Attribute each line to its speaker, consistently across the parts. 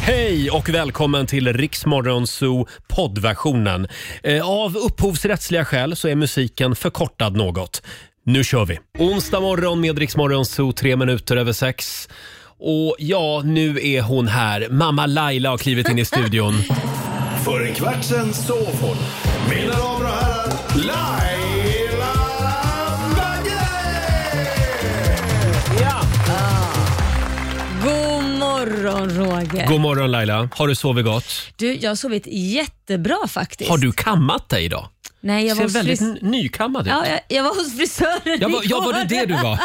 Speaker 1: Hej och välkommen till Riksmorgon Zoo poddversionen. Eh, Av upphovsrättsliga skäl så är musiken förkortad något. Nu kör vi! Onsdag morgon med Riksmorgon Zoo, tre minuter över sex. Och ja, nu är hon här. Mamma Laila har klivit in i studion.
Speaker 2: För en kvart sen sov hon. Mina damer och herrar, Laila Bagge!
Speaker 3: God morgon Roger.
Speaker 1: God morgon Laila, har du sovit gott?
Speaker 3: Du, jag har sovit jättebra faktiskt.
Speaker 1: Har du kammat dig idag?
Speaker 3: Nej, jag var
Speaker 1: Ser
Speaker 3: hos
Speaker 1: väldigt
Speaker 3: fris-
Speaker 1: n- nykammad ut.
Speaker 3: Ja, jag, jag var hos frisören
Speaker 1: Ja, var, ja,
Speaker 3: igår.
Speaker 1: var det det du var?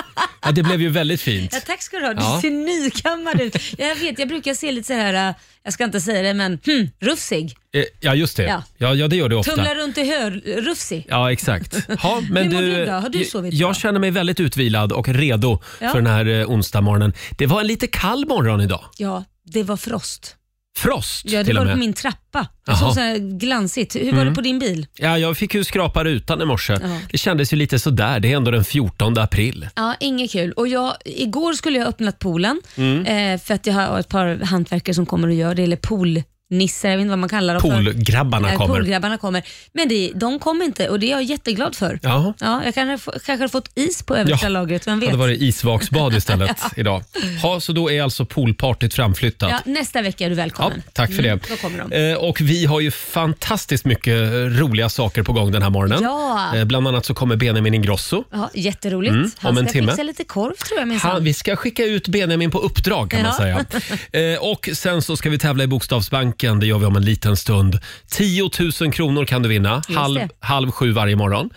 Speaker 1: Ja, det blev ju väldigt fint.
Speaker 3: Ja, tack ska du ha. Du
Speaker 1: Ja.
Speaker 3: ser nykammad ut. Jag vet, jag brukar se lite så här, äh, jag ska inte säga det, men hmm, rufsig.
Speaker 1: Eh, Ja, just det.
Speaker 3: Ja.
Speaker 1: Ja, ja det gör du ofta.
Speaker 3: Tumlar runt i hör, rufsig.
Speaker 1: Ja, exakt. Ha, men
Speaker 3: Hur mår
Speaker 1: du,
Speaker 3: du då? Har du sovit
Speaker 1: jag
Speaker 3: bra?
Speaker 1: känner mig väldigt utvilad och redo
Speaker 3: Ja.
Speaker 1: för den här eh, onsdagmorgonen. Det var en lite kall morgon idag.
Speaker 3: Ja, det var frost.
Speaker 1: Frost
Speaker 3: Ja, det
Speaker 1: till och
Speaker 3: var på
Speaker 1: med.
Speaker 3: min trappa.
Speaker 1: Jaha. Mm.
Speaker 3: Jag såg så här glansigt. Hur var det på din bil?
Speaker 1: Ja, jag fick ju skrapa rutan i morse.
Speaker 3: Ja.
Speaker 1: Det kändes ju lite sådär. Det är ändå den 14 april.
Speaker 3: Ja, inget kul. Och jag, igår skulle jag ha öppnat poolen
Speaker 1: Mm.
Speaker 3: eh, för att jag har ett par hantverkare som kommer och gör det, eller poolnissar, jag vet inte vad man kallar dem. för.
Speaker 1: Poolgrabbarna
Speaker 3: Eh,
Speaker 1: kommer.
Speaker 3: Poolgrabbarna kommer. Men det, de kommer inte och det är jag jätteglad för.
Speaker 1: Ja.
Speaker 3: Ja, jag kan ha, få- kanske har fått is på översta
Speaker 1: Ja.
Speaker 3: lagret, vem
Speaker 1: Det
Speaker 3: vet?
Speaker 1: hade varit isvaksbad istället idag. Ha, så då är alltså poolpartyt framflyttat.
Speaker 3: Ja, nästa vecka är du
Speaker 1: Ja,
Speaker 3: välkommen.
Speaker 1: tack för
Speaker 3: Mm,
Speaker 1: det.
Speaker 3: då kommer de.
Speaker 1: Eh, Och vi har ju fantastiskt mycket eh, roliga saker på gång den här morgonen.
Speaker 3: Ja.
Speaker 1: Eh, Bland annat så kommer Benjamin Ingrosso.
Speaker 3: Ja, jätteroligt. Han
Speaker 1: mm, om en
Speaker 3: ska
Speaker 1: timme.
Speaker 3: fixa lite korv tror jag
Speaker 1: Han,
Speaker 3: minsann.
Speaker 1: vi ska skicka ut Benjamin på uppdrag kan man
Speaker 3: Ja.
Speaker 1: säga. Eh, och sen så ska vi tävla i Bokstavsbanken. Det gör vi om en liten stund. 10 000 kronor kan du vinna.
Speaker 3: det.
Speaker 1: Halv, halv sju varje morgon.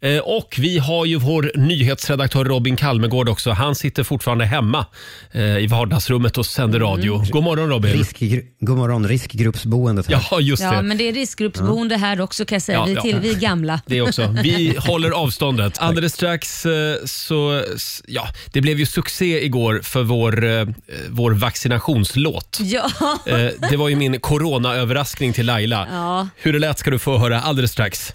Speaker 1: Eh, och vi har ju vår nyhetsredaktör Robin Kalmegård också. Han sitter fortfarande hemma eh, i vardagsrummet och sänder
Speaker 3: Mm.
Speaker 1: radio. God morgon Robin.
Speaker 4: Riskgru- God morgon, riskgruppsboendet här.
Speaker 1: Ja, just det. Mm.
Speaker 3: Ja, men det är riskgruppsboende här också kan jag säga.
Speaker 1: Ja,
Speaker 3: vi, är
Speaker 1: ja.
Speaker 3: till, vi är gamla.
Speaker 1: Det också. Vi håller avståndet. Alldeles strax eh, så, s- ja, det blev ju succé igår för vår, eh, vår vaccinationslåt.
Speaker 3: Ja,
Speaker 1: Eh, Det var ju min coronaöverraskning till Laila.
Speaker 3: Ja.
Speaker 1: Hur det lät ska du få höra alldeles strax.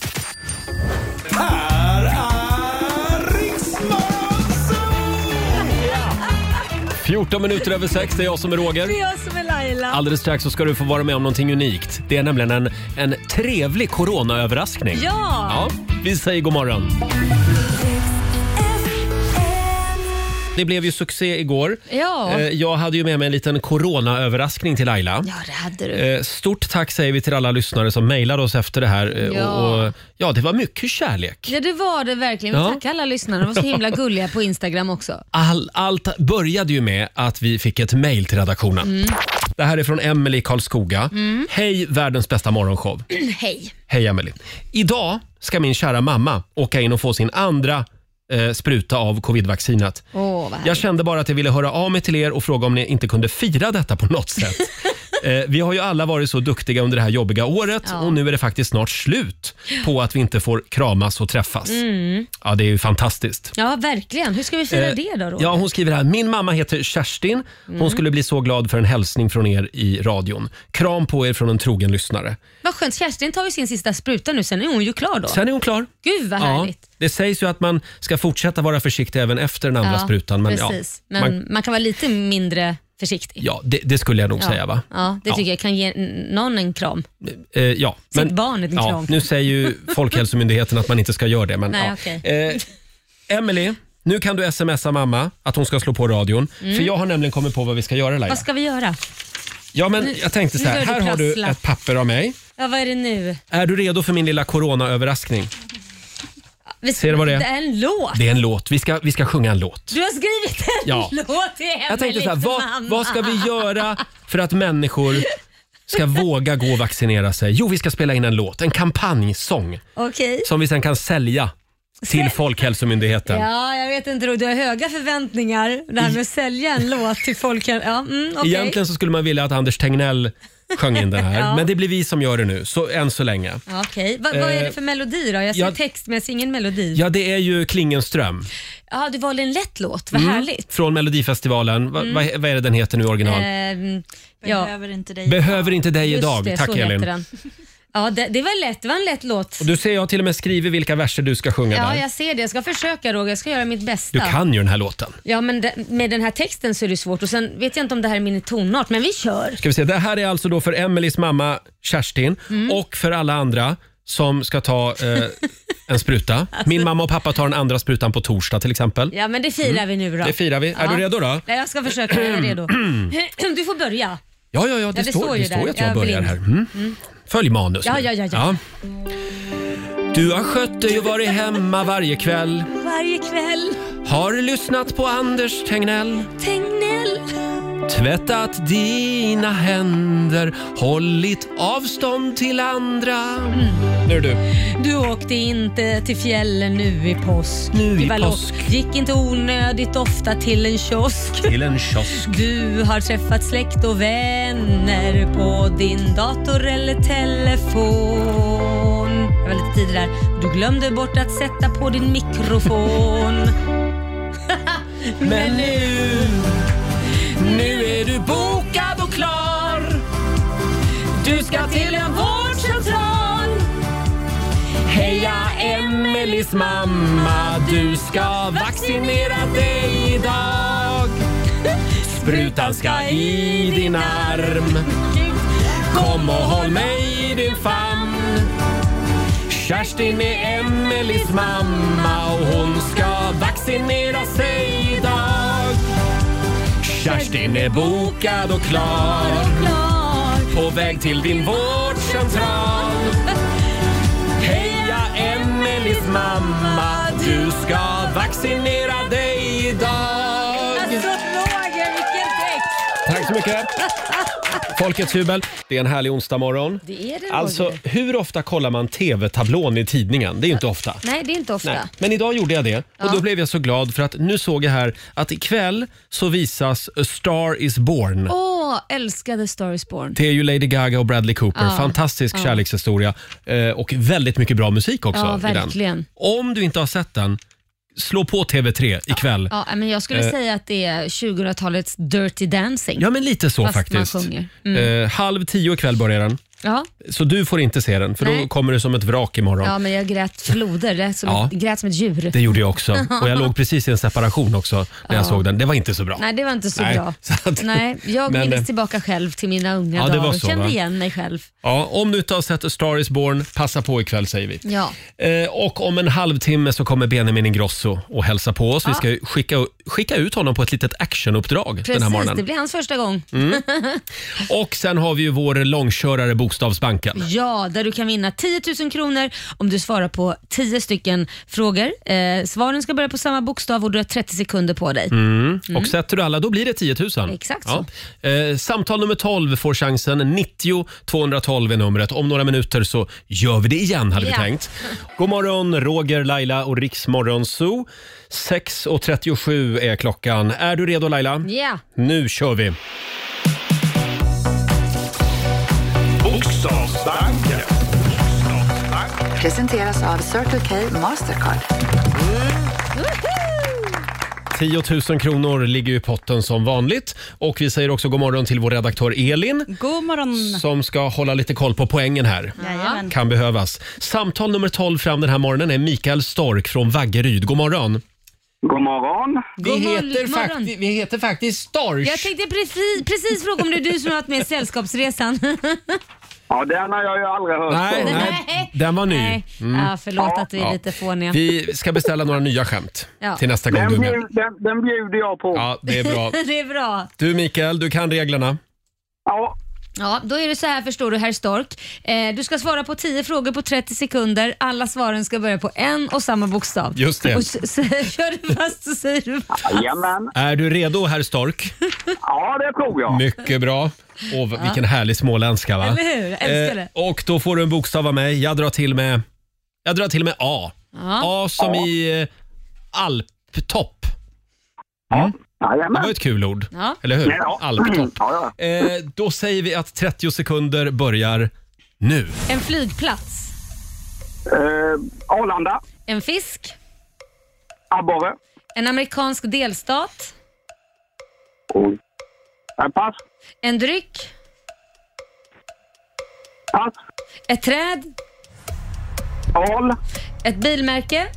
Speaker 2: Här är Riksmorgon
Speaker 1: 14 minuter över sex, det är jag som är Roger.
Speaker 3: det är jag som är Laila.
Speaker 1: Alldeles strax så ska du få vara med om någonting unikt. Det är nämligen en, en trevlig coronaöverraskning.
Speaker 3: Ja.
Speaker 1: ja! Vi säger god morgon. Det blev ju succé igår.
Speaker 3: Ja.
Speaker 1: Eh, Jag hade ju med mig en liten coronaöverraskning till Laila.
Speaker 3: Ja, det hade du.
Speaker 1: Eh, Stort tack säger vi till alla lyssnare som mejlade oss efter det här. eh,
Speaker 3: Ja.
Speaker 1: Och, och, ja, det var mycket kärlek.
Speaker 3: Ja det var det verkligen.
Speaker 1: Ja.
Speaker 3: Ja. Tack alla lyssnare, de var så himla gulliga på Instagram också.
Speaker 1: All, allt började ju med att vi fick ett mejl till redaktionen.
Speaker 3: Mm.
Speaker 1: Det här är från Emelie i Karlskoga. Hej, världens bästa morgonshow.
Speaker 3: Hej.
Speaker 1: Hej, Emelie. Idag ska min kära mamma åka in och få sin andra eh, spruta av covidvaccinet.
Speaker 3: Åh, vad härligt.
Speaker 1: Jag kände bara att jag ville höra av mig till er och fråga om ni inte kunde fira detta på något sätt. Eh, Vi har ju alla varit så duktiga under det här jobbiga året
Speaker 3: Ja.
Speaker 1: och nu är det faktiskt snart slut på att vi inte får kramas och träffas.
Speaker 3: Mm.
Speaker 1: Ja, det är ju fantastiskt.
Speaker 3: Ja, verkligen. Hur ska vi fira
Speaker 1: Eh,
Speaker 3: det då, Roger? Mm.
Speaker 1: Ja, hon skriver här. Min mamma heter Kerstin. Hon skulle bli så glad för en hälsning från er i radion. Kram på er från en trogen lyssnare.
Speaker 3: Vad skönt, Kerstin tar ju sin sista spruta nu, sen är hon ju klar då.
Speaker 1: Sen är hon klar.
Speaker 3: Gud vad
Speaker 1: Ja,
Speaker 3: härligt.
Speaker 1: det sägs ju att man ska fortsätta vara försiktig även efter den andra sprutan. Men,
Speaker 3: precis.
Speaker 1: ja,
Speaker 3: men
Speaker 1: man,
Speaker 3: man... kan vara lite mindre försiktig.
Speaker 1: ja det, det skulle jag nog säga. Va?
Speaker 3: Ja, det tycker jag. Kan ge n- någon en kram.
Speaker 1: Eh, ja,
Speaker 3: Sitt barn en
Speaker 1: ja,
Speaker 3: kram.
Speaker 1: Nu säger ju Folkhälsomyndigheten att man inte ska göra det. Men,
Speaker 3: Nej,
Speaker 1: ja.
Speaker 3: okej.
Speaker 1: eh, Emily, nu kan du smsa mamma att hon ska slå på radion.
Speaker 3: Mm.
Speaker 1: För jag har nämligen kommit på vad vi ska göra Laila.
Speaker 3: Vad ska vi göra?
Speaker 1: Ja, men jag tänkte så här.
Speaker 3: nu börjar
Speaker 1: Här
Speaker 3: du
Speaker 1: har du
Speaker 3: prassla.
Speaker 1: ett papper av mig.
Speaker 3: Ja, vad är det nu?
Speaker 1: Är du redo för min lilla coronaöverraskning?
Speaker 3: Vi...
Speaker 1: Ser du vad det är?
Speaker 3: Det är en låt.
Speaker 1: Det är en låt. Vi ska, vi ska sjunga en låt.
Speaker 3: Du har skrivit en
Speaker 1: Ja.
Speaker 3: låt till Emelie
Speaker 1: Jag tänkte så här, vad,
Speaker 3: mamma.
Speaker 1: vad ska vi göra för att människor ska våga gå och vaccinera sig? Jo, vi ska spela in en låt, en kampanjsång
Speaker 3: Okej.
Speaker 1: som vi sen kan sälja till Folkhälsomyndigheten.
Speaker 3: Ja, jag vet inte. Du har höga förväntningar. Det här med att sälja en låt till folk. Ja, mm, okej.
Speaker 1: Egentligen så skulle man vilja att Anders Tegnell sjöng in den här,
Speaker 3: Ja.
Speaker 1: men det blir vi som gör det nu, så än så länge.
Speaker 3: Ja, Okej. Va, vad är det för melodi då? Jag ser
Speaker 1: Eh, jag-
Speaker 3: text men jag ser ingen melodi. Ja,
Speaker 1: Ja, det är ju Klingenström
Speaker 3: du valde en lätt låt.
Speaker 1: Mm.
Speaker 3: Vad härligt. Mm.
Speaker 1: från Melodifestivalen. Va, va, vad är det den heter nu i original?
Speaker 3: Ehm, ja,
Speaker 5: Behöver inte dig.
Speaker 1: Behöver inte dig
Speaker 3: just
Speaker 1: idag.
Speaker 3: det,
Speaker 1: Tack
Speaker 3: så
Speaker 1: Elin.
Speaker 3: heter den. Ja, det, det var lätt. Det var en lätt låt.
Speaker 1: Och du ser, jag har till och med skrivit vilka verser du ska sjunga
Speaker 3: Ja,
Speaker 1: där.
Speaker 3: jag ser det. Jag ska försöka Roger. Jag ska göra mitt
Speaker 1: Du
Speaker 3: bästa.
Speaker 1: kan ju den här låten.
Speaker 3: Ja, men de, med den här texten så är det svårt. Och Sen vet jag inte om det här är min tonart, men vi kör.
Speaker 1: Ska vi se, det här är alltså då för Emelies mamma Kerstin
Speaker 3: Mm.
Speaker 1: och för alla andra som ska ta eh, en spruta. Min mamma och pappa tar den andra sprutan på torsdag till exempel.
Speaker 3: Alltså- Ja, men det firar vi nu då.
Speaker 1: Mm. Det firar vi. Är du redo då?
Speaker 3: Ja, jag ska försöka. Jag är redo. du får börja.
Speaker 1: Ja, ja, ja, det,
Speaker 3: det
Speaker 1: står,
Speaker 3: står
Speaker 1: det
Speaker 3: ju
Speaker 1: står
Speaker 3: där.
Speaker 1: ju att jag
Speaker 3: Jag
Speaker 1: börjar
Speaker 3: blind.
Speaker 1: här. Mm. Följ manus
Speaker 3: Ja,
Speaker 1: nu.
Speaker 3: ja, ja, ja.
Speaker 1: Du har skött dig och varit hemma varje kväll.
Speaker 3: Varje kväll,
Speaker 1: Har lyssnat på Anders Tegnell.
Speaker 3: Tegnell.
Speaker 1: Tvättat dina händer. Hållit avstånd till andra. Nu är det du.
Speaker 3: Du åkte inte till fjällen nu i påsk.
Speaker 1: Nu i
Speaker 3: Du var
Speaker 1: påsk.
Speaker 3: lock. Gick inte onödigt ofta till en kiosk.
Speaker 1: Till en kiosk.
Speaker 3: Du har träffat släkt och vänner på din dator eller telefon. Jag var lite tidig där. Du glömde bort att sätta på din mikrofon.
Speaker 1: Men nu, nu är du bokad och klar. Du ska till en vårdcentral. Heja Emelies mamma, du ska vaccinera dig idag. Sprutan ska i din arm. Kom och håll mig i din famn. Kerstin är Emelies mamma och hon ska vaccinera sig idag. Kerstin är bokad och klar, på väg till din vårdcentral. Heja Emelies mamma, du ska vaccinera dig idag.
Speaker 3: Alltså Roger, vilken text!
Speaker 1: Tack så mycket. Folkets jubel. Det är en härlig onsdagmorgon.
Speaker 3: Det är det
Speaker 1: Alltså,
Speaker 3: Roger.
Speaker 1: hur ofta kollar man TV-tablån i tidningen? Det är ju inte ofta.
Speaker 3: Nej, det är inte ofta.
Speaker 1: Nej. Men idag gjorde jag det och då
Speaker 3: Ja.
Speaker 1: blev jag så glad för att nu såg jag här att ikväll så visas A Star Is Born.
Speaker 3: Åh, älskade Star is Born.
Speaker 1: Det är ju Lady Gaga och Bradley Cooper.
Speaker 3: Ja.
Speaker 1: Fantastisk kärlekshistoria eh, och väldigt mycket bra musik också.
Speaker 3: Ja,
Speaker 1: i Den.
Speaker 3: verkligen.
Speaker 1: Om du inte har sett den, slå på TV3 ikväll. Ja,
Speaker 3: Ja, men jag skulle
Speaker 1: Eh.
Speaker 3: säga att det är 2000-talets Dirty Dancing.
Speaker 1: men lite så
Speaker 3: Fast man
Speaker 1: faktiskt.
Speaker 3: sjunger. Mm.
Speaker 1: Eh, halv tio ikväll börjar den,
Speaker 3: Ja.
Speaker 1: så du får inte se den för då
Speaker 3: Nej.
Speaker 1: kommer du som ett vrak imorgon.
Speaker 3: ja, men jag grät floder. Det är som
Speaker 1: Ja.
Speaker 3: ett, grät som ett djur.
Speaker 1: Det gjorde jag också och jag låg precis i en separation också när jag såg den. Det var inte så bra.
Speaker 3: Nej, det var inte så
Speaker 1: Nej,
Speaker 3: bra.
Speaker 1: så att-
Speaker 3: Nej, jag
Speaker 1: Men, eh,
Speaker 3: minns tillbaka själv till mina unga
Speaker 1: Ja, det
Speaker 3: dagar
Speaker 1: var
Speaker 3: och
Speaker 1: så,
Speaker 3: kände
Speaker 1: va?
Speaker 3: igen mig själv.
Speaker 1: Ja, om du inte har sett A Star Is Born, passa på ikväll säger vi.
Speaker 3: Ja.
Speaker 1: Eh, och om en halvtimme så kommer Benjamin Ingrosso och hälsa på oss. Vi ska ju skicka, skicka ut honom på ett litet actionuppdrag den här
Speaker 3: Precis, det
Speaker 1: morgonen. Mm.
Speaker 3: blir hans första gång.
Speaker 1: Och sen har vi ju vår långkörare Bokstavsbanken.
Speaker 3: Ja, där du kan vinna 10 000 kronor om du svarar på 10 stycken frågor. Eh, svaren ska börja på samma bokstav och du har 30 sekunder på dig.
Speaker 1: Mm. Och sätter du alla, då blir det 10 000.
Speaker 3: Mm. Exakt
Speaker 1: Ja. Eh, samtal nummer 12 får chansen. 90 212 är numret. Om några minuter så gör vi det igen, hade
Speaker 3: Ja.
Speaker 1: vi tänkt. God morgon, Roger, Laila och Riksmorgon Zoo. 6.37 är klockan. Är du redo Laila?
Speaker 3: Ja.
Speaker 1: Nu kör vi!
Speaker 2: Bokstavsbanken.
Speaker 5: Presenteras av Circle K Mastercard.
Speaker 1: 10 000 kronor ligger ju i potten som vanligt. Och vi säger också god morgon till vår redaktör Elin
Speaker 6: God morgon.
Speaker 1: som ska hålla lite koll på poängen här.
Speaker 6: Jajamän.
Speaker 1: Kan behövas. Samtal nummer 12 fram den här morgonen är Mikael Stork från Vaggeryd. God morgon!
Speaker 7: God morgon.
Speaker 1: Vi
Speaker 3: God mor-
Speaker 1: heter,
Speaker 3: morgon.
Speaker 1: fakti- vi heter faktiskt Storch.
Speaker 3: Jag tänkte precis, precis fråga om det är du som har varit med i Sällskapsresan.
Speaker 7: Ja, den har jag ju aldrig hört
Speaker 1: Nej,
Speaker 7: förut.
Speaker 1: nej, den var ny.
Speaker 3: Nej. Ja, förlåt att vi är
Speaker 1: Mm. Ja.
Speaker 3: lite fåniga.
Speaker 1: Vi ska beställa några nya skämt
Speaker 3: Ja.
Speaker 1: till nästa gång du
Speaker 7: Den,
Speaker 1: är med.
Speaker 7: bjud, den, den bjuder jag på. Ja.
Speaker 1: Ja, det är bra.
Speaker 3: Det är bra.
Speaker 1: Du Mikael, du kan reglerna.
Speaker 3: Ja, då är det så här förstår du herr Stork. Eh, du ska svara på 10 frågor på 30 sekunder. Alla svaren ska börja på en och samma bokstav.
Speaker 1: Just det.
Speaker 3: Och s- s- kör du fast så säger du
Speaker 7: Jajamän.
Speaker 1: Är du redo herr Stork?
Speaker 7: Ja, det tror jag.
Speaker 1: Mycket bra. Och vilken härlig småländska va? Eh,
Speaker 3: Eller hur? Jag älskar det.
Speaker 1: och då får du en bokstav av mig. Jag drar till med, jag drar till med A.
Speaker 3: Ja.
Speaker 1: A som i eh, alptopp. Det var
Speaker 7: Jajamän.
Speaker 1: ett kul ord.
Speaker 3: Ja.
Speaker 1: Eller hur?
Speaker 7: Ja.
Speaker 1: Alptopp.
Speaker 7: Ja, ja.
Speaker 1: Eh, då säger vi att 30 sekunder börjar nu.
Speaker 3: En flygplats.
Speaker 7: Eh, Arlanda.
Speaker 3: En fisk.
Speaker 7: Abborre.
Speaker 3: En amerikansk delstat.
Speaker 7: Oj. Eh, pass.
Speaker 3: En dryck.
Speaker 7: Pass.
Speaker 3: Ett träd.
Speaker 7: Al.
Speaker 3: Ett bilmärke.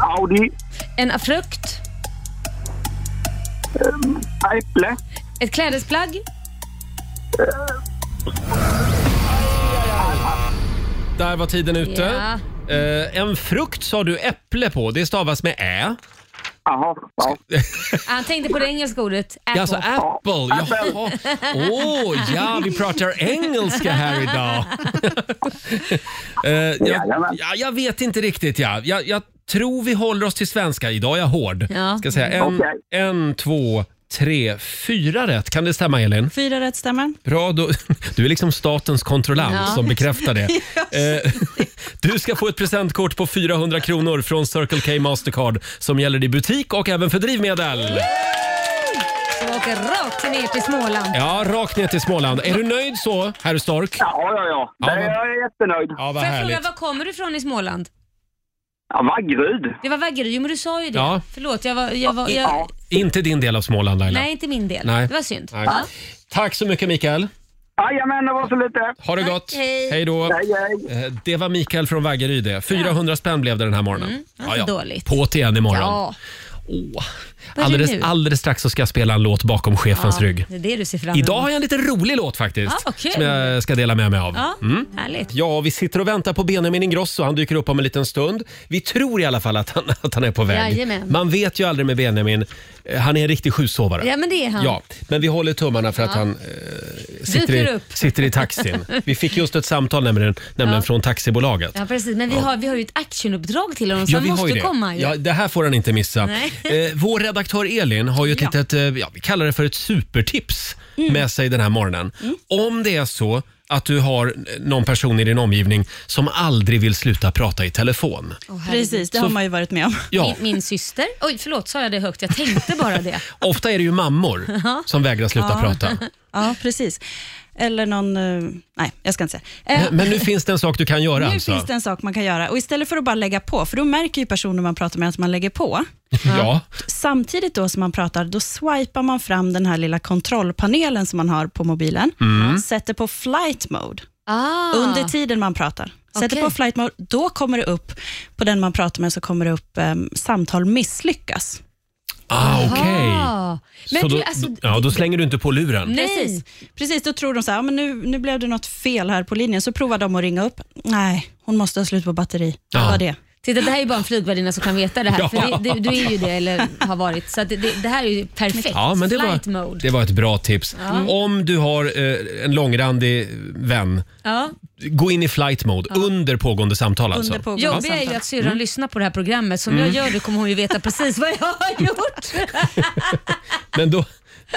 Speaker 7: Audi.
Speaker 3: En frukt.
Speaker 7: Äpple.
Speaker 3: Ett klädesplagg.
Speaker 1: Där var tiden ute.
Speaker 3: Ja.
Speaker 1: Eh, en frukt sa du äpple på. Det stavas med ä.
Speaker 7: Jaha. Ja.
Speaker 3: Han Ah, tänkte på det engelska ordet. Apple.
Speaker 1: Ja, alltså apple.
Speaker 7: Apple.
Speaker 1: Jaha. Åh, ja, vi pratar engelska här idag. Eh, jag,
Speaker 7: Jajamän.
Speaker 1: ja, jag vet inte riktigt. Ja. Jag, jag tror vi håller oss till svenska. Idag är jag hård.
Speaker 3: Ja.
Speaker 1: Ska säga. En,
Speaker 7: Okej.
Speaker 1: en, två, tre, fyra rätt. Kan det stämma, Elin?
Speaker 6: Fyra rätt stämmer.
Speaker 1: Bra, då, du är liksom statens kontrollant
Speaker 3: Ja.
Speaker 1: som bekräftar det. Eh, Du ska få ett presentkort på 400 kronor från Circle K Mastercard som gäller i butik och även för drivmedel.
Speaker 3: Som åker rakt ner till Småland.
Speaker 1: Ja, rakt ner till Småland. Är du nöjd så, herr Stork?
Speaker 7: Ja, ja, ja.
Speaker 1: Ja,
Speaker 7: Det,
Speaker 1: vad-
Speaker 7: jag är jättenöjd.
Speaker 1: Ja, vad
Speaker 3: Får jag fråga,
Speaker 1: härligt.
Speaker 3: var kommer du ifrån i Småland?
Speaker 7: Ja, Vaggeryd.
Speaker 3: Det var Vaggeryd, Jo, men du sa ju det.
Speaker 1: Ja.
Speaker 3: Förlåt, jag var... Jag var jag,
Speaker 7: Ja.
Speaker 1: Inte din del av Småland, Laila.
Speaker 3: Nej, inte min del.
Speaker 1: Nej.
Speaker 3: Det var synd.
Speaker 1: Nej.
Speaker 3: Ja.
Speaker 1: Tack så mycket, Mikael.
Speaker 7: Jajamän, det var så lite.
Speaker 1: Ha det
Speaker 3: Tack,
Speaker 1: gott.
Speaker 3: hej.
Speaker 1: Hej då.
Speaker 7: Hej, hej.
Speaker 1: Eh, Det var Mikael från Vaggeryd det. 400 spänn blev det den här morgonen.
Speaker 3: Mm, det var dåligt.
Speaker 1: På till igen imorgon.
Speaker 3: Ja.
Speaker 1: Åh.
Speaker 3: det
Speaker 1: Alldeles,
Speaker 3: nu?
Speaker 1: alldeles strax så ska jag spela en låt bakom chefens
Speaker 3: Ja,
Speaker 1: rygg.
Speaker 3: Det är det du ser fram emot.
Speaker 1: Idag har jag en lite rolig låt faktiskt.
Speaker 3: Ja, vad kul.
Speaker 1: Som jag ska dela med mig av. Mm.
Speaker 3: Ja, härligt.
Speaker 1: Ja, vi sitter och väntar på Benjamin Ingrosso. Han dyker upp om en liten stund. Vi tror i alla fall att han, att han är på väg.
Speaker 3: Jajamän.
Speaker 1: Man vet ju aldrig med Benjamin. Eh, Han är en riktig sjusovare.
Speaker 3: Ja, men det är han.
Speaker 1: Ja, men vi håller tummarna för att han eh, sitter,
Speaker 3: Dyker
Speaker 1: i,
Speaker 3: upp.
Speaker 1: sitter i taxin. Vi fick just ett samtal nämligen, nämligen
Speaker 3: Ja.
Speaker 1: från taxibolaget.
Speaker 3: Ja, precis. Men vi, Har, vi har ju ett actionuppdrag till honom, så
Speaker 1: Ja,
Speaker 3: han
Speaker 1: vi har
Speaker 3: måste
Speaker 1: ju det.
Speaker 3: komma. ju.
Speaker 1: Ja, det här får han inte missa.
Speaker 3: Nej.
Speaker 1: Eh, vår redaktör Elin har ju ett
Speaker 6: Ja.
Speaker 1: litet, eh, ja, vi kallar det för ett supertips
Speaker 3: Mm.
Speaker 1: med sig den här morgonen. Om det är så att du har eh, någon person i din omgivning som aldrig vill sluta prata i telefon.
Speaker 3: Åh, herregud.
Speaker 6: Precis, det har man ju varit med om.
Speaker 1: Ja,
Speaker 3: Min, min syster. Oj, förlåt, sa jag det högt? Jag tänkte bara det.
Speaker 1: ofta är det ju mammor som vägrar sluta
Speaker 6: Ja.
Speaker 1: prata.
Speaker 6: Ja, precis. Eller någon... eh, nej, jag ska inte säga. Eh,
Speaker 1: Men nu finns det en sak du kan göra
Speaker 6: nu
Speaker 1: alltså.
Speaker 6: finns det en sak man kan göra. Och Istället för att bara lägga på, för då märker ju personer man pratar med att man lägger på.
Speaker 1: Ja.
Speaker 6: Samtidigt då som man pratar, då swipar man fram den här lilla kontrollpanelen som man har på mobilen. Sätter på flight mode
Speaker 3: Ah.
Speaker 6: under tiden man pratar. Sätter
Speaker 3: Okej.
Speaker 6: på flight mode, då kommer det upp, på den man pratar med, så kommer det upp eh, samtal misslyckas.
Speaker 1: Ah, okej.
Speaker 3: Ah.
Speaker 1: Så
Speaker 3: Men
Speaker 1: då,
Speaker 3: du, alltså,
Speaker 1: ja, då slänger du inte på luren.
Speaker 3: Nej.
Speaker 6: Precis. Precis, då tror de så här, "Ja, men nu, nu blev det något fel här på linjen, så provar de att ringa upp. Nej, hon måste ha slut på batteri.
Speaker 1: Ja.
Speaker 6: Det var det.
Speaker 3: Titta, det här är ju bara en flygvärdinna som kan veta det här.
Speaker 1: Ja.
Speaker 3: För det, du, du är ju det, eller har varit. Så att det, det, det här är ju perfekt.
Speaker 1: Ja, men det,
Speaker 3: Flight
Speaker 1: var,
Speaker 3: mode.
Speaker 1: det var ett bra tips. Om du har eh, en långrandig vän,
Speaker 3: ja.
Speaker 1: gå in i flight mode under pågående samtal alltså.
Speaker 6: Under pågående
Speaker 3: Jobbiga är ju
Speaker 6: samtal.
Speaker 3: att
Speaker 1: Mm.
Speaker 3: syrran lyssnar på det här programmet. Som jag gör det kommer hon ju veta precis vad jag har gjort.
Speaker 1: Men då,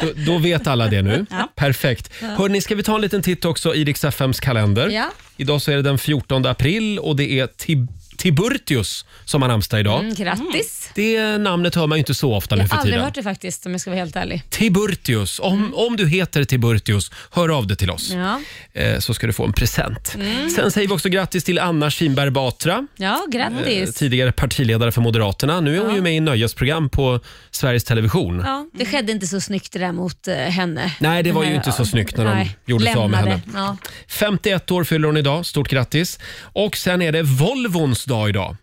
Speaker 1: då, då vet alla det nu. Perfekt. Hörni, ska vi ta en liten titt också i Rix FMs kalender?
Speaker 3: Ja.
Speaker 1: Idag så är det den 14 april och det är Tib- Tiburtius som har namnsdag idag.
Speaker 3: Mm, grattis.
Speaker 1: Det namnet hör man ju inte så ofta nu
Speaker 3: Jag
Speaker 1: för
Speaker 3: har aldrig
Speaker 1: tiden.
Speaker 3: hört det faktiskt om jag ska vara helt ärlig.
Speaker 1: Tiburtius. Om, om du heter Tiburtius, hör av dig till oss.
Speaker 3: Ja,
Speaker 1: Eh, så ska du få en present.
Speaker 3: Mm.
Speaker 1: Sen säger vi också grattis till Anna Kinberg Batra.
Speaker 3: ja
Speaker 1: eh,
Speaker 3: grattis.
Speaker 1: Tidigare partiledare för Moderaterna. Nu är hon ju med i nöjesprogram på Sveriges Television.
Speaker 3: Ja, det skedde inte så snyggt det där mot eh, henne.
Speaker 1: Nej, det var
Speaker 3: Den
Speaker 1: ju
Speaker 3: här,
Speaker 1: inte så
Speaker 3: ja,
Speaker 1: snyggt när de
Speaker 3: nej,
Speaker 1: gjorde sig av med
Speaker 3: lämnade.
Speaker 1: henne.
Speaker 3: Ja.
Speaker 1: 51 år fyller hon idag. Stort grattis. Och sen är det Volvons dag idag.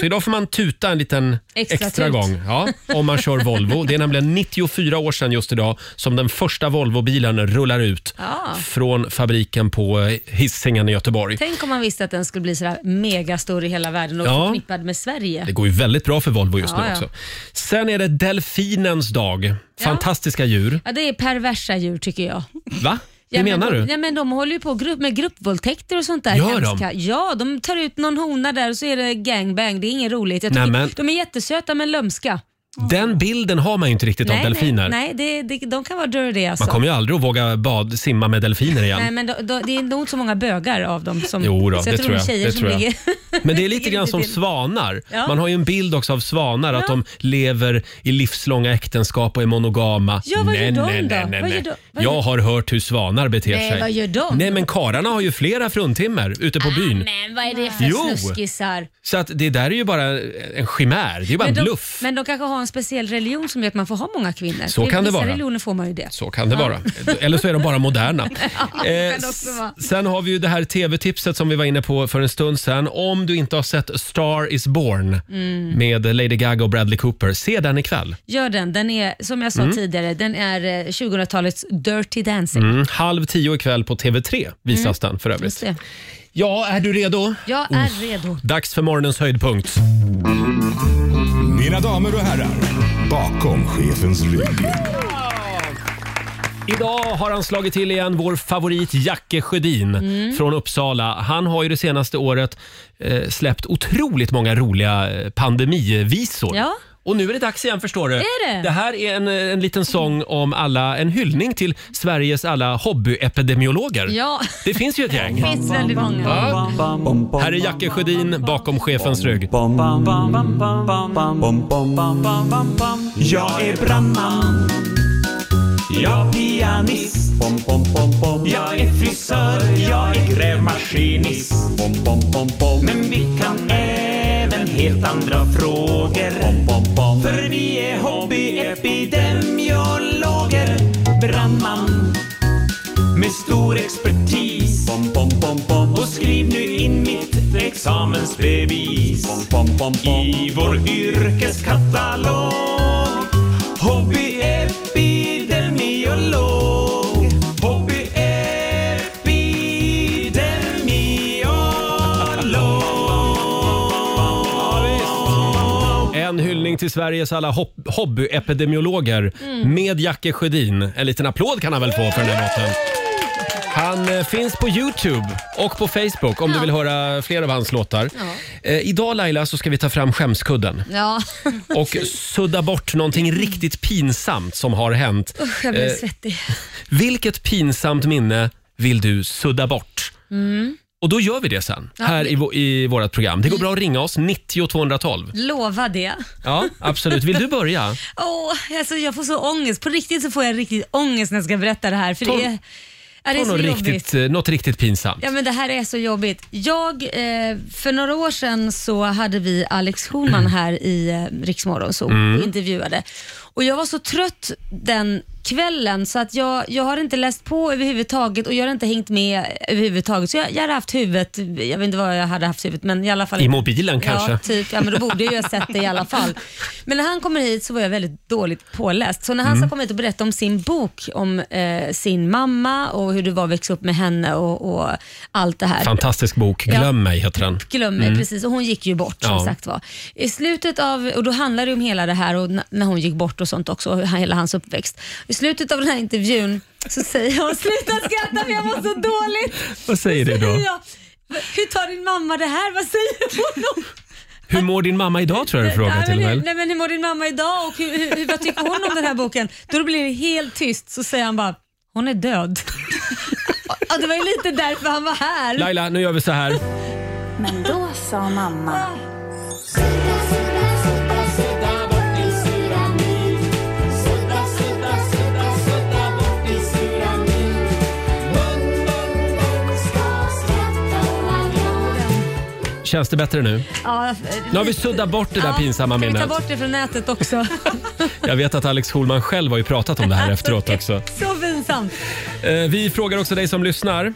Speaker 1: Så idag får man tuta en liten extra,
Speaker 3: Mm. Extra tut.
Speaker 1: gång ja, om man kör Volvo. Det är nämligen 94 år sedan just idag som den första Volvo-bilen rullar ut
Speaker 3: Ja.
Speaker 1: från fabriken på eh, Hisingen i Göteborg.
Speaker 3: Tänk om man visste att den skulle bli sådär megastor i hela världen och
Speaker 1: Ja.
Speaker 3: förknippad med Sverige.
Speaker 1: Det går ju väldigt bra för Volvo just
Speaker 3: Ja,
Speaker 1: nu
Speaker 3: ja.
Speaker 1: också. Sen är det delfinens dag. Fantastiska djur.
Speaker 3: Ja, det är perversa djur tycker jag.
Speaker 1: Va? Det
Speaker 3: Ja,
Speaker 1: menar
Speaker 3: men,
Speaker 1: du?
Speaker 3: Ja, men de håller ju på grupp, med gruppvåldtäkter och sånt där.
Speaker 1: Gör de?
Speaker 3: hemska. Ja, de tar ut någon hona där och så är det gangbang. Det är inget roligt. Jag
Speaker 1: Nej,
Speaker 3: tycker,
Speaker 1: men-
Speaker 3: De är jättesöta men lömska.
Speaker 1: Den bilden har man ju inte riktigt av
Speaker 3: nej,
Speaker 1: delfiner.
Speaker 3: nej, nej det, det, de kan vara dirty alltså.
Speaker 1: Man kommer ju aldrig att våga bad, simma med delfiner igen.
Speaker 3: Nej, men då, då, det är nog inte så många bögar av dem. Som,
Speaker 1: Jo då,
Speaker 3: så jag
Speaker 1: det tror
Speaker 3: de
Speaker 1: jag,
Speaker 3: är tjejer
Speaker 1: det
Speaker 3: som
Speaker 1: tror jag.
Speaker 3: ligger
Speaker 1: Men det är lite
Speaker 3: Ligger
Speaker 1: grann
Speaker 3: inte
Speaker 1: som
Speaker 3: till.
Speaker 1: svanar.
Speaker 3: Ja.
Speaker 1: Man har ju en bild också av svanar, att de lever i livslånga äktenskap och är monogama.
Speaker 3: Ja, vad gör
Speaker 1: nej,
Speaker 3: de
Speaker 1: nej,
Speaker 3: då?
Speaker 1: nej, nej,
Speaker 3: Vad
Speaker 1: nej.
Speaker 3: gör de- vad
Speaker 1: Jag
Speaker 3: gör-
Speaker 1: har hört hur svanar beter
Speaker 3: Nej,
Speaker 1: sig.
Speaker 3: vad gör de? Ah,
Speaker 1: Nej, men kararna har ju flera fruntimmer ute på byn.
Speaker 3: Men vad är det för
Speaker 1: Jo.
Speaker 3: snuskisar?
Speaker 1: Så att det där är ju bara en chimär, det är ju bara
Speaker 3: Men
Speaker 1: en
Speaker 3: de,
Speaker 1: bluff.
Speaker 3: men de kanske har en speciell religion som gör att man får ha många kvinnor.
Speaker 1: Så
Speaker 3: I
Speaker 1: kan det
Speaker 3: vissa
Speaker 1: vara.
Speaker 3: religioner får man ju det.
Speaker 1: Så kan det vara. Eller så är de bara moderna.
Speaker 3: det
Speaker 1: Eh,
Speaker 3: kan också vara.
Speaker 1: sen har vi ju det här tv-tipset som vi var inne på för en stund sen. Om du inte har sett Star is born
Speaker 3: Mm.
Speaker 1: med Lady Gaga och Bradley Cooper, se den ikväll.
Speaker 3: Gör den. Den är, som jag sa tidigare, den är eh, 2000-talets Dirty Dancing.
Speaker 1: Mm, halv tio ikväll på TV3 visas den för
Speaker 3: Just
Speaker 1: övrigt.
Speaker 3: det.
Speaker 1: Ja, är du redo?
Speaker 3: Jag är redo.
Speaker 1: Dags för morgonens höjdpunkt.
Speaker 2: Mina damer och herrar, bakom chefens rygg.
Speaker 1: Idag har han slagit till igen, vår favorit Jacke Sjödin
Speaker 3: Mm.
Speaker 1: från Uppsala. Han har ju det senaste året eh, släppt otroligt många roliga eh, pandemivisor.
Speaker 3: Ja.
Speaker 1: Och nu är det dags igen förstår du.
Speaker 3: Är det?
Speaker 1: det här är en, eh, en liten sång om alla, en hyllning till Sveriges alla hobbyepidemiologer.
Speaker 3: Ja.
Speaker 1: Det finns ju ett gäng.
Speaker 3: Det finns väldigt många.
Speaker 1: Ja. Här är Jacke Sjödin bakom chefens rygg.
Speaker 8: Jag är brandman. Jag är pianist. Jag är frisör. Jag är grävmaskinist. Men vi kan även helt andra frågor. För vi är hobbyepidemiologer. Brandman med stor expertis. Och skriv nu in mitt examensbevis i vår yrkeskatalog. Hobbyepidemiolog. Hobbyepidemiolog.
Speaker 1: En hyllning till Sveriges alla hopp- hobbyepidemiologer med Jacke Sjödin. En liten applåd kan han väl få för den här låten. Han eh, finns på Youtube och på Facebook om du vill höra fler av hans låtar. Eh, idag Laila så ska vi ta fram skämskudden
Speaker 3: Ja.
Speaker 1: och sudda bort någonting riktigt pinsamt som har hänt.
Speaker 3: Usch, jag blir
Speaker 1: Eh,
Speaker 3: svettig.
Speaker 1: vilket pinsamt minne vill du sudda bort? Och då gör Mm. vi Mm. det sen, här i, vå- i vårt program. Det går bra att ringa oss, 90 212.
Speaker 3: Lova det.
Speaker 1: Ja, absolut. Vill du börja?
Speaker 3: Åh, alltså jag får så ångest. På riktigt så får jag riktigt ångest när jag ska berätta det här. För
Speaker 1: Ta-
Speaker 3: det är, ja, det är
Speaker 1: Ta
Speaker 3: så
Speaker 1: något
Speaker 3: jobbigt.
Speaker 1: riktigt, eh, något riktigt pinsamt.
Speaker 3: Ja men det här är så jobbigt. Jag, eh, för några år sedan så hade vi Alex Schulman
Speaker 1: Mm.
Speaker 3: här i eh, Riksmorgon så och intervjuade. Och jag var så trött den kvällen så att jag, jag har inte läst på överhuvudtaget och jag har inte hängt med överhuvudtaget. Så jag, jag hade haft huvudet, jag vet inte vad jag hade haft huvudet men i alla fall
Speaker 1: I mobilen kanske?
Speaker 3: Ja, typ. Ja, men då borde jag ju ha sett det i alla fall. Men när han kommer hit så var jag väldigt dåligt påläst. Så när
Speaker 1: Mm.
Speaker 3: han ska komma hit och berätta om sin bok, om eh, sin mamma och hur det var att växa upp med henne och, och allt det här.
Speaker 1: Fantastisk bok. Glöm
Speaker 3: Ja.
Speaker 1: mig heter den.
Speaker 3: Glöm mig, precis. Och hon gick ju bort som
Speaker 1: Mm. Ja.
Speaker 3: sagt var. I slutet av, och då handlar det om hela det här och n- när hon gick bort och sånt också, och hur- hela hans uppväxt. I slutet av den här intervjun så säger hon, sluta skratta för jag mår så dåligt.
Speaker 1: Vad säger du då?
Speaker 3: Ja. Hur tar din mamma det här? Vad säger hon? om
Speaker 1: Hur mår din mamma idag tror jag du frågar
Speaker 3: nej,
Speaker 1: till och
Speaker 3: men, hur-
Speaker 1: med.
Speaker 3: nej, men hur mår din mamma idag och hur, hur, hur, vad tycker hon om den här boken? Då blir det helt tyst så säger han bara, hon är död. ja, det var ju lite därför han var här.
Speaker 1: Laila, nu gör vi så här.
Speaker 5: Men då sa mamma.
Speaker 1: Känns det bättre nu?
Speaker 3: Ja,
Speaker 1: Nu har vi suddat bort det där pinsamma
Speaker 3: Kan vi ta
Speaker 1: minnet.
Speaker 3: bort det från nätet också?
Speaker 1: Jag vet att Alex Schulman själv har ju pratat om det här efteråt också.
Speaker 3: så pinsamt.
Speaker 1: Eh, Vi frågar också dig som lyssnar. Eh,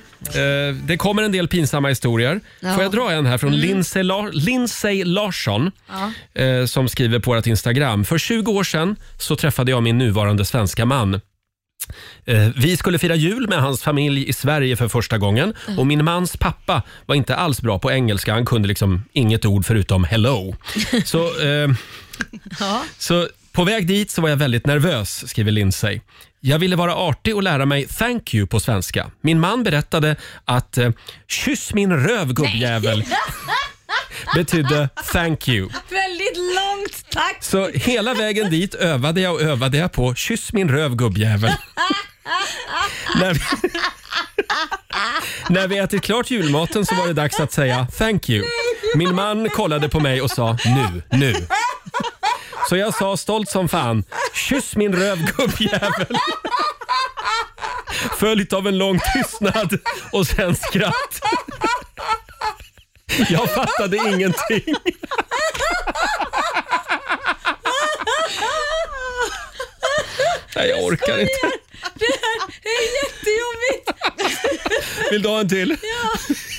Speaker 1: Det kommer en del pinsamma historier.
Speaker 3: Ja.
Speaker 1: Får jag dra en här från Lindsay, La- Lindsay Larsson eh, som skriver på vårt Instagram. För 20 år sedan så träffade jag min nuvarande svenska man. Eh, Vi skulle fira jul med hans familj i Sverige för första gången och min mans pappa var inte alls bra på engelska. Han kunde liksom inget ord förutom hello. Så... Eh,
Speaker 3: Ja.
Speaker 1: så på väg dit så var jag väldigt nervös, skriver Lindsay. Jag ville vara artig och lära mig thank you på svenska. Min man berättade att eh, kyss min röv gubbjävel betydde thank you.
Speaker 3: Väldigt långt tack.
Speaker 1: Så hela vägen dit övade jag och övade jag på kyss min röv gubbjävel. när, vi, när vi ätit klart julmaten så var det dags att säga thank you. Min man kollade på mig och sa nu, nu. Så jag sa stolt som fan, kyss min röv gubbjävel. Följt av en lång tystnad och sen skratt. Jag fattade ingenting. Nej, jag orkar inte.
Speaker 3: Det är jättejobbigt.
Speaker 1: Vill du ha en till?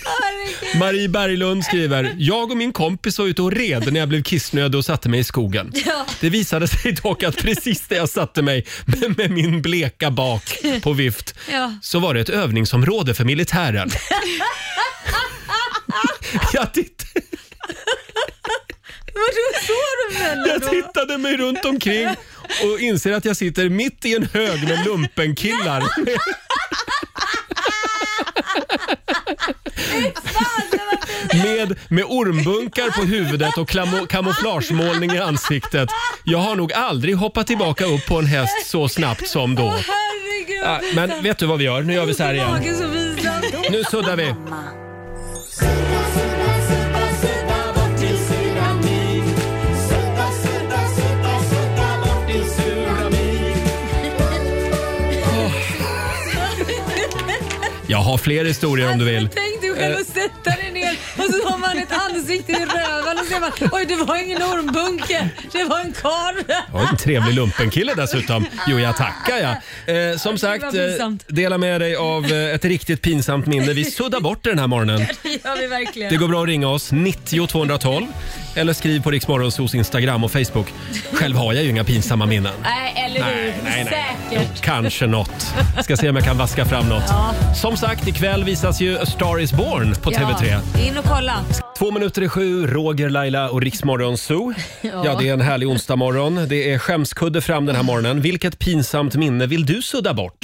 Speaker 3: Herregud.
Speaker 1: Marie Berglund skriver, jag och min kompis var ute och red när jag blev kissnödig och satte mig i skogen.
Speaker 3: Ja.
Speaker 1: Det visade sig dock att precis där jag satte mig med, med min bleka bak på vift
Speaker 3: Ja.
Speaker 1: så var det ett övningsområde för militären. Jag, titt
Speaker 3: Vadå, såg du väl
Speaker 1: jag
Speaker 3: då?
Speaker 1: tittade mig runt omkring och inser att jag sitter mitt i en hög med lumpenkillar.
Speaker 3: Fan, det var fint.
Speaker 1: med, med ormbunkar på huvudet och klamo, kamouflagemålning i ansiktet. Jag har nog aldrig hoppat tillbaka upp på en häst så snabbt som då.
Speaker 3: Åh, herregud.
Speaker 1: Ah, Men vet du vad vi gör? Nu gör vi så här igen.
Speaker 3: Magen så pinsam.
Speaker 1: Nu suddar vi.
Speaker 5: mamma.
Speaker 1: Jag har fler historier om du vill.
Speaker 3: Tänk dig själv att sätta dig ner och så har man ett ansikte i röven och så ser man oj det var ingen ormbunke, det var en karl.
Speaker 1: Jag har en trevlig lumpenkille dessutom. Jo, jag tackar jag. Eh, som sagt,
Speaker 3: Det var
Speaker 1: eh,
Speaker 3: pinsamt.
Speaker 1: dela med dig av eh, ett riktigt pinsamt minne. Vi suddar bort det den här morgonen.
Speaker 3: Det gör vi verkligen.
Speaker 1: Det går bra att ringa oss, 90 212 eller skriv på Riksmorgonsos Instagram och Facebook. Själv har jag ju inga pinsamma minnen.
Speaker 3: Nej, eller hur? Säkert.
Speaker 1: Kanske något. Ska se om jag kan vaska fram något. Som sagt, ikväll visas ju A Star Is Born på TV3.
Speaker 3: Ja, in och kolla.
Speaker 1: Två minuter i sju, Roger, Laila och Riksmorgon Zoo. Ja. det är en härlig onsdagmorgon. Det är skämskudde fram den här morgonen. Vilket pinsamt minne vill du sudda bort?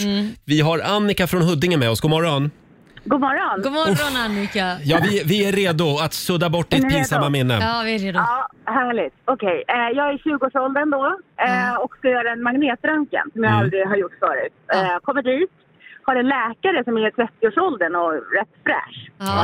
Speaker 1: Vi har Annika från Huddinge med oss. God morgon.
Speaker 9: God morgon.
Speaker 3: God morgon Annika.
Speaker 1: Ja, vi, vi är redo att sudda bort ditt pinsamma minne.
Speaker 3: Ja, vi är redo.
Speaker 9: Ja, härligt. Okej, eh, jag är i 20-årsåldern då eh,
Speaker 3: Mm.
Speaker 9: och ska göra en magnetröntgen som jag
Speaker 1: Mm.
Speaker 9: aldrig har gjort förut. Eh, kommer dit, har en läkare som är i 30-årsåldern och rätt fräsch.
Speaker 3: Ja.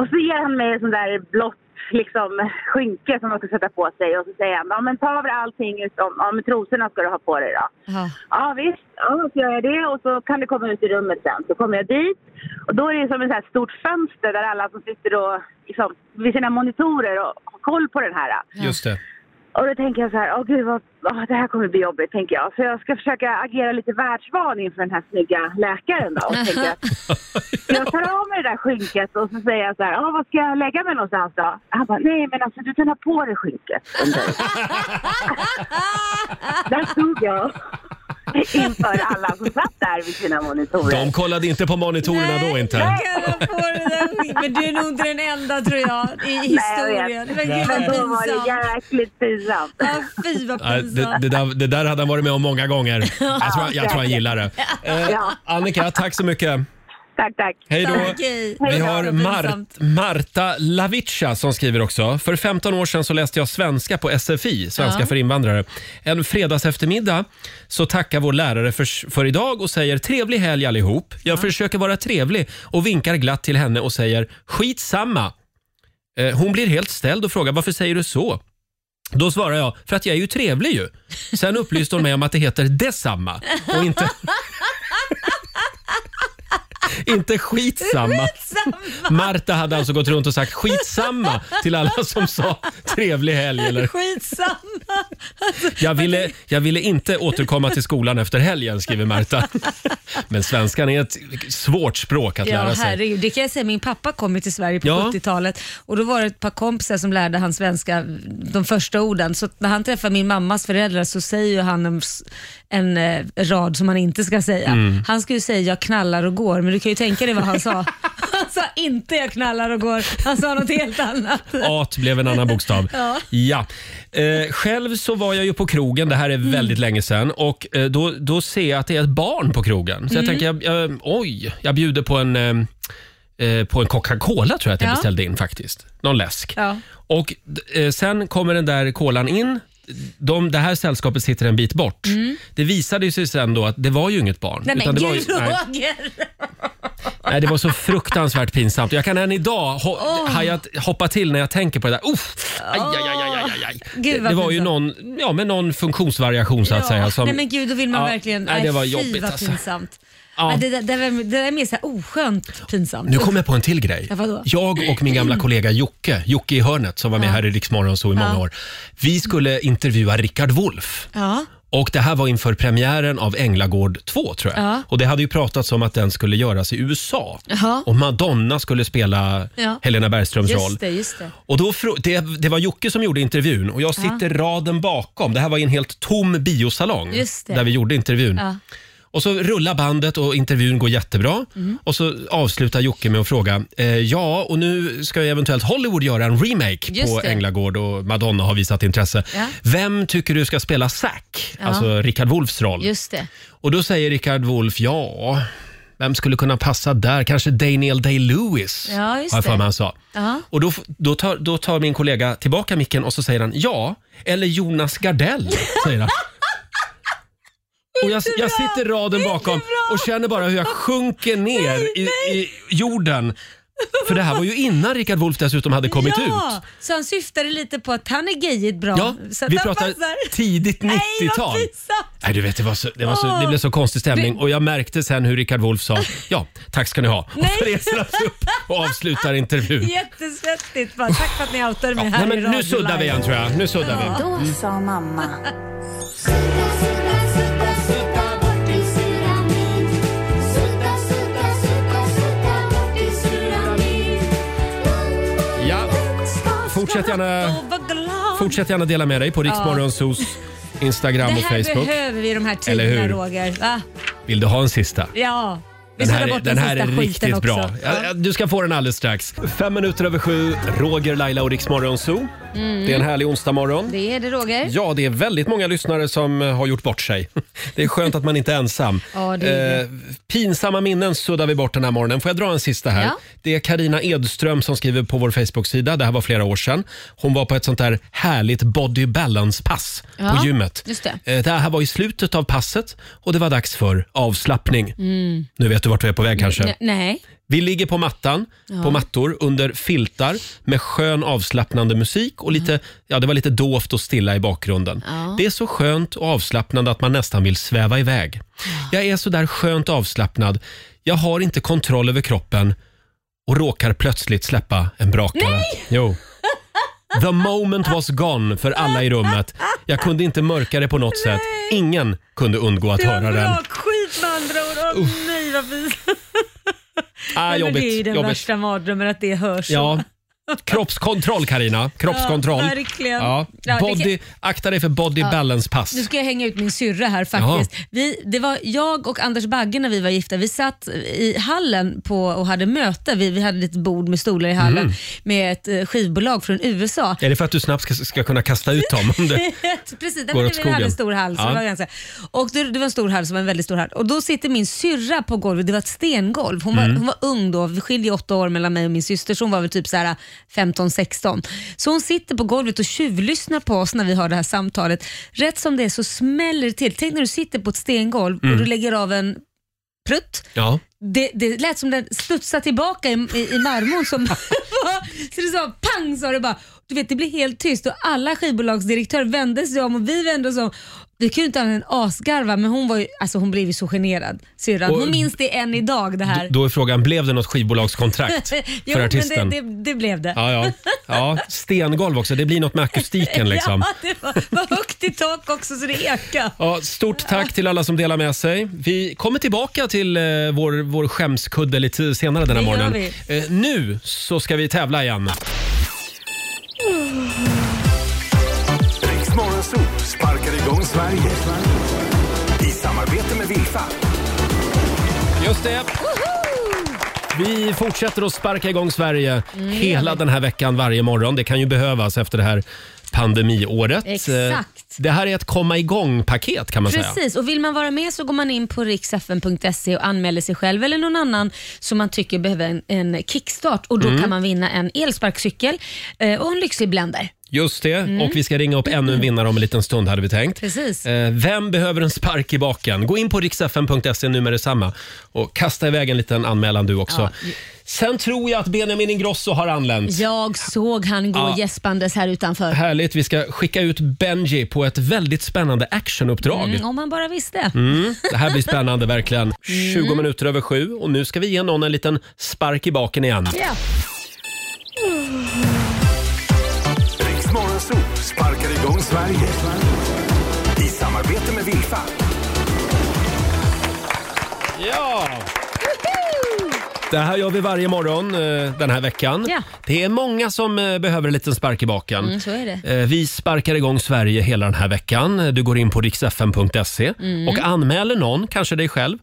Speaker 9: Och så ger han mig en sån där blått liksom, skynke som man ska sätta på sig och så säger han ja men ta av dig allting utom ja, men trosorna ska du ha på dig då.
Speaker 3: Ja.
Speaker 9: Ja visst, ja, så gör jag det och så kan du komma ut i rummet sen. Så kommer jag dit och då är det som ett så här stort fönster där alla som sitter och, liksom, vid sina monitorer och har koll på den här.
Speaker 1: Just det.
Speaker 9: Och då tänker jag så här, åh gud vad, åh, det här kommer bli jobbigt tänker jag. Så jag ska försöka agera lite världsvan inför den här snygga läkaren då. Och tänker att, så jag tar av mig det där skynket och så säger jag så här, åh vad ska jag lägga mig någonstans då? Han bara, nej men alltså du kan ha på dig skynket. där stod jag inför alla som satt där vid sina monitorer.
Speaker 1: De kollade inte på monitorerna då inte. Äh,
Speaker 3: Jag får det där. Men du är nog inte den enda tror jag i historien. Men gud vad
Speaker 9: Men då var det
Speaker 3: pinsamt.
Speaker 9: jäkligt pinsamt.
Speaker 3: Ja, fy vad
Speaker 1: Nej, Det,
Speaker 9: Alltså.
Speaker 3: pinsamt.
Speaker 1: det, där, det där hade han varit med om många gånger. Jag tror, jag tror han gillar det. Eh,
Speaker 9: Ja.
Speaker 1: Annika, tack så mycket.
Speaker 9: Tack, tack.
Speaker 1: Hej då.
Speaker 3: Okej.
Speaker 1: Vi har
Speaker 3: Vad
Speaker 1: Mar-
Speaker 3: pinsamt.
Speaker 1: Marta Lavica som skriver också. För 15 år sedan så läste jag svenska på SFI, svenska
Speaker 3: Ja.
Speaker 1: för invandrare. En fredags eftermiddag så tackar vår lärare för, för idag och säger trevlig helg allihop. Jag försöker vara trevlig och vinkar glatt till henne och säger skitsamma. Eh, Hon blir helt ställd och frågar varför säger du så? Då svarar jag, för att jag är ju trevlig ju. Sen upplyste hon mig om att det heter detsamma och inte... inte skitsamma. Marta hade alltså gått runt och sagt skitsamma till alla som sa trevlig helg. Eller,
Speaker 3: Skitsamma.
Speaker 1: jag, ville, jag ville inte återkomma till skolan efter helgen, skriver Marta. Men svenskan är ett svårt språk att
Speaker 3: Ja,
Speaker 1: lära sig.
Speaker 3: herregud. Det kan jag säga, min pappa kom ju till Sverige på
Speaker 1: Ja.
Speaker 3: 70-talet och då var det ett par kompisar som lärde han svenska, de första orden. Så att när han träffar min mammas föräldrar så säger ju han en, en eh, rad som han inte ska säga.
Speaker 1: Mm.
Speaker 3: Han ska ju säga jag knallar och går, men du kan ju tänka dig vad han sa. Han sa inte jag knallar och går, han sa något helt annat.
Speaker 1: At blev en annan bokstav. Ja. Eh, själv så var jag ju på krogen, det här är
Speaker 3: Mm.
Speaker 1: väldigt länge sedan, och eh, då, då ser jag att det är ett barn på krogen. Så jag
Speaker 3: Mm.
Speaker 1: tänker, jag, jag, oj, jag bjuder på en, eh, eh, på en Coca-Cola tror jag att jag
Speaker 3: Ja.
Speaker 1: beställde in faktiskt. Någon läsk.
Speaker 3: Ja.
Speaker 1: Och d- eh, sen kommer den där kolan in. De, det här sällskapet sitter en bit bort. Det visade ju sig sen då att det var ju inget barn.
Speaker 3: Mm. Nej men
Speaker 1: utan det var ju,
Speaker 3: gud Roger!
Speaker 1: Nej, det var så fruktansvärt pinsamt. Jag kan än idag ho- haja, hoppa till när jag tänker på det där. Uff, aj, aj, aj, aj, aj, aj.
Speaker 3: Gud,
Speaker 1: det
Speaker 3: vad
Speaker 1: var ju
Speaker 3: pinsamt.
Speaker 1: någon, ja, men någon funktionsvariation så att säga. Som,
Speaker 3: Nej men gud, då vill man
Speaker 1: Ja,
Speaker 3: verkligen...
Speaker 1: nej, det var
Speaker 3: fy,
Speaker 1: jobbigt,
Speaker 3: vad
Speaker 1: alltså.
Speaker 3: pinsamt.
Speaker 1: Ja.
Speaker 3: Nej, det, där- det, där- det där är mer så här oskönt pinsamt.
Speaker 1: Nu kom jag på en till grej.
Speaker 3: Ja, vadå?
Speaker 1: Jag och min gamla kollega Jocke, Jocke i hörnet, som var med här i Rix Morgon så i många
Speaker 3: Ja.
Speaker 1: år. Vi skulle intervjua Rickard Wolff.
Speaker 3: Ja.
Speaker 1: Och det här var inför premiären av Änglagård 2 tror jag.
Speaker 3: Ja.
Speaker 1: Och det hade ju pratats om att den skulle göras i USA.
Speaker 3: Jaha.
Speaker 1: Och Madonna skulle spela
Speaker 3: Ja.
Speaker 1: Helena Bergströms roll.
Speaker 3: Just det, just det.
Speaker 1: Och då, frå- det, det var Jocke som gjorde intervjun och jag sitter raden bakom. Det här var i en helt tom biosalong
Speaker 3: Just det.
Speaker 1: där vi gjorde intervjun.
Speaker 3: Ja.
Speaker 1: Och så rullar bandet och intervjun går jättebra.
Speaker 3: Mm.
Speaker 1: Och så avslutar Jocke med att fråga, eh, ja och nu ska ju eventuellt Hollywood göra en remake
Speaker 3: Just
Speaker 1: på
Speaker 3: det.
Speaker 1: Änglagård och Madonna har visat intresse.
Speaker 3: Ja.
Speaker 1: Vem tycker du ska spela Zack?
Speaker 3: Ja.
Speaker 1: Alltså Rickard Wolffs roll.
Speaker 3: Just det.
Speaker 1: Och då säger Rickard Wolff, ja, vem skulle kunna passa där? Kanske Daniel Day-Lewis,
Speaker 3: Ja, just
Speaker 1: har jag för
Speaker 3: det.
Speaker 1: mig han sa.
Speaker 3: Ja.
Speaker 1: Och då, f- då, tar, då tar min kollega tillbaka micken och så säger han, ja, eller Jonas Gardell, säger han. Och jag, jag sitter raden bakom och känner bara hur jag sjunker ner I, i jorden. För det här var ju innan Rickard Wolff dessutom hade kommit
Speaker 3: ja,
Speaker 1: ut.
Speaker 3: Så han syftade lite på att han är gayigt bra.
Speaker 1: Ja,
Speaker 3: så att
Speaker 1: vi
Speaker 3: han
Speaker 1: pratar
Speaker 3: passar.
Speaker 1: tidigt
Speaker 3: Nej,
Speaker 1: 90-tal.
Speaker 3: vad pinsamt.
Speaker 1: Nej, du vet, det, var så, det, var så,
Speaker 3: Åh.
Speaker 1: det blev så konstig stämning
Speaker 3: Vi-
Speaker 1: och jag märkte sen hur Rickard Wolff sa ja, tack ska ni ha. Och så
Speaker 3: Nej.
Speaker 1: reser han sig upp och avslutar intervjun.
Speaker 3: Jättesvettigt. Bara, tack för att ni outade mig
Speaker 1: Nej,
Speaker 3: här
Speaker 1: men
Speaker 3: i
Speaker 1: nu suddar vi igen tror jag. Nu suddar vi.
Speaker 5: Då
Speaker 10: Mm.
Speaker 5: sa mamma.
Speaker 1: Ja. Fortsätt gärna,
Speaker 3: Fortsätt
Speaker 1: fortsätt gärna dela med dig på Riksmorgonsos Instagram
Speaker 3: det
Speaker 1: och
Speaker 3: här
Speaker 1: Facebook.
Speaker 3: behöver vi i de här
Speaker 1: Eller hur?
Speaker 3: tiderna Roger. Va?
Speaker 1: Vill du ha en sista?
Speaker 3: Ja. Vi
Speaker 1: Den här,
Speaker 3: suddar
Speaker 1: är,
Speaker 3: bort
Speaker 1: den här är
Speaker 3: sista skiten
Speaker 1: riktigt bra.
Speaker 3: också.
Speaker 1: Ja, ja, Du ska få den alldeles strax. Fem minuter över sju, Roger, Laila och Riksmorgonso.
Speaker 3: Mm.
Speaker 1: Det är en härlig onsdagmorgon.
Speaker 3: Det är det Roger.
Speaker 1: Ja, det är väldigt många lyssnare som eh, har gjort bort sig. Det är skönt att man inte är ensam.
Speaker 3: Ja, det är det.
Speaker 1: Eh, pinsamma minnen suddar vi bort den här morgonen. Får jag dra en sista här?
Speaker 3: Ja.
Speaker 1: Det är Karina Edström som skriver på vår Facebook-sida. Det här var flera år sedan. Hon var på ett sånt där härligt body balance-pass
Speaker 3: Ja,
Speaker 1: på gymmet.
Speaker 3: just det.
Speaker 1: Eh, det här var i slutet av passet och det var dags för avslappning. Nu vet du vart vi är på väg kanske.
Speaker 3: Ne- Mm. Nej.
Speaker 1: Vi ligger på mattan, på mattor under filtar med skön avslappnande musik och lite, ja det var lite dovt och stilla i bakgrunden.
Speaker 3: Ja.
Speaker 1: Det är så skönt och avslappnande att man nästan vill sväva iväg. Jag är så där skönt avslappnad. Jag har inte kontroll över kroppen och råkar plötsligt släppa en brakare. Nej! Jo. The moment was gone för alla i rummet. Jag kunde inte mörka det på något sätt. Ingen kunde undgå att
Speaker 3: Det var
Speaker 1: höra den.
Speaker 3: bra skit med andra ord. Åh nej vad pinsamt.
Speaker 1: Ah,
Speaker 3: Nej, men
Speaker 1: jobbigt,
Speaker 3: det är ju den
Speaker 1: jobbigt.
Speaker 3: värsta mardrömmen att det hörs.
Speaker 1: Ja. Kroppskontroll Karina. Kroppskontroll.
Speaker 3: Ja, verkligen.
Speaker 1: Ja.
Speaker 3: Ja, det
Speaker 1: Body, akta dig för body balance pass.
Speaker 3: Alltså, Nu ska jag hänga ut min syrra här faktiskt. Vi, det var jag och Anders Bagge när vi var gifta. Vi satt i hallen på, och hade möte. Vi, vi hade ett bord med stolar i hallen med ett eh, skivbolag från USA.
Speaker 1: Är det för att du snabbt ska, ska kunna kasta ut dem? Om det...
Speaker 3: Precis,
Speaker 1: Går
Speaker 3: där
Speaker 1: åt
Speaker 3: vi hade
Speaker 1: skogen.
Speaker 3: en stor hall. Så
Speaker 1: Ja.
Speaker 3: det, var ganska, och det, det var en stor hall som var en väldigt stor hall. Och då sitter min syrra på golvet, det var ett stengolv. Hon var,
Speaker 1: Mm.
Speaker 3: hon var ung då, vi skiljer åtta år mellan mig och min syster så hon var väl typ så här 15-16. Så hon sitter på golvet och tjuvlyssnar på oss när vi har det här samtalet. Rätt som det är så smäller det till. Tänk när du sitter på ett stengolv
Speaker 1: Mm.
Speaker 3: och du lägger av en prutt
Speaker 1: Ja.
Speaker 3: det, det lät som den studsade tillbaka i, i, i marmorn. Som så det sa pang sa det bara. Du vet, det blev helt tyst och alla skivbolagsdirektörer vände sig om och vi vände oss om. Vi kunde inte annat än asgarva men hon, var ju, alltså hon blev ju så generad syrran.
Speaker 1: Och-
Speaker 3: Hon minns det än idag det här.
Speaker 1: Då är frågan, blev det något skivbolagskontrakt
Speaker 3: jo,
Speaker 1: för
Speaker 3: men
Speaker 1: artisten?
Speaker 3: det, det, det blev det.
Speaker 1: Ja, ja. ja, stengolv också. Det blir något med akustiken liksom.
Speaker 3: Ja, det var, var högt i tak också så det ekade.
Speaker 1: Ja, stort tack till alla som delar med sig. Vi kommer tillbaka till eh, vår, vår skämskudde lite senare den här
Speaker 3: Det gör
Speaker 1: morgonen. Eh, nu så ska vi tävla igen.
Speaker 2: Riksmorgon Zoo sparkar igång Sverige. I samarbete med Vilfa.
Speaker 1: Just det. Vi fortsätter att sparka igång Sverige
Speaker 3: Mm.
Speaker 1: hela den här veckan varje morgon. Det kan ju behövas efter det här pandemiåret.
Speaker 3: Exakt.
Speaker 1: Eh, Det här är ett komma igång-paket kan man säga.
Speaker 3: Precis, och vill man vara med så går man in på riksfn.se och anmäler sig själv eller någon annan som man tycker
Speaker 1: Mm.
Speaker 3: behöver en, en kickstart och då kan man vinna en elsparkcykel eh, och en lyxig blender.
Speaker 1: Just det, och vi ska ringa upp ännu en vinnare om en liten stund hade vi tänkt.
Speaker 3: Precis.
Speaker 1: Eh, Vem behöver en spark i baken? Gå in på riksfn.se nu med detsamma och kasta iväg en liten anmälan du också. Sen tror jag att Benjamin Ingrosso har anlänt.
Speaker 3: Jag såg han gå
Speaker 1: Ja.
Speaker 3: gäspandes här utanför.
Speaker 1: Härligt, vi ska skicka ut Benji på ett väldigt spännande actionuppdrag.
Speaker 3: Mm, om man bara visste.
Speaker 1: Mm, det här blir spännande verkligen. 20
Speaker 3: Mm.
Speaker 1: minuter över sju och nu ska vi ge någon en liten spark i baken igen.
Speaker 3: Ja.
Speaker 2: Riksmorgonzoo sparkar igång Sverige. I samarbete med Vilfa.
Speaker 1: Ja! Det här gör vi varje morgon eh, den här veckan.
Speaker 3: Ja.
Speaker 1: Det är många som eh, behöver en liten spark i baken.
Speaker 3: Mm, så är det.
Speaker 1: Eh, Vi sparkar igång Sverige hela den här veckan. Du går in på riksfn.se
Speaker 3: Mm.
Speaker 1: och anmäler någon, kanske dig själv,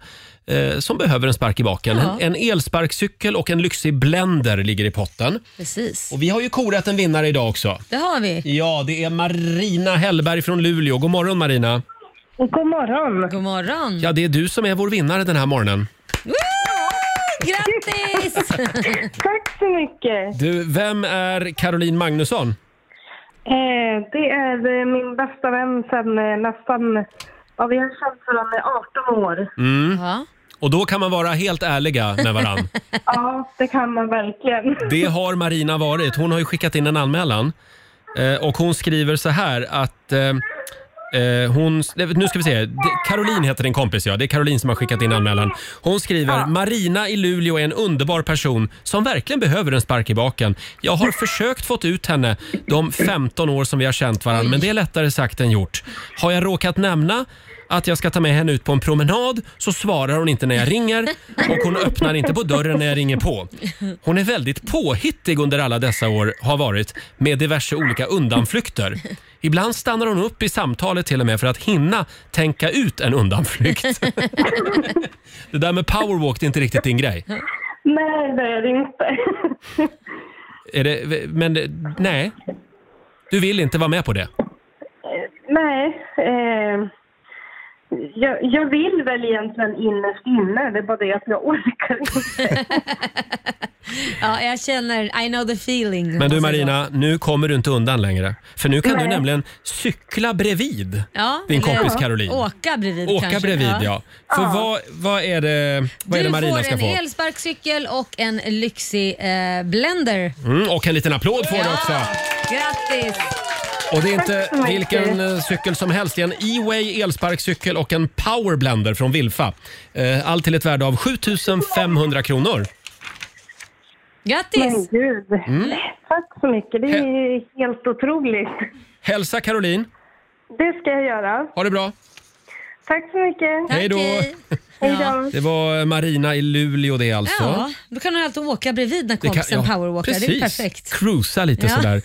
Speaker 1: eh, som behöver en spark i baken.
Speaker 3: Ja.
Speaker 1: En, en elsparkcykel och en lyxig blender ligger i potten.
Speaker 3: Precis.
Speaker 1: Eh, Och vi har ju korat en vinnare idag också.
Speaker 3: Det har vi.
Speaker 1: Ja, det är Marina Hellberg från Luleå. God morgon Marina.
Speaker 9: God morgon.
Speaker 3: God morgon.
Speaker 1: Ja, det är du som är vår vinnare den här morgonen.
Speaker 3: Woo! Grattis!
Speaker 9: Tack så mycket.
Speaker 1: Du, vem är Caroline Magnusson?
Speaker 9: Eh, det är eh, min bästa vän sen eh, nästan, ja vi har känt varandra i 18 år.
Speaker 1: Mm.
Speaker 3: Ja.
Speaker 1: Och då kan man vara helt ärliga med varann.
Speaker 9: Ja, det kan man verkligen.
Speaker 1: Det har Marina varit. Hon har ju skickat in en anmälan. Eh, och hon skriver så här att... Eh, eh, hon, nu ska vi se. Det- Caroline heter din kompis, ja. Det är Caroline som har skickat in anmälan. Hon skriver “Marina i Luleå är en underbar person som verkligen behöver en spark i baken. Jag har försökt fått ut henne de 15 år som vi har känt varandra, men det är lättare sagt än gjort. Har jag råkat nämna att jag ska ta med henne ut på en promenad så svarar hon inte när jag ringer och hon öppnar inte på dörren när jag ringer på. Hon är väldigt påhittig under alla dessa år har varit med diverse olika undanflykter. Ibland stannar hon upp i samtalet till och med för att hinna tänka ut en undanflykt. Det där med powerwalk det är inte riktigt din grej.
Speaker 9: Nej, det är det inte.
Speaker 1: Är det, men nej, du vill inte vara med på det.
Speaker 9: Nej, eh, jag, jag vill väl egentligen innerst inne, det är bara det att jag orkar inte.
Speaker 3: ja, jag känner, I know the feeling.
Speaker 1: Men du
Speaker 3: Alltså,
Speaker 1: Marina, nu kommer du inte undan längre. För nu kan du
Speaker 9: Nej.
Speaker 1: nämligen cykla bredvid
Speaker 3: ja,
Speaker 1: din
Speaker 3: eller
Speaker 1: kompis Caroline.
Speaker 3: Åka bredvid
Speaker 1: Åka
Speaker 3: kanske.
Speaker 1: bredvid ja. För vad, vad är det, vad är det
Speaker 3: du
Speaker 1: Marina
Speaker 3: får
Speaker 1: ska
Speaker 3: en
Speaker 1: få?
Speaker 3: elsparkcykel och en lyxig eh, blender.
Speaker 1: Mm, och en liten applåd får du också.
Speaker 3: Grattis!
Speaker 1: Och det är inte
Speaker 9: Tack så mycket.
Speaker 1: vilken eh, cykel som helst. Det är en E-way elsparkcykel och en powerblender från Wilfa. Eh, Allt till ett värde av 7500 kronor.
Speaker 3: Grattis!
Speaker 9: Men gud, tack så mycket. Det är helt otroligt.
Speaker 1: Hälsa Caroline.
Speaker 9: Det ska jag göra.
Speaker 1: Ha det bra.
Speaker 9: Tack så mycket.
Speaker 3: Tack,
Speaker 1: Hej då.
Speaker 3: hej.
Speaker 9: Hej då.
Speaker 3: Ja.
Speaker 1: Det var eh, Marina i Luleå det alltså.
Speaker 3: Ja, då kan du alltid åka bredvid när
Speaker 1: Det kan-
Speaker 3: kompisen powerwalkar. Det är ju perfekt.
Speaker 1: Cruisa lite
Speaker 3: Ja.
Speaker 1: sådär.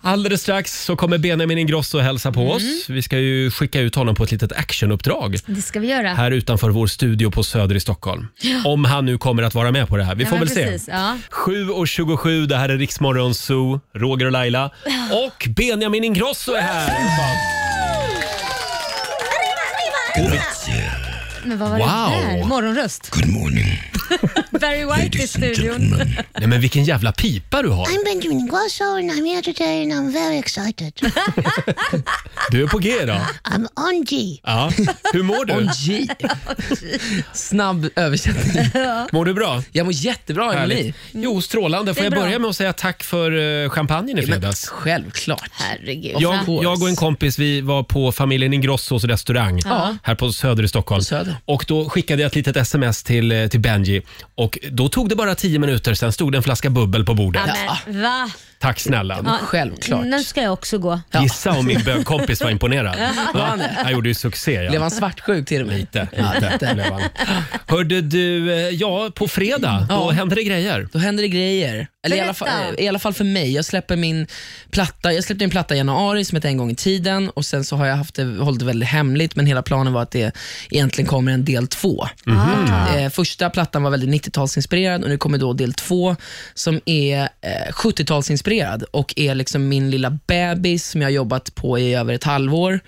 Speaker 1: Alldeles strax så kommer Benjamin Ingrosso och hälsa på
Speaker 3: Mm.
Speaker 1: oss. Vi ska ju skicka ut honom på ett litet actionuppdrag
Speaker 3: Det ska vi göra.
Speaker 1: här utanför vår studio på Söder i Stockholm. Om han nu kommer att vara med på det här. Vi får
Speaker 3: men
Speaker 1: väl
Speaker 3: precis,
Speaker 1: se.
Speaker 3: ja.
Speaker 1: 7.27, det här är Riksmorgon Zoo, Roger och Laila. Och Benjamin Ingrosso är här!
Speaker 3: Men vad var
Speaker 1: Wow.
Speaker 3: det där? Morgonröst.
Speaker 2: Good morning,
Speaker 3: Barry White i studion.
Speaker 1: Nej men vilken jävla pipa du har!
Speaker 11: I'm Benjamin Grosso and I'm here today and I'm very excited.
Speaker 1: Du är på G idag.
Speaker 11: I'm on G.
Speaker 1: Ja. Hur mår du?
Speaker 12: G. Snabb översättning.
Speaker 1: Mår du bra?
Speaker 12: Jag mår jättebra, hur mår
Speaker 1: Härligt.
Speaker 12: ni?
Speaker 1: Jo, strålande. Får
Speaker 3: Det är
Speaker 1: jag
Speaker 3: bra.
Speaker 1: börja med att säga tack för eh, champagnen i fredags?
Speaker 12: Självklart.
Speaker 3: Herregud.
Speaker 1: Jag, jag och en kompis vi var på familjen Ingrossos restaurang här på Söder i Stockholm.
Speaker 12: Söder.
Speaker 1: Och Då skickade jag ett litet sms till, eh, till Benji. Och Då tog det bara tio minuter, sen stod det en flaska bubbel på bordet.
Speaker 3: Ja, men, va?
Speaker 1: Tack snälla.
Speaker 3: Ja,
Speaker 12: Självklart.
Speaker 3: Nu ska jag också gå.
Speaker 1: Gissa om min bögkompis var imponerad. Ja, jag gjorde ju succé. Ja.
Speaker 12: Blev han svartsjuk till och med?
Speaker 1: Lite,
Speaker 12: Ja,
Speaker 1: lite blev han. Hörde du, eh, ja på fredag, då
Speaker 12: Ja.
Speaker 1: hände det grejer.
Speaker 12: Då händer det grejer. Eller i alla, fall,
Speaker 1: eh,
Speaker 3: Berätta.
Speaker 12: I alla fall för mig. Jag släpper min platta. Jag släppte en platta i januari som heter En gång i tiden och sen så har jag haft det, hållit det väldigt hemligt men hela planen var att det egentligen kommer en del två. Eh, första plattan var väldigt 90-talsinspirerad och nu kommer då del två som är eh, 70-talsinspirerad och är liksom min lilla bebis som jag har jobbat på i över ett halvår.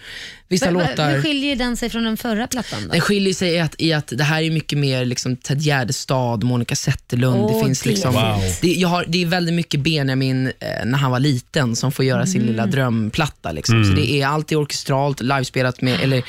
Speaker 12: Vissa
Speaker 3: Va- va-
Speaker 12: låtar...
Speaker 3: Hur skiljer den sig från den förra plattan
Speaker 1: Eh.
Speaker 3: då?
Speaker 12: Den skiljer sig i att, i att det här är mycket mer liksom Ted Gärdestad, Monica Zetterlund.
Speaker 3: Åh,
Speaker 12: det, finns
Speaker 3: det är
Speaker 12: liksom,
Speaker 3: Wow.
Speaker 12: det, jag har, det är väldigt mycket Benjamin eh, när han var liten som får göra sin
Speaker 3: Mm.
Speaker 12: lilla drömplatta. Liksom.
Speaker 13: Mm.
Speaker 12: Så det är alltid orkestralt, livespelat
Speaker 3: Ah.
Speaker 12: med eller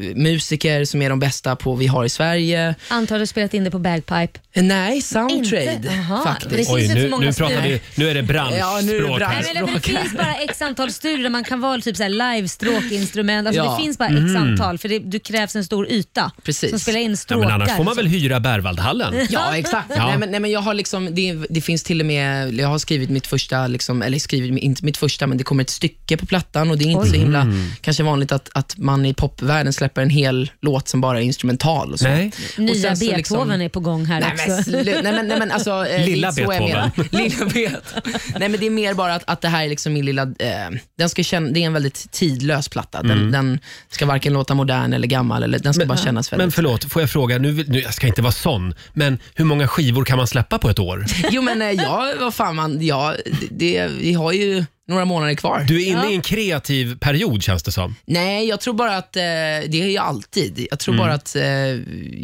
Speaker 12: livemusiker som är de bästa på vi har i Sverige. Eh,
Speaker 3: Antar du spelat in det på bagpipe?
Speaker 12: Nej, Soundtrade faktiskt.
Speaker 3: Det finns
Speaker 12: Oj,
Speaker 3: inte
Speaker 12: nu-
Speaker 3: så många
Speaker 12: nu
Speaker 3: studior.
Speaker 12: pratar vi-
Speaker 1: Nu är det branschspråk.
Speaker 12: Ja, nu är det
Speaker 1: här.
Speaker 3: Nej, men det finns bara x antal studier där man kan vara typ så här live stråkinstrument. Alltså
Speaker 1: Ja.
Speaker 3: Det finns bara x
Speaker 1: Mm.
Speaker 3: antal för det, du krävs en stor yta
Speaker 12: Precis.
Speaker 3: som spelar in
Speaker 1: Ja,
Speaker 3: stråkar.
Speaker 1: men annars får man
Speaker 3: och
Speaker 1: väl hyra Berwaldhallen?
Speaker 12: Ja, exakt.
Speaker 1: Ja.
Speaker 12: Nej, men, nej, men jag har liksom, det, det finns till och med, jag har skrivit mitt första, liksom, eller skrivit, inte mitt första, men det kommer ett stycke på plattan och det är inte
Speaker 1: Oj.
Speaker 12: så himla
Speaker 1: Mm.
Speaker 12: kanske vanligt att, att man i popvärlden släpper en hel låt som bara är instrumental. Och så.
Speaker 1: Nej.
Speaker 3: så. Nya
Speaker 12: och sen så
Speaker 3: Beethoven
Speaker 12: liksom-
Speaker 3: är på gång här
Speaker 12: Nej,
Speaker 3: också.
Speaker 12: men slu- nej, men- nej, men alltså, eh,
Speaker 1: Lilla
Speaker 12: det är så jag
Speaker 1: Beethoven.
Speaker 12: menar. Lilla Beethoven. Nej, men det är mer bara att, att det här är liksom min lilla... Eh, den ska känna, det är en väldigt tidlös platta. Den,
Speaker 1: Mm.
Speaker 12: den ska varken låta modern eller gammal. Eller, den ska bara kännas väldigt...
Speaker 1: Men förlåt, får jag fråga, nu, vill- nu, jag ska inte vara sån, men hur många skivor kan man släppa på ett år?
Speaker 12: Jo men eh, ja, vad fan man, ja, det, vi har ju några månader kvar.
Speaker 1: Du är inne
Speaker 12: ja.
Speaker 1: i en kreativ period känns det som.
Speaker 12: Nej, jag tror bara att, eh, det är ju alltid, jag tror
Speaker 1: Mm.
Speaker 12: bara att eh,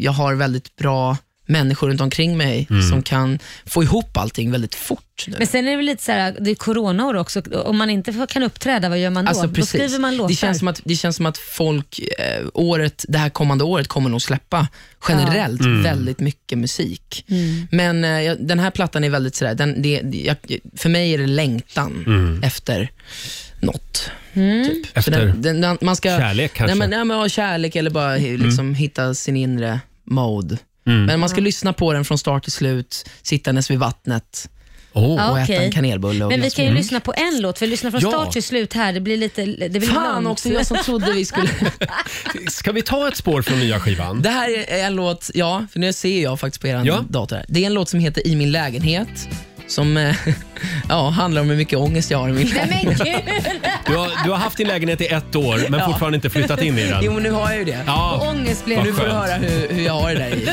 Speaker 12: jag har väldigt bra människor runt omkring mig
Speaker 1: Mm.
Speaker 12: som kan få ihop allting väldigt fort nu.
Speaker 3: Men sen är det väl lite så här, det är coronaår också. Om man inte får- kan uppträda, vad gör man då?
Speaker 12: Alltså,
Speaker 3: då
Speaker 12: precis.
Speaker 3: skriver man låtar.
Speaker 12: Det känns som att, det känns som att folk, eh, året, det här kommande året kommer nog släppa generellt
Speaker 3: Ja. Mm.
Speaker 12: väldigt mycket musik.
Speaker 3: Mm.
Speaker 12: Men eh, jag- den här plattan är väldigt sådär, den, det, jag, för mig är det längtan efter något.
Speaker 3: Mm.
Speaker 12: Typ. Så
Speaker 1: Mm. Efter
Speaker 12: den, den, den, man ska,
Speaker 1: kärlek kanske?
Speaker 12: Nej, men, nej, men, ja, kärlek eller bara hi- liksom, hitta sin inre mode.
Speaker 1: Mm.
Speaker 12: Men man ska
Speaker 3: Ja.
Speaker 12: lyssna på den från start till slut, sittandes vid vattnet
Speaker 3: Ja,
Speaker 12: och äta
Speaker 3: Ah, okej.
Speaker 12: en kanelbulle. Och
Speaker 3: Men vi
Speaker 12: glas
Speaker 3: kan ju
Speaker 12: vin.
Speaker 3: lyssna på en låt, för lyssna från
Speaker 12: Ja.
Speaker 3: start till slut här, det blir lite... Det blir
Speaker 12: Fan
Speaker 3: långt.
Speaker 12: också, jag som trodde vi skulle...
Speaker 1: Ska vi ta ett spår från nya skivan?
Speaker 12: Det här är en låt, ja, för nu ser jag faktiskt på er
Speaker 1: Ja.
Speaker 12: dator. Här. Det är en låt som heter I min lägenhet, som eh, ja, handlar om hur mycket ångest jag har i min lägenhet.
Speaker 3: men gud!
Speaker 1: Du har, du har haft din lägenhet i ett år, men
Speaker 12: Ja.
Speaker 1: fortfarande inte flyttat in i den.
Speaker 12: Jo, men nu har jag ju det.
Speaker 1: Ja, Och ångest blev vad det.
Speaker 12: Nu får du
Speaker 1: skönt.
Speaker 12: höra hur, hur jag har det där i.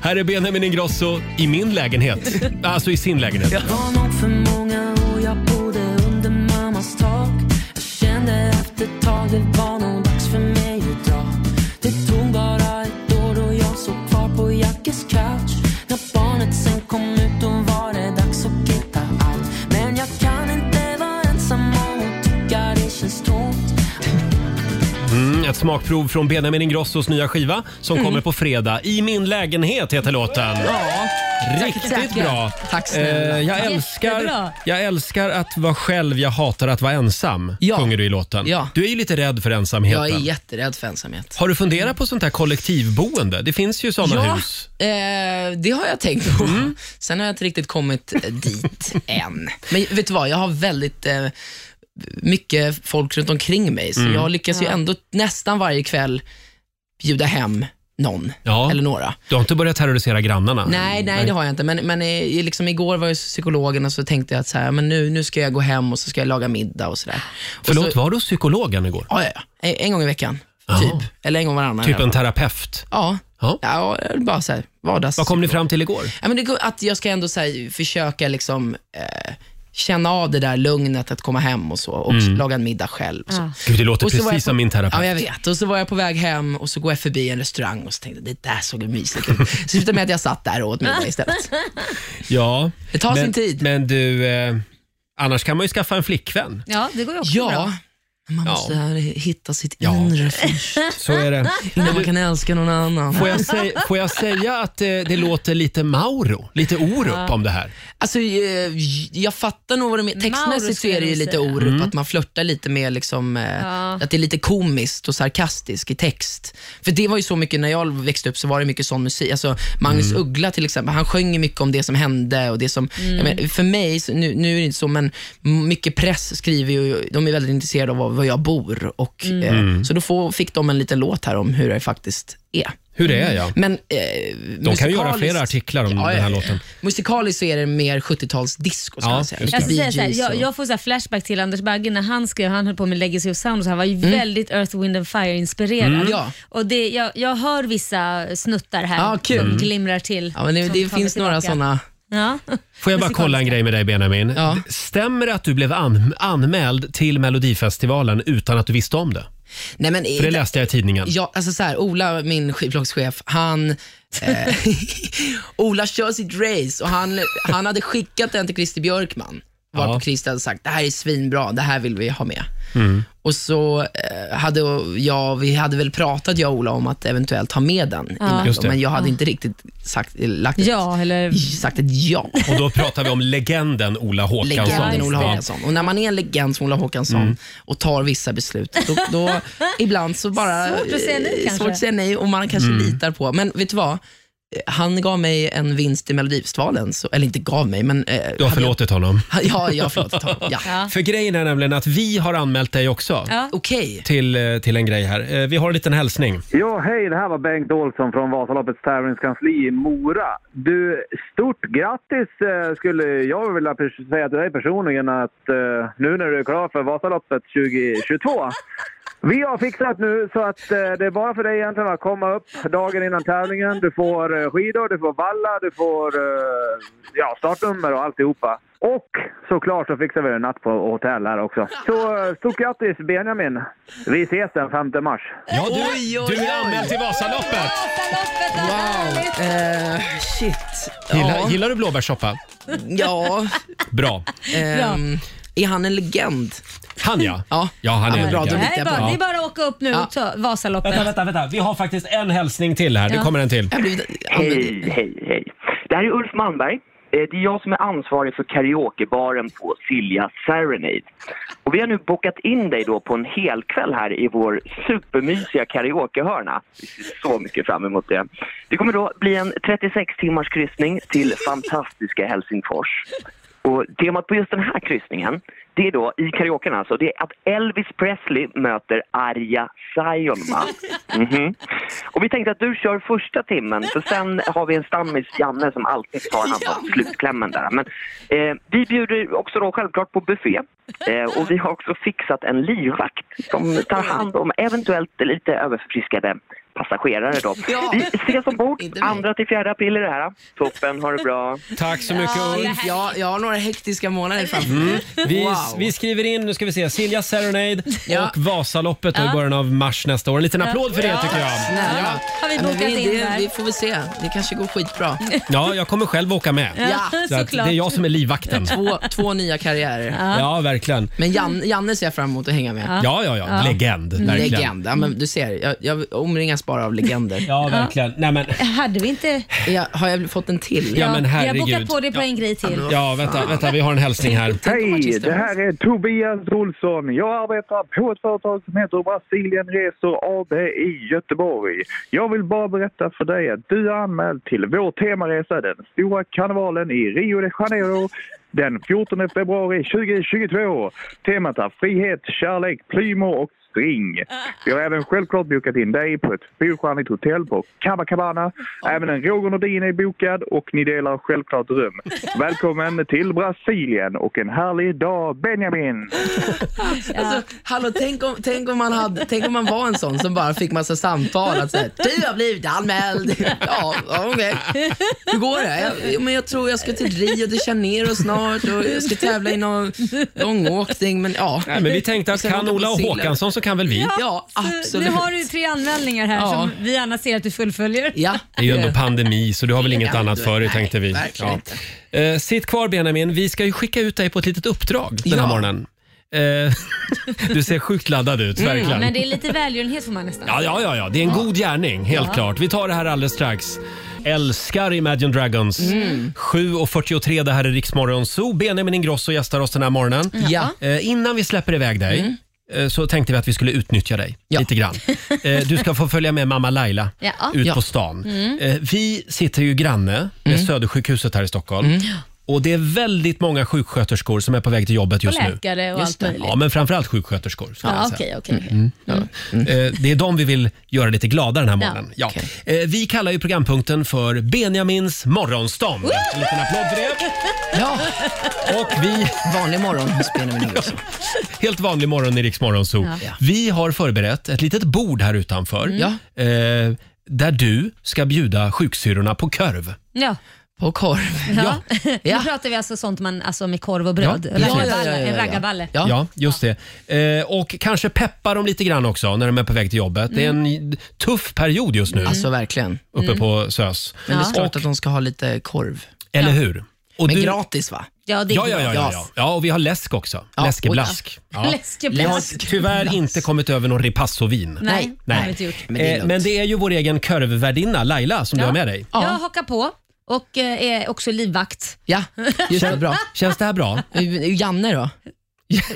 Speaker 1: Här är Benjamin Ingrosso i min lägenhet. Alltså i sin lägenhet.
Speaker 13: Jag var nog för många och jag bodde under mammas tak Jag kände efter ett tag det var nog dags för mig att dra Det tog bara ett år och jag såg kvar på Jackes couch När barnet sen kom ut då var det dags att kitta allt Men jag kan inte vara ensam och tycka det känns tomt
Speaker 1: Mm, ett smakprov från Benjamin Ingrossos nya skiva som
Speaker 13: Mm.
Speaker 1: kommer på fredag. I min lägenhet heter låten.
Speaker 12: Ja.
Speaker 1: Riktigt
Speaker 12: Tackar.
Speaker 1: bra.
Speaker 12: Tack snälla.
Speaker 1: Eh, jag,
Speaker 12: Jättebra.
Speaker 1: älskar, jag älskar att vara själv, jag hatar att vara ensam. Sjunger du i låten.
Speaker 12: Ja.
Speaker 1: Du är ju lite rädd för ensamheten.
Speaker 12: Jag är jätterädd för ensamhet.
Speaker 1: Har du funderat på sånt här kollektivboende? Det finns ju sådana
Speaker 12: ja,
Speaker 1: hus. Mm.
Speaker 12: Eh, det har jag tänkt på. Sen har jag inte riktigt kommit eh, dit än. Men vet du vad, jag har väldigt eh, mycket folk runt omkring mig, så
Speaker 13: Mm.
Speaker 12: jag lyckas ju
Speaker 13: Ja.
Speaker 12: ändå nästan varje kväll bjuda hem någon eller några.
Speaker 1: Du har inte börjat terrorisera grannarna?
Speaker 12: Nej, nej, det har jag inte. Men, men eh, liksom, igår var jag hos psykologen och så tänkte jag att så här, men nu, nu ska jag gå hem och så ska jag laga middag och sådär. Och
Speaker 1: Förlåt,
Speaker 12: så,
Speaker 1: var du hos psykologen igår?
Speaker 12: Ja, ja, ja. En- En gång i veckan, typ. Eller en gång varannan.
Speaker 1: Typ en
Speaker 12: eller-
Speaker 1: terapeut?
Speaker 12: Ja.
Speaker 1: Ja.
Speaker 12: ja, bara så här, vardags...
Speaker 1: Vad kom ni fram till igår?
Speaker 12: Ja, men det går, att jag ska ändå så här, försöka liksom, eh, känna av det där lugnet att komma hem och så och
Speaker 1: Mm.
Speaker 12: laga en middag själv. Och så.
Speaker 1: Gud, det låter
Speaker 12: Och så var jag
Speaker 1: precis
Speaker 12: på-
Speaker 1: som min terapeut.
Speaker 12: Ja, jag vet. Och så var jag på väg hem och så går jag förbi en restaurang och så tänkte jag, det där såg ju mysigt ut. Så slutade med att jag satt där och åt middag istället.
Speaker 1: Ja.
Speaker 12: Det tar
Speaker 1: men,
Speaker 12: sin tid.
Speaker 1: Men du, eh, annars kan man ju skaffa en flickvän.
Speaker 3: Ja, det går ju också
Speaker 12: Ja,
Speaker 3: bra.
Speaker 12: Man
Speaker 1: Ja.
Speaker 12: måste här hitta sitt inre först.
Speaker 1: Så är det.
Speaker 12: Innan man kan älska någon annan.
Speaker 1: Får jag, säga, får jag säga att eh, det låter lite Mauro, lite Orup
Speaker 12: Ja.
Speaker 1: om det här?
Speaker 12: Alltså, eh, jag fattar nog vad du menar.
Speaker 13: Mauro
Speaker 12: Textmässigt så
Speaker 13: skulle
Speaker 12: är det ju
Speaker 13: jag
Speaker 12: lite
Speaker 13: säga.
Speaker 12: Orup,
Speaker 13: Mm.
Speaker 12: att man flörtar lite med liksom, eh,
Speaker 13: Ja.
Speaker 12: att det är lite komiskt och sarkastiskt i text. För det var ju så mycket, när jag växte upp så var det mycket sån musik. Alltså, Magnus
Speaker 13: Mm.
Speaker 12: Uggla till exempel, han sjöng ju mycket om det som hände och det som,
Speaker 13: Mm.
Speaker 12: jag men, för mig, så- nu, nu är det inte så, men mycket press skriver ju, de är väldigt intresserade av var- var jag bor. Och,
Speaker 13: Mm.
Speaker 12: eh,
Speaker 13: Mm.
Speaker 12: Så då får, fick de en liten låt här om hur det faktiskt är.
Speaker 1: Hur det är, ja.
Speaker 12: Men, eh,
Speaker 1: De kan ju göra
Speaker 12: musikaliskt-
Speaker 1: flera artiklar om
Speaker 12: Ja,
Speaker 1: den
Speaker 12: ja,
Speaker 1: här
Speaker 12: ja.
Speaker 1: låten.
Speaker 12: Musikaliskt så är det mer 70-tals disco, ska
Speaker 1: Ja,
Speaker 12: jag säga.
Speaker 1: just
Speaker 3: Jag,
Speaker 12: Lite
Speaker 3: ska Alltså, säga
Speaker 12: Bee
Speaker 3: så här,
Speaker 12: Gees
Speaker 3: jag,
Speaker 12: och-
Speaker 3: jag får så här flashback till Anders Bagge när han skrev, han höll på med Legacy of Sound och så, han var ju
Speaker 1: Mm.
Speaker 3: väldigt Earth, Wind and Fire inspirerad.
Speaker 12: Mm. Ja.
Speaker 3: Och det, jag, jag hör vissa snuttar här
Speaker 12: Ja, kul.
Speaker 3: som
Speaker 1: Mm.
Speaker 3: glimrar till.
Speaker 12: Ja, men det,
Speaker 3: som
Speaker 12: det
Speaker 3: tar mig
Speaker 12: finns några
Speaker 3: tillbaka.
Speaker 12: såna.
Speaker 3: Ja.
Speaker 1: Får jag bara kolla en grej med dig Benjamin?
Speaker 12: Ja.
Speaker 1: Stämmer det att du blev an anmäld till Melodifestivalen utan att du visste om det?
Speaker 12: Nej, men,
Speaker 1: För det läste jag i tidningen.
Speaker 12: Ja, alltså så här, Ola, min skivbolagschef, han... Eh, Ola kör sitt race och han, han hade skickat den till Christer Björkman. Varpå
Speaker 8: Ja.
Speaker 12: Christer hade sagt, det här är svinbra, det här vill vi ha med.
Speaker 8: Mm.
Speaker 12: Och så eh, hade jag, vi hade väl pratat jag och Ola om att eventuellt ha med den,
Speaker 3: Ja.
Speaker 12: innan,
Speaker 1: Just det.
Speaker 12: men jag hade inte riktigt sagt, lagt ett,
Speaker 3: ja, eller...
Speaker 12: sagt ett ja.
Speaker 1: Och då pratar vi om legenden Ola Håkansson.
Speaker 12: Legenden Ola
Speaker 1: Ja.
Speaker 12: Håkansson. Och när man är en legend som Ola Håkansson
Speaker 1: Mm.
Speaker 12: och tar vissa beslut, då, då ibland så bara...
Speaker 3: Svårt att säga nej,
Speaker 12: eh,
Speaker 3: kanske.
Speaker 12: Svårt att säga nej och man kanske
Speaker 1: Mm.
Speaker 12: litar på. Men vet du vad? Eh, Han gav mig en vinst i Melodifestivalen, så, eller inte gav mig, men... eh,
Speaker 1: Du har
Speaker 12: hade jag-
Speaker 1: förlåtit honom.
Speaker 12: Ja, jag har förlåtit honom. Ja.
Speaker 1: För grejen är nämligen att vi har anmält dig också.
Speaker 12: Okej.
Speaker 1: Till, eh, till en grej här. Eh, Vi har en liten hälsning.
Speaker 14: Ja, hej, det här var Bengt Olsson från Vasaloppets tävlingskansli i Mora. Du, stort grattis eh, skulle jag vilja pers- säga till dig personligen att eh, nu när du är klar för Vasaloppet 2022. Vi har fixat nu så att eh, det är bara för dig egentligen att komma upp dagen innan tävlingen. Du får eh, skidor, du får valla, du får eh, ja, startnummer och alltihopa. Och såklart så fixar vi en natt på hotell här också. Så eh, stort grattis Benjamin! Vi ses den 5 mars.
Speaker 1: Ja, du, du är anmäld till Vasaloppet.
Speaker 12: Wow. Eh, shit.
Speaker 1: Gillar,
Speaker 12: Ja.
Speaker 1: gillar du blåbärssoppa?
Speaker 12: Ja.
Speaker 1: Bra.
Speaker 12: Ehm, är han en legend?
Speaker 1: Han ja.
Speaker 12: Ja,
Speaker 1: Ja, han är
Speaker 12: men
Speaker 1: en
Speaker 12: bra, då
Speaker 1: legend.
Speaker 12: litar
Speaker 3: Det är
Speaker 12: jag på
Speaker 3: bara,
Speaker 12: honom.
Speaker 3: det är bara att åka upp nu och ta Vasaloppet.
Speaker 1: Vänta, vänta, vänta. Vi har faktiskt en hälsning till här. Det kommer en till.
Speaker 15: Hej, hej, hej. Det här är Ulf Malmberg. Eh, Det är jag som är ansvarig för karaokebaren på Silja Serenade. Och vi har nu bokat in dig då på en hel kväll här i vår supermysiga karaokehörna. Vi ser så mycket fram emot det. Det kommer då bli en 36 timmars kryssning till fantastiska Helsingfors. Och temat på just den här kryssningen, det är då i karaoken alltså, det är att Elvis Presley möter Arja Saijonmaa. Mhm. Och vi tänkte att du kör första timmen, för sen har vi en stammis, Janne, som alltid tar hand om slutklämmen där. Men eh, vi bjuder också då självklart på buffé. Eh, och vi har också fixat en livvakt som tar hand om eventuellt lite överförfriskade passagerare då.
Speaker 12: Ja.
Speaker 15: Vi ses ombord, andra till fjärde april är det här. Toppen, ha det bra.
Speaker 1: Tack så mycket
Speaker 12: ja,
Speaker 1: Ulf.
Speaker 12: Jag, jag har några hektiska månader framför mig.
Speaker 1: Mm. Vi,
Speaker 12: Wow.
Speaker 1: vi skriver in, nu ska vi se, Silja Serenade och Vasaloppet då i
Speaker 12: Ja.
Speaker 1: början av mars nästa år. En liten applåd för det tycker jag.
Speaker 12: Snälla.
Speaker 3: Har vi
Speaker 12: Ja, men
Speaker 3: bokat in
Speaker 12: det,
Speaker 3: där?
Speaker 12: Vi får väl se. Det kanske går skitbra.
Speaker 1: Ja, jag kommer själv åka med.
Speaker 12: Ja,
Speaker 1: så att det
Speaker 12: såklart.
Speaker 1: är jag som är livvakten.
Speaker 12: Två, två nya karriärer.
Speaker 1: Ja, verkligen.
Speaker 12: Men Jan, Janne ser jag fram emot att hänga med.
Speaker 1: Ja, ja, ja. Legend.
Speaker 12: Mm.
Speaker 1: Verkligen.
Speaker 12: Legend. Ja, men du ser, jag, jag omringas bara av legender.
Speaker 1: Ja, verkligen. Nej, men...
Speaker 3: Hade vi inte...
Speaker 12: Jag, har jag fått en till?
Speaker 1: Ja, men
Speaker 3: vi har
Speaker 1: herregud.
Speaker 3: bokat på dig på en grej till.
Speaker 1: Ja, vänta, vänta, vi har en hälsning här.
Speaker 14: Hej, det här är Tobias Olsson. Jag arbetar på ett företag som heter Brasilien Resor AB i Göteborg. Jag vill bara berätta för dig att du är anmäld till vår temaresa, den stora karnevalen i Rio de Janeiro den 14 februari 2022. Temat är frihet, kärlek, plymor och string. Vi har även självklart bokat in dig på ett fyrstjärnigt hotell på Cabacabana. Även en Roger Nordin är bokad och ni delar självklart rum. Välkommen till Brasilien och en härlig dag Benjamin!
Speaker 12: Alltså, hallå, tänk om, tänk, om man hade, tänk om man var en sån som bara fick massa samtal. Att säga, du har blivit anmäld. Ja, ja, okej. Hur går det? Jag, jo, men jag tror jag ska till Rio de Janeiro snart och jag ska tävla i någon långåkning. Men, ja.
Speaker 1: Nej, men vi tänkte att
Speaker 12: Sen
Speaker 1: kan
Speaker 12: åka på
Speaker 1: Ola
Speaker 12: sillen.
Speaker 1: Håkansson så kan väl vi?
Speaker 12: Ja, absolut.
Speaker 3: Nu har du ju tre anmälningar här
Speaker 12: Ja.
Speaker 3: som vi gärna ser att du fullföljer.
Speaker 12: Ja.
Speaker 1: Det är ju ändå pandemi så du har väl inget annat för dig tänkte vi.
Speaker 12: verkligen
Speaker 1: Eh, sitt kvar Benjamin, vi ska ju skicka ut dig på ett litet uppdrag den här
Speaker 12: Ja.
Speaker 1: morgonen. Eh, du ser sjukt laddad ut, verkligen.
Speaker 3: Men det är lite välgörenhet får man nästan.
Speaker 1: Ja, ja, ja, ja. Det är en god gärning, helt
Speaker 3: Ja.
Speaker 1: klart. Vi tar det här alldeles strax. Älskar Imagine Dragons.
Speaker 3: Mm.
Speaker 1: 7.43, det här är Riksmorgon Zoo. Benjamin Ingrosso gästar oss den här morgonen.
Speaker 12: Ja.
Speaker 1: Eh, innan vi släpper iväg dig
Speaker 3: Mm.
Speaker 1: eh, så tänkte vi att vi skulle utnyttja dig lite grann. Eh, du ska få följa med mamma Laila
Speaker 3: Ja.
Speaker 1: ut
Speaker 3: Ja.
Speaker 1: på stan.
Speaker 3: Mm.
Speaker 1: Eh, vi sitter ju granne med Södersjukhuset här i Stockholm.
Speaker 3: Mm.
Speaker 1: Och det är väldigt många sjuksköterskor som är på väg till jobbet just nu.
Speaker 3: läkare och allt möjligt.
Speaker 1: Ja, men framförallt sjuksköterskor. skulle
Speaker 3: Ja,
Speaker 1: jag säga.
Speaker 3: okej, okej, okej.
Speaker 1: Mm. Eh, Det är de vi vill göra lite glada den här morgonen. Ja. Eh, Vi kallar ju programpunkten för Benjamins morgonstånd. En liten applåd för det.
Speaker 12: Ja.
Speaker 1: Och vi...
Speaker 12: Vanlig morgon hos Benjamin Ingrosso.
Speaker 1: Helt vanlig morgon i Rix Morgon Zoo.
Speaker 12: Ja.
Speaker 1: Vi har förberett ett litet bord här utanför.
Speaker 12: Mm.
Speaker 1: eh, Där du ska bjuda sjuksyrrorna på korv.
Speaker 3: Ja.
Speaker 12: På korv.
Speaker 16: Ja. nu pratar vi alltså sånt man, alltså med korv och bröd.
Speaker 1: Ja, precis.
Speaker 16: Raggarballe,
Speaker 1: Ja, ja, ja, ja,
Speaker 16: En
Speaker 1: ja.
Speaker 16: raggarballe.
Speaker 1: Ja, just det. Eh, och kanske peppa dem lite grann också när de är på väg till jobbet. Det är en tuff period just nu.
Speaker 12: Alltså verkligen.
Speaker 1: Uppe
Speaker 12: Mm.
Speaker 1: på SÖS.
Speaker 12: Men det är
Speaker 1: Och-
Speaker 12: klart att de ska ha lite korv.
Speaker 1: Eller hur?
Speaker 12: Men gratis va?
Speaker 16: Ja,
Speaker 1: ja, ja, ja, ja, ja. ja, och vi har läsk också.
Speaker 12: Ja,
Speaker 1: Läskeblask.
Speaker 12: oj,
Speaker 1: Ja.
Speaker 12: ja.
Speaker 16: Läskeblask.
Speaker 1: Vi har tyvärr inte kommit över någon ripassovin.
Speaker 16: Nej, det har vi inte gjort.
Speaker 1: Men, det eh, men det är ju vår egen körvvärdinna Laila som du har med dig.
Speaker 16: Jag hakar på och eh, är också livvakt.
Speaker 12: Ja, just det. Bra.
Speaker 1: Känns det här bra?
Speaker 12: Janne då?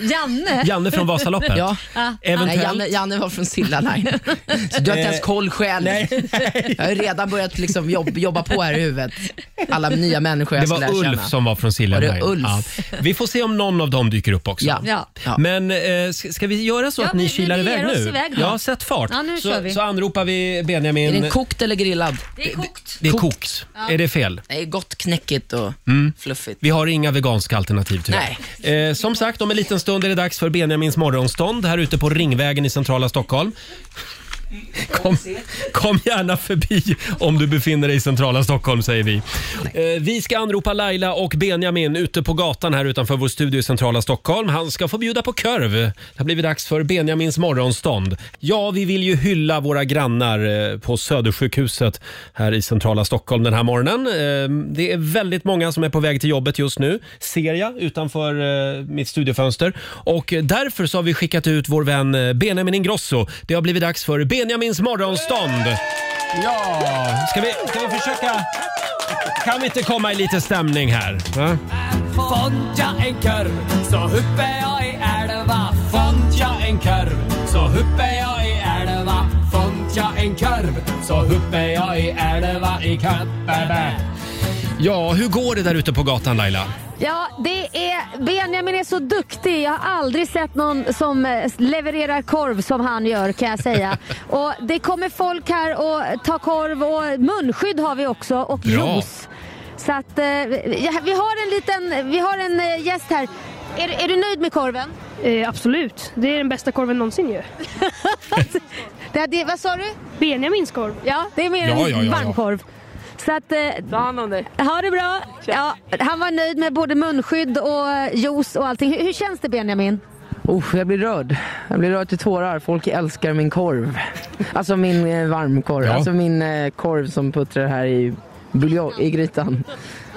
Speaker 16: Janne.
Speaker 1: Janne från Vasaloppet.
Speaker 12: Ja.
Speaker 16: Ja.
Speaker 12: Nej,
Speaker 1: Eventuellt-
Speaker 12: Janne, Janne var från Silla Eh, Line. Så du har inte ens koll själv. Jag har ju redan börjat liksom jobb, jobba på här i huvudet. Alla nya människor jag
Speaker 1: Det
Speaker 12: ska lära
Speaker 1: var
Speaker 12: känna.
Speaker 1: Ulf som var från Silja
Speaker 12: Var det
Speaker 1: Line.
Speaker 12: Ulf?
Speaker 1: Vi får se om någon av dem dyker upp också.
Speaker 12: Ja.
Speaker 16: Ja.
Speaker 1: Men eh, ska ska vi göra så
Speaker 12: Ja,
Speaker 1: att ni
Speaker 12: vi-
Speaker 1: kilar
Speaker 12: vi ger
Speaker 1: iväg
Speaker 12: oss
Speaker 1: nu?
Speaker 12: iväg då.
Speaker 1: ja, sätt fart.
Speaker 12: Ja, nu
Speaker 1: så,
Speaker 12: kör vi.
Speaker 1: så anropar vi Benjamin.
Speaker 12: Är den kokt eller grillad?
Speaker 16: Det är kokt.
Speaker 1: Det är kokt.
Speaker 12: Ja.
Speaker 1: Är det fel?
Speaker 12: Nej, gott, knäckigt och
Speaker 1: Mm.
Speaker 12: fluffigt.
Speaker 1: Vi har inga veganska alternativ tyvärr. Eh, som sagt, om en liten stund är det dags för Benjamins morgonstånd här ute på Ringvägen i centrala Stockholm. Kom, kom gärna förbi om du befinner dig i centrala Stockholm, säger vi. Eh, vi ska anropa Laila och Benjamin ute på gatan här utanför vår studio i centrala Stockholm. Han ska få bjuda på korv. Det har blivit dags för Benjamins morgonstånd. Ja, vi vill ju hylla våra grannar eh, på Södersjukhuset här i centrala Stockholm den här morgonen. Eh, Det är väldigt många som är på väg till jobbet just nu, ser jag utanför eh, mitt studiofönster. Och eh, därför så har vi skickat ut vår vän eh, Benjamin Ingrosso. Det har blivit dags för Benjamins morgonstånd. Ja, ska vi, ska vi försöka... Kan vi inte komma i lite stämning här? Va?
Speaker 2: Fond jag en korv så huppar jag i älva. Fond jag en korv så huppar jag i älva. Fond jag en korv så huppar jag i älva i Kapparberg.
Speaker 1: Ja, hur går det där ute på gatan Laila?
Speaker 3: Ja, det är, Benjamin är så duktig. Jag har aldrig sett någon som eh, levererar korv som han gör kan jag säga. och det kommer folk här och tar korv och munskydd har vi också och
Speaker 10: Bra.
Speaker 3: juice. Så att eh, ja, vi har en liten, vi har en eh, gäst här. Är, är du nöjd med korven?
Speaker 10: Eh, absolut, det är den bästa korven någonsin ju.
Speaker 3: det, det, vad sa du?
Speaker 10: Benjamins korv.
Speaker 3: Ja, det är mer
Speaker 10: Ja,
Speaker 3: än
Speaker 10: ja, ja, ja.
Speaker 3: varmkorv. Så att, eh, Ta hand om dig. Ha det bra. Ja, han var nöjd med både munskydd och eh, juice och allting. Hur, hur känns det Benjamin?
Speaker 12: Usch, jag blir rörd. Jag blir rörd till tårar. Folk älskar min korv. Alltså min eh, varmkorv. Alltså min eh, korv som puttrar här i, buljong, i grytan.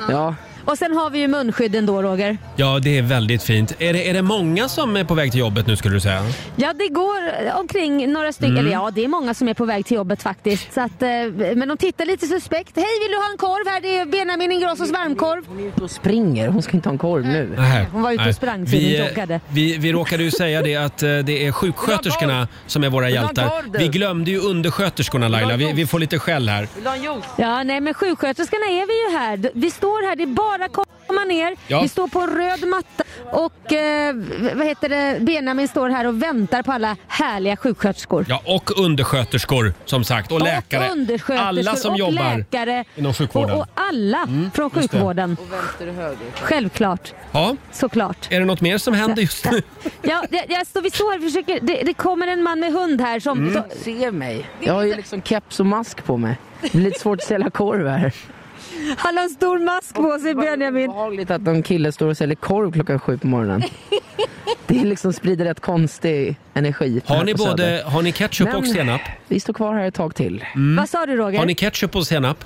Speaker 12: Ja.
Speaker 3: Och sen har vi ju munskydden då Roger.
Speaker 1: Ja, det är väldigt fint. Är det, är det många som är på väg till jobbet nu skulle du säga?
Speaker 3: Ja, det går omkring några stycken.
Speaker 1: Mm.
Speaker 3: Eller ja, det är många som är på väg till jobbet faktiskt. Så att, eh, men de tittar lite suspekt. Hej, vill du ha en korv? Här det är Benjamin Ingrossos varmkorv.
Speaker 12: Och springer. Hon ska inte ha en korv nu.
Speaker 1: Nej.
Speaker 3: Hon var ute och
Speaker 1: Nej.
Speaker 3: sprang
Speaker 1: vi,
Speaker 3: tydligen,
Speaker 1: eh,
Speaker 3: joggade.
Speaker 1: vi, vi råkade ju säga det att eh, det är sjuksköterskorna som är våra
Speaker 3: Vill du ha
Speaker 1: hjältar.
Speaker 3: korv, du?
Speaker 1: Vi glömde ju undersköterskorna Laila. Vi, vi får lite skäll här.
Speaker 3: Vill du ha en juice? Ja, nej men sjuksköterskorna är vi ju här. Vi står här, det är bara att komma ner.
Speaker 1: Ja.
Speaker 3: Vi står på en röd matta och eh, vad heter det? Benjamin står här och väntar på alla härliga sjuksköterskor.
Speaker 1: Ja, och undersköterskor som sagt. Och läkare.
Speaker 3: undersköterskor
Speaker 1: Alla som
Speaker 3: och
Speaker 1: jobbar
Speaker 3: läkare
Speaker 1: inom sjukvården. Mm,
Speaker 3: Och, och alla från
Speaker 1: just det.
Speaker 3: sjukvården. Självklart.
Speaker 1: Ja.
Speaker 3: Såklart.
Speaker 1: Är det något mer som händer just nu?
Speaker 3: Ja, det, jag står, vi står här och försöker, det, det kommer en man med hund här som...
Speaker 12: Mm.
Speaker 3: som
Speaker 12: ser mig. Jag har ju liksom keps och mask på mig. Det blir lite svårt att sälja korv här.
Speaker 3: Han har en stor mask på sig, Benjamin.
Speaker 12: Lite att någon kille står och säljer korv klockan sju på morgonen. Det är liksom sprider rätt konstig energi.
Speaker 1: Har
Speaker 12: här
Speaker 1: ni,
Speaker 12: på
Speaker 1: både,
Speaker 12: Söder.
Speaker 1: har ni ketchup och
Speaker 12: Men-
Speaker 1: senap?
Speaker 12: Vi står kvar här ett tag till.
Speaker 3: Vad sa du Roger?
Speaker 1: Mm. Har ni ketchup och senap?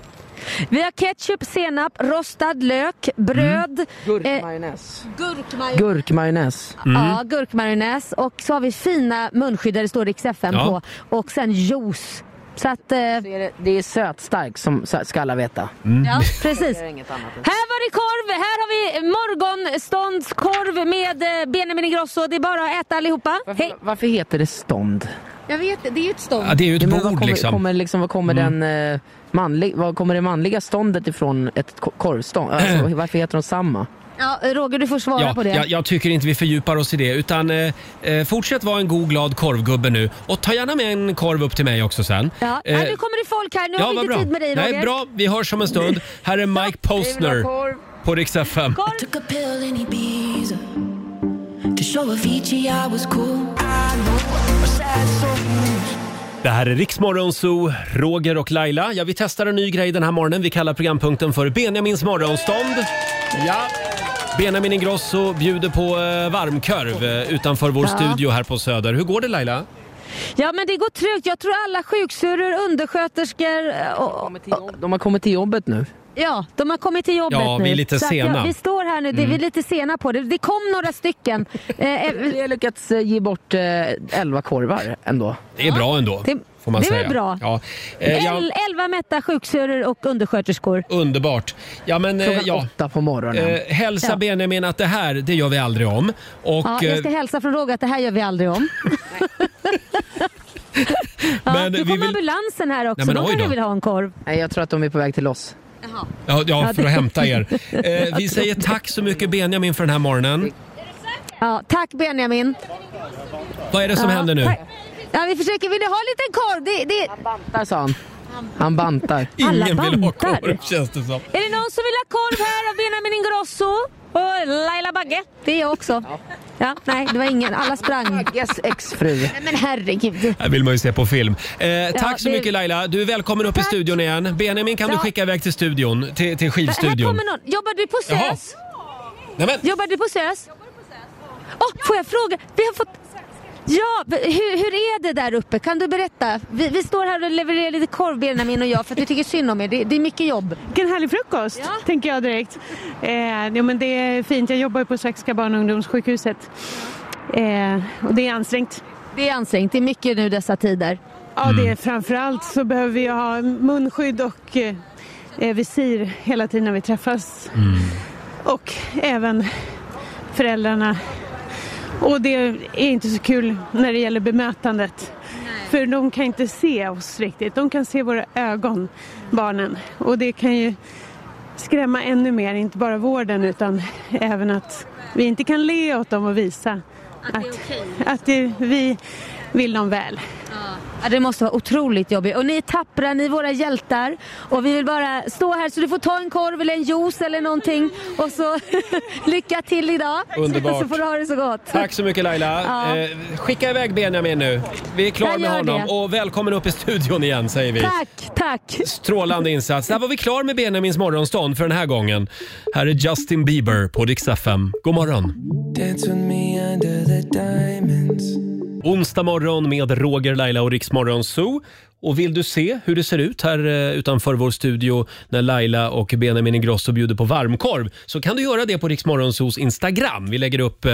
Speaker 3: Vi har ketchup, senap, rostad lök, bröd.
Speaker 1: Mm.
Speaker 3: Gurkmajonnäs. gurkmajonnäs.
Speaker 12: Gurkmajonnäs.
Speaker 1: Mm.
Speaker 3: Ja, gurkmajonnäs. Och så har vi fina munskydd där det står Rix FM
Speaker 12: Ja.
Speaker 3: på. Och sen juice. Så att... Eh...
Speaker 12: det, det är sötstark som så- ska alla veta.
Speaker 1: Mm.
Speaker 3: Ja, precis. Här var det korv! Här har vi morgonståndskorv med eh, Benjamin Ingrosso. Det är bara att äta allihopa. Hej!
Speaker 12: Varför heter det stånd?
Speaker 3: Jag vet, det är ju ett stånd.
Speaker 1: Ja, det är ju ett
Speaker 12: men vad
Speaker 1: bord,
Speaker 12: kommer,
Speaker 1: liksom.
Speaker 12: Kommer, liksom vad kommer
Speaker 1: Mm.
Speaker 12: den, eh, manlig, vad kommer det manliga ståndet ifrån ett ko- korvstånd? Alltså, varför heter de samma?
Speaker 3: Ja, Roger, du får svara
Speaker 1: Ja,
Speaker 3: på det.
Speaker 1: jag, jag tycker inte vi fördjupar oss i det utan eh, eh, fortsätt vara en god glad korvgubbe nu och ta gärna med en korv upp till mig också sen.
Speaker 3: Ja,
Speaker 1: Eh,
Speaker 3: nej, nu kommer det folk här. Nu
Speaker 1: ja,
Speaker 3: har vi
Speaker 1: vad
Speaker 3: inte
Speaker 1: bra.
Speaker 3: tid med dig, Roger.
Speaker 1: Nej, bra. Vi hörs om en stund. Här är Mike Postner på Rix FM.
Speaker 17: I took a pill in Ibiza to show Avicii I was cool. I know a sad song.
Speaker 1: Det här är Riksmorgon Zoo, Roger och Laila. Ja, vi testar en ny grej den här morgonen. Vi kallar programpunkten för Benjamins morgonstånd. Ja. Benjamin Ingrosso bjuder på eh, varmkörv eh, utanför vår
Speaker 3: Ja.
Speaker 1: studio här på Söder. Hur går det Laila?
Speaker 3: Ja, men det går trögt. Jag tror alla sjuksyrror, undersköterskor eh, och,
Speaker 12: De har kommit till jobbet nu.
Speaker 3: Ja, de har kommit till jobbet
Speaker 12: Ja,
Speaker 3: nu.
Speaker 12: vi är lite
Speaker 3: Så att jag-
Speaker 12: sena.
Speaker 3: Vi står här nu, det,
Speaker 1: Mm.
Speaker 3: vi är lite sena på det. Det kom några stycken. eh,
Speaker 12: Vi har lyckats eh, ge bort eh, 11 korvar ändå.
Speaker 1: Det är bra ändå,
Speaker 3: Det-
Speaker 1: får man
Speaker 3: det är väl
Speaker 1: säga.
Speaker 3: bra.
Speaker 1: Ja. Eh, ja,
Speaker 3: El- Elva mätta sjuksyrror och undersköterskor.
Speaker 1: underbart. Ja, men, eh,
Speaker 3: Klockan
Speaker 1: ja.
Speaker 12: åtta på morgonen.
Speaker 1: Eh, hälsa
Speaker 3: Ja.
Speaker 1: Benjamin att det här, det gör vi aldrig om. Och,
Speaker 3: ja, jag ska
Speaker 1: eh,
Speaker 3: hälsa från Roger att det här gör vi aldrig om. ja,
Speaker 12: Men
Speaker 3: nu
Speaker 12: vi
Speaker 3: kommer
Speaker 12: vill-
Speaker 3: ambulansen här också.
Speaker 12: Nej, men
Speaker 3: de
Speaker 12: oj
Speaker 3: kanske
Speaker 12: då.
Speaker 3: vill ha en korv.
Speaker 12: Nej, jag tror att de är på väg till oss.
Speaker 1: ja,
Speaker 3: Ja,
Speaker 1: ja,
Speaker 3: det-
Speaker 1: för att hämta er. Eh, vi säger tack så mycket Benjamin för den här morgonen.
Speaker 3: Ja, tack Benjamin.
Speaker 1: Vad är det som
Speaker 3: ja,
Speaker 1: händer nu?
Speaker 3: tack. Ja, vi försöker. Vill du ha en liten korv? Det, det... Han
Speaker 12: bantar sa han. Han bantar.
Speaker 3: Alla Ingen vill ha bantar. korv,
Speaker 1: känns det som.
Speaker 3: Är det någon som vill ha korv här av Benjamin Ingrosso? Och Laila Bagge? Det är jag också. Ja. nej, det var ingen. Alla sprang.
Speaker 12: Bagges exfru. Nej,
Speaker 3: men herregud.
Speaker 1: Det vill man ju se på film. Eh, tack så
Speaker 3: det-
Speaker 1: mycket Laila. Du är välkommen upp i studion igen. Benjamin kan du
Speaker 3: Ja.
Speaker 1: skicka iväg till studion, till, till
Speaker 3: Här
Speaker 1: skivstudion.
Speaker 3: kommer någon. Jobbar du på
Speaker 1: Jaha.
Speaker 3: SÖS?
Speaker 1: Nej, men.
Speaker 3: Jobbar du på SÖS? Åh, får jag fråga? Vi har fått... Ja, b- hur, hur är det där uppe? Kan du berätta? Vi, vi står här och levererar lite korv, Benjamin och jag, för att vi tycker synd om er. Det, det är mycket jobb.
Speaker 10: Vilken härlig frukost, tänker jag direkt. Eh, jo, men det är fint, jag jobbar ju på Svenska barn och ungdomssjukhuset. Eh, och det är ansträngt.
Speaker 3: Det är ansträngt, det är mycket nu dessa tider.
Speaker 10: Ja, det är framförallt så behöver vi ju ha munskydd och eh, eh, visir hela tiden när vi träffas. Och även föräldrarna. Och det är inte så kul när det gäller bemötandet. För de kan inte se oss riktigt. De kan se våra ögon, barnen. Och det kan ju skrämma ännu mer, inte bara vården utan även att vi inte kan le åt dem och visa att, att, det, vi vill dem väl.
Speaker 3: Ja, det måste vara otroligt jobbigt. Och ni är tappra, ni är våra hjältar. Och vi vill bara stå här så du får ta en korv eller en juice eller någonting. Och så lycka till idag.
Speaker 1: Underbart.
Speaker 3: Och så får du ha det så gott.
Speaker 1: Tack så mycket Laila.
Speaker 3: Ja.
Speaker 1: Eh, skicka iväg Benjamin nu. Vi är klara
Speaker 3: Jag
Speaker 1: med
Speaker 3: gör
Speaker 1: honom.
Speaker 3: det.
Speaker 1: Och välkommen upp i studion igen säger vi.
Speaker 3: Tack, tack.
Speaker 1: Strålande insats. Där var vi klar med Benjamins morgonstånd för den här gången. Här är Justin Bieber på Dix FM. God morgon! Onsdag morgon med Roger, Laila och Riksmorgon Zoo. Och vill du se hur det ser ut här eh, utanför vår studio när Laila och Benjamin Ingrosso bjuder på varmkorv så kan du göra det på Riksmorgon Zoos Instagram. Vi lägger upp eh,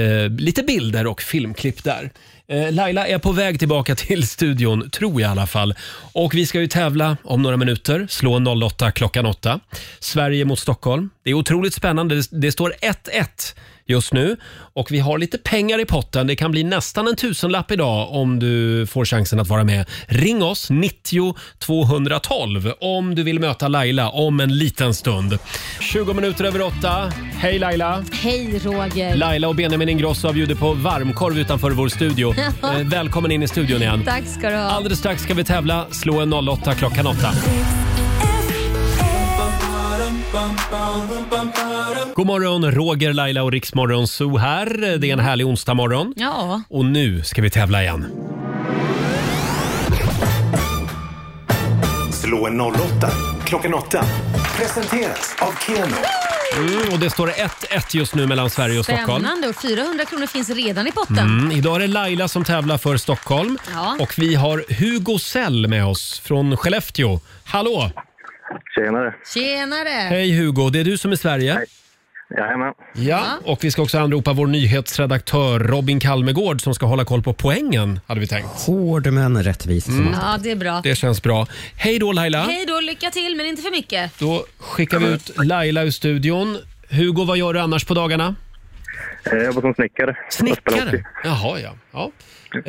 Speaker 1: eh, lite bilder och filmklipp där. Eh, Laila är på väg tillbaka till studion, tror jag i alla fall. Och vi ska ju tävla om några minuter, slå 08 klockan 8. Sverige mot Stockholm. Det är otroligt spännande. Det- Det står 1-1 just nu. Och vi har lite pengar i potten. Det kan bli nästan en tusenlapp idag om du får chansen att vara med. Ring oss, 90 212, om du vill möta Laila om en liten stund. 20 minuter över åtta. Hej Laila!
Speaker 3: Hej Roger.
Speaker 1: Laila och Benjamin Ingrosso bjuder på varmkorv utanför vår studio.
Speaker 3: Ja.
Speaker 1: Eh, Välkommen in i studion igen.
Speaker 3: Tack ska du ha.
Speaker 1: Alldeles strax ska vi tävla. Slå en 08 klockan 8. God morgon, Roger, Laila och Riksmorgon Zoo här. Det är en härlig onsdagmorgon.
Speaker 18: Ja.
Speaker 1: Och nu ska vi tävla igen.
Speaker 2: Slå en 08 klockan 8. Presenteras av Keno.
Speaker 1: Mm, och det står 1-1 just nu mellan Sverige och Stockholm.
Speaker 18: Spännande och 400 kronor finns redan i potten.
Speaker 1: Mm, idag är det Laila som tävlar för Stockholm.
Speaker 18: Ja.
Speaker 1: Och vi har Hugo Sell med oss från Skellefteå. Hallå!
Speaker 14: Tjenare!
Speaker 18: Tjenare!
Speaker 1: Hej Hugo, det är du som är Sverige.
Speaker 14: Jajamän.
Speaker 1: Ja, och vi ska också anropa vår nyhetsredaktör Robin Kalmegård som ska hålla koll på poängen, hade vi tänkt.
Speaker 19: Hård men rättvis. som
Speaker 1: Mm.
Speaker 18: Ja, det är bra.
Speaker 1: Det känns bra. Hej då Laila!
Speaker 18: Hej då, lycka till men inte för mycket.
Speaker 1: Då skickar vi ut Laila ur studion. Hugo, vad gör du annars på dagarna?
Speaker 14: Jag jobbar som snickare.
Speaker 1: Snickare? Jaha, ja. Ja.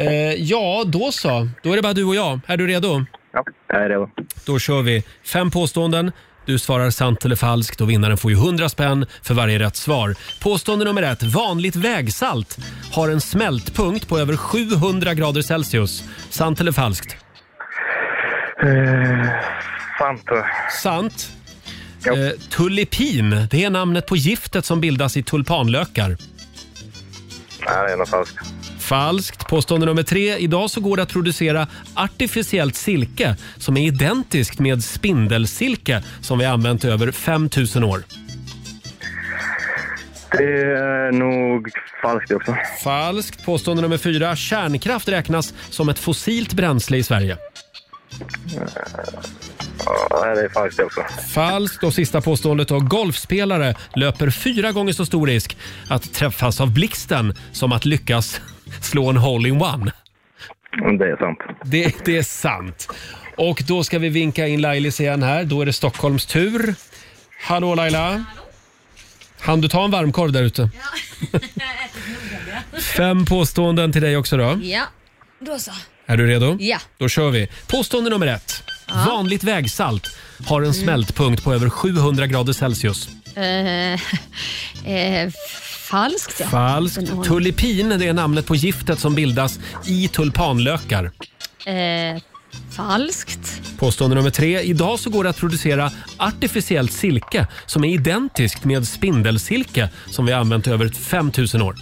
Speaker 1: Eh, ja, då så. Då är det bara du och jag. Är du redo?
Speaker 14: Ja, jag är redo.
Speaker 1: Då kör vi. Fem påståenden. Du svarar sant eller falskt och vinnaren får ju 100 spänn för varje rätt svar. Påstående nummer ett. Vanligt vägsalt har en smältpunkt på över 700 grader Celsius. Sant eller falskt?
Speaker 14: Eh, sant.
Speaker 1: Sant. Eh, tulipin, det är namnet på giftet som bildas i tulpanlökar.
Speaker 14: Nej, det är nog falskt.
Speaker 1: Falskt. Påstående nummer tre. Idag så går det att producera artificiellt silke som är identiskt med spindelsilke som vi har använt i över 5000 år.
Speaker 20: Det är nog falskt också.
Speaker 1: Falskt. Påstående nummer fyra. Kärnkraft räknas som ett fossilt bränsle i Sverige.
Speaker 20: Ja, det är falskt också.
Speaker 1: Falskt. Och sista påståendet då. Golfspelare löper fyra gånger så stor risk att träffas av blixten som att lyckas slå en hole-in-one.
Speaker 20: Det är sant.
Speaker 1: Det, det är sant. Och då ska vi vinka in Lailis igen här. Då är det Stockholms tur. Hallå Laila! Hann du ta en varmkorv där ute? Fem påståenden till dig också då.
Speaker 3: Ja, då så.
Speaker 1: Är du redo?
Speaker 3: Ja.
Speaker 1: Då kör vi. Påstående nummer ett. Vanligt vägsalt har en
Speaker 3: Mm.
Speaker 1: smältpunkt på över 700 grader Celsius.
Speaker 3: Eh, eh, falskt ja. Den
Speaker 1: Falskt.
Speaker 3: har-
Speaker 1: Tulipin det är namnet på giftet som bildas i tulpanlökar.
Speaker 3: Eh, falskt.
Speaker 1: Påstående nummer tre. Idag så går det att producera artificiellt silke som är identiskt med spindelsilke som vi har använt i över 5000 år.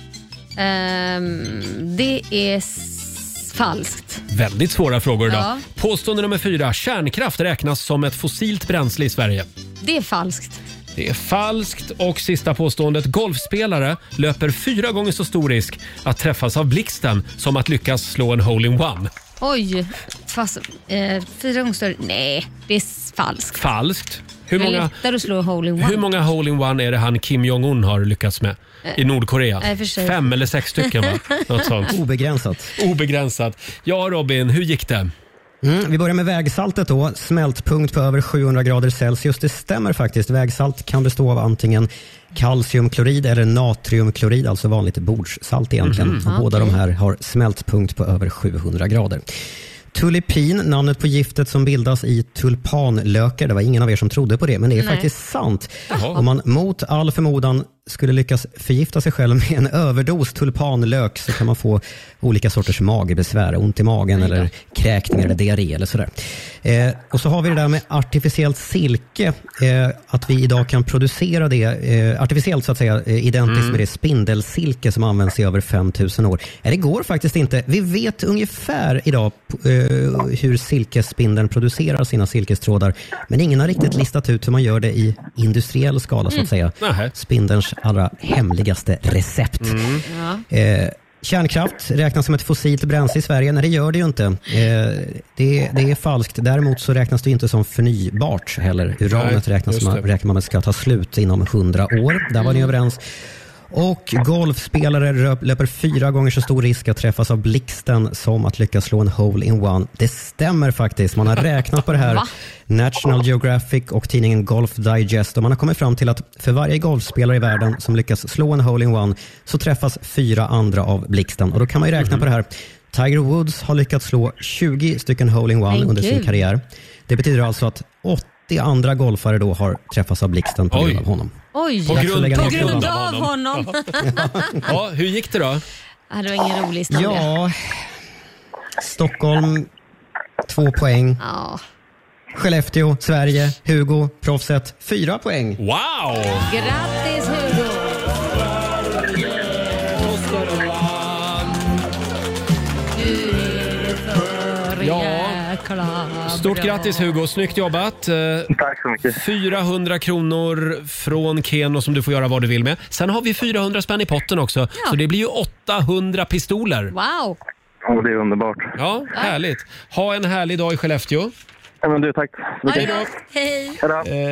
Speaker 3: Ehm, det är s- falskt.
Speaker 1: Väldigt svåra frågor idag.
Speaker 3: Ja.
Speaker 1: Påstående nummer fyra. Kärnkraft räknas som ett fossilt bränsle i Sverige.
Speaker 3: Det är falskt.
Speaker 1: Det är falskt. Och sista påståendet. Golfspelare löper fyra gånger så stor risk att träffas av blixten som att lyckas slå en hole-in-one.
Speaker 3: Oj, fast, eh, fyra gånger större. Nej, det är s- falskt.
Speaker 1: Falskt. Hur
Speaker 3: det är
Speaker 1: många,
Speaker 3: lättare att slå hole in one.
Speaker 1: hur många hole-in-one är det han Kim Jong-Un har lyckats med i
Speaker 3: Eh,
Speaker 1: Nordkorea?
Speaker 3: Nej, för sig.
Speaker 1: Fem eller sex stycken va? Något sånt.
Speaker 4: Obegränsat.
Speaker 1: Obegränsat. Ja Robin, hur gick det?
Speaker 4: Mm, vi börjar med vägsaltet då. Smältpunkt på över 700 grader Celsius. Det stämmer faktiskt. Vägsalt kan bestå av antingen kalciumklorid eller natriumklorid, alltså vanligt bordssalt egentligen.
Speaker 1: Mm.
Speaker 21: Mhm.
Speaker 4: Och båda
Speaker 21: Okej.
Speaker 4: de här har smältpunkt på över 700 grader. Tulipin, namnet på giftet som bildas i tulpanlökar. Det var ingen av er som trodde på det, men det är
Speaker 21: Nej.
Speaker 4: faktiskt sant.
Speaker 21: Jaha.
Speaker 4: Om man mot all förmodan skulle lyckas förgifta sig själv med en överdos tulpanlök så kan man få olika sorters magbesvär, ont i magen eller kräkningar eller diarré eller sådär. Eh, och så har vi det där med artificiellt silke, eh, att vi idag kan producera det eh, artificiellt så att säga, eh, identiskt
Speaker 21: Mm.
Speaker 4: med det spindelsilke som används i över 5000 år. Nej, det går faktiskt inte. Vi vet ungefär idag eh, hur silkesspindeln producerar sina silkestrådar, men ingen har riktigt listat ut hur man gör det i industriell skala så
Speaker 21: Mm.
Speaker 4: att säga.
Speaker 1: Nähä.
Speaker 4: Spindelns allra hemligaste recept.
Speaker 21: Ja.
Speaker 4: Eh, Kärnkraft räknas som ett fossilt bränsle i Sverige. Nej, det gör det ju inte. Eh, det, det är falskt. Däremot så räknas det ju inte som förnybart heller. Uranet
Speaker 21: Nej,
Speaker 4: räknas
Speaker 21: just det.
Speaker 4: som, räknar man med ska ta slut inom 100 år. Där var ni överens. Och golfspelare röp- löper fyra gånger så stor risk att träffas av blixten som att lyckas slå en hole-in-one. Det stämmer faktiskt. Man har räknat på det här.
Speaker 21: Va?
Speaker 4: National Geographic och tidningen Golf Digest och man har kommit fram till att för varje golfspelare i världen som lyckas slå en hole-in-one så träffas fyra andra av blixten. Och då kan man ju räkna
Speaker 21: Mhm.
Speaker 4: på det här. Tiger Woods har lyckats slå 20 stycken hole-in-one
Speaker 21: Men
Speaker 4: under sin
Speaker 21: gud.
Speaker 4: karriär. Det betyder alltså att 80 andra golfare då har träffats av blixten på grund av honom.
Speaker 3: Oj,
Speaker 4: På Dags att grund- lägga
Speaker 3: på
Speaker 4: ner klubban.
Speaker 3: grund av honom.
Speaker 1: Ja, hur gick det då?
Speaker 3: Ah, det var ingen rolig historia.
Speaker 4: Ja, Stockholm, två poäng. Skellefteå, Sverige, Hugo, proffset, fyra poäng.
Speaker 1: Wow!
Speaker 3: Grattis Hugo! Du är för
Speaker 1: Ja.
Speaker 3: jäkla
Speaker 1: Stort
Speaker 3: bra.
Speaker 1: grattis Hugo, snyggt jobbat. Tack så mycket. 400 kronor från Keno som du får göra vad du vill med. Sen har vi 400 spänn i potten också, så det blir ju 800 pistoler.
Speaker 3: Wow!
Speaker 20: Och det är underbart.
Speaker 1: Ja, härligt. Ha en härlig dag i Skellefteå.
Speaker 20: Ja, men du, tack så mycket.
Speaker 3: Hej!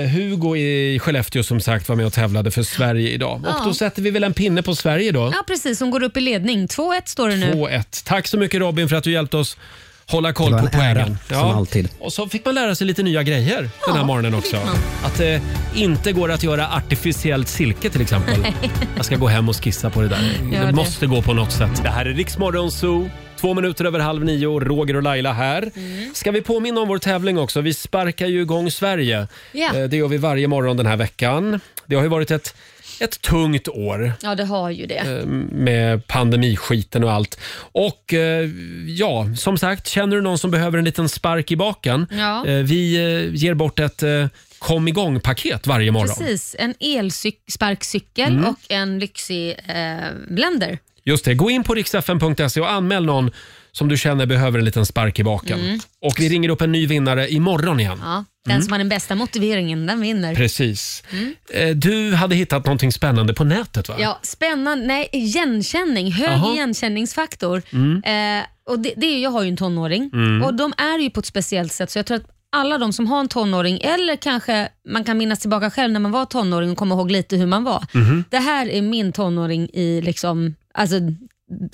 Speaker 1: Eh, Hugo i Skellefteå som sagt var med och tävlade för Sverige idag.
Speaker 3: Ja.
Speaker 1: Och då sätter vi väl en pinne på Sverige då.
Speaker 3: Ja precis, hon går upp i ledning. 2-1 står det nu.
Speaker 1: 2-1. Tack så mycket Robin för att du hjälpte oss hålla koll
Speaker 4: Det var
Speaker 1: på
Speaker 4: en ära,
Speaker 1: poängen.
Speaker 4: som alltid.
Speaker 1: Och så fick man lära sig lite nya grejer den här morgonen också. Att det inte går att göra artificiellt silke till exempel.
Speaker 21: Nej.
Speaker 1: Jag ska gå hem och skissa på det där.
Speaker 21: Gör
Speaker 1: Det
Speaker 21: det.
Speaker 1: måste gå på något sätt. Det här är Riksmorgon Zoo. Två minuter över halv nio, Roger och Laila här. Ska vi påminna om vår tävling också? Vi sparkar ju igång Sverige.
Speaker 3: Ja.
Speaker 1: Eh, Det gör vi varje morgon den här veckan. Det har ju varit ett, ett tungt år
Speaker 3: Ja, det har ju det.
Speaker 1: eh, med pandemiskiten och allt. Och eh, ja, som sagt, känner du någon som behöver en liten spark i baken?
Speaker 3: Ja.
Speaker 1: Eh, Vi eh, ger bort ett eh, kom igång-paket varje morgon.
Speaker 3: Precis, en elsparkcykel
Speaker 1: Mm.
Speaker 3: och en lyxig eh, blender.
Speaker 1: Just det, gå in på riksfn.se och anmäl någon som du känner behöver en liten spark i baken.
Speaker 3: Mm.
Speaker 1: Och vi ringer upp en ny vinnare imorgon igen.
Speaker 3: Ja, den
Speaker 1: Mm.
Speaker 3: som har den bästa motiveringen, den vinner.
Speaker 1: Precis.
Speaker 3: Mm.
Speaker 1: Eh, Du hade hittat någonting spännande på nätet va?
Speaker 3: Ja, spännande. Nej, igenkänning. Hög
Speaker 1: Jaha.
Speaker 3: igenkänningsfaktor.
Speaker 1: Mm.
Speaker 3: Eh, och det, det är, ju- jag har ju en tonåring
Speaker 1: Mm.
Speaker 3: och de är ju på ett speciellt sätt så jag tror att alla de som har en tonåring eller kanske man kan minnas tillbaka själv när man var tonåring och komma ihåg lite hur man var.
Speaker 1: Mhm.
Speaker 3: Det här är min tonåring i liksom, alltså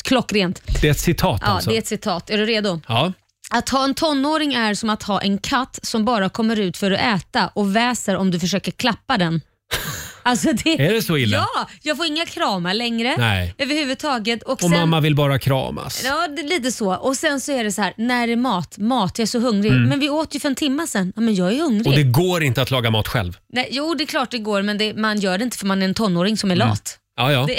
Speaker 3: klockrent.
Speaker 1: Det är ett citat
Speaker 3: Ja,
Speaker 1: alltså?
Speaker 3: det är ett citat. Är du redo?
Speaker 1: Ja.
Speaker 3: Att ha en tonåring är som att ha en katt som bara kommer ut för att äta och väser om du försöker klappa den. Alltså det,
Speaker 1: Är det så illa?
Speaker 3: Ja, jag får inga kramar längre
Speaker 1: Nej.
Speaker 3: överhuvudtaget. Och,
Speaker 1: Och
Speaker 3: sen,
Speaker 1: mamma vill bara kramas.
Speaker 3: Ja, det är lite så. Och sen så är det så här, när är mat? Mat, jag är så hungrig.
Speaker 1: Mm.
Speaker 3: Men vi åt ju för en timme sen. Ja, men jag är hungrig.
Speaker 1: Och det går inte att laga mat själv.
Speaker 3: Nej, jo, det är klart det går, men det, man gör det inte för man är en tonåring som är lat.
Speaker 1: Ja, ja.
Speaker 3: Det,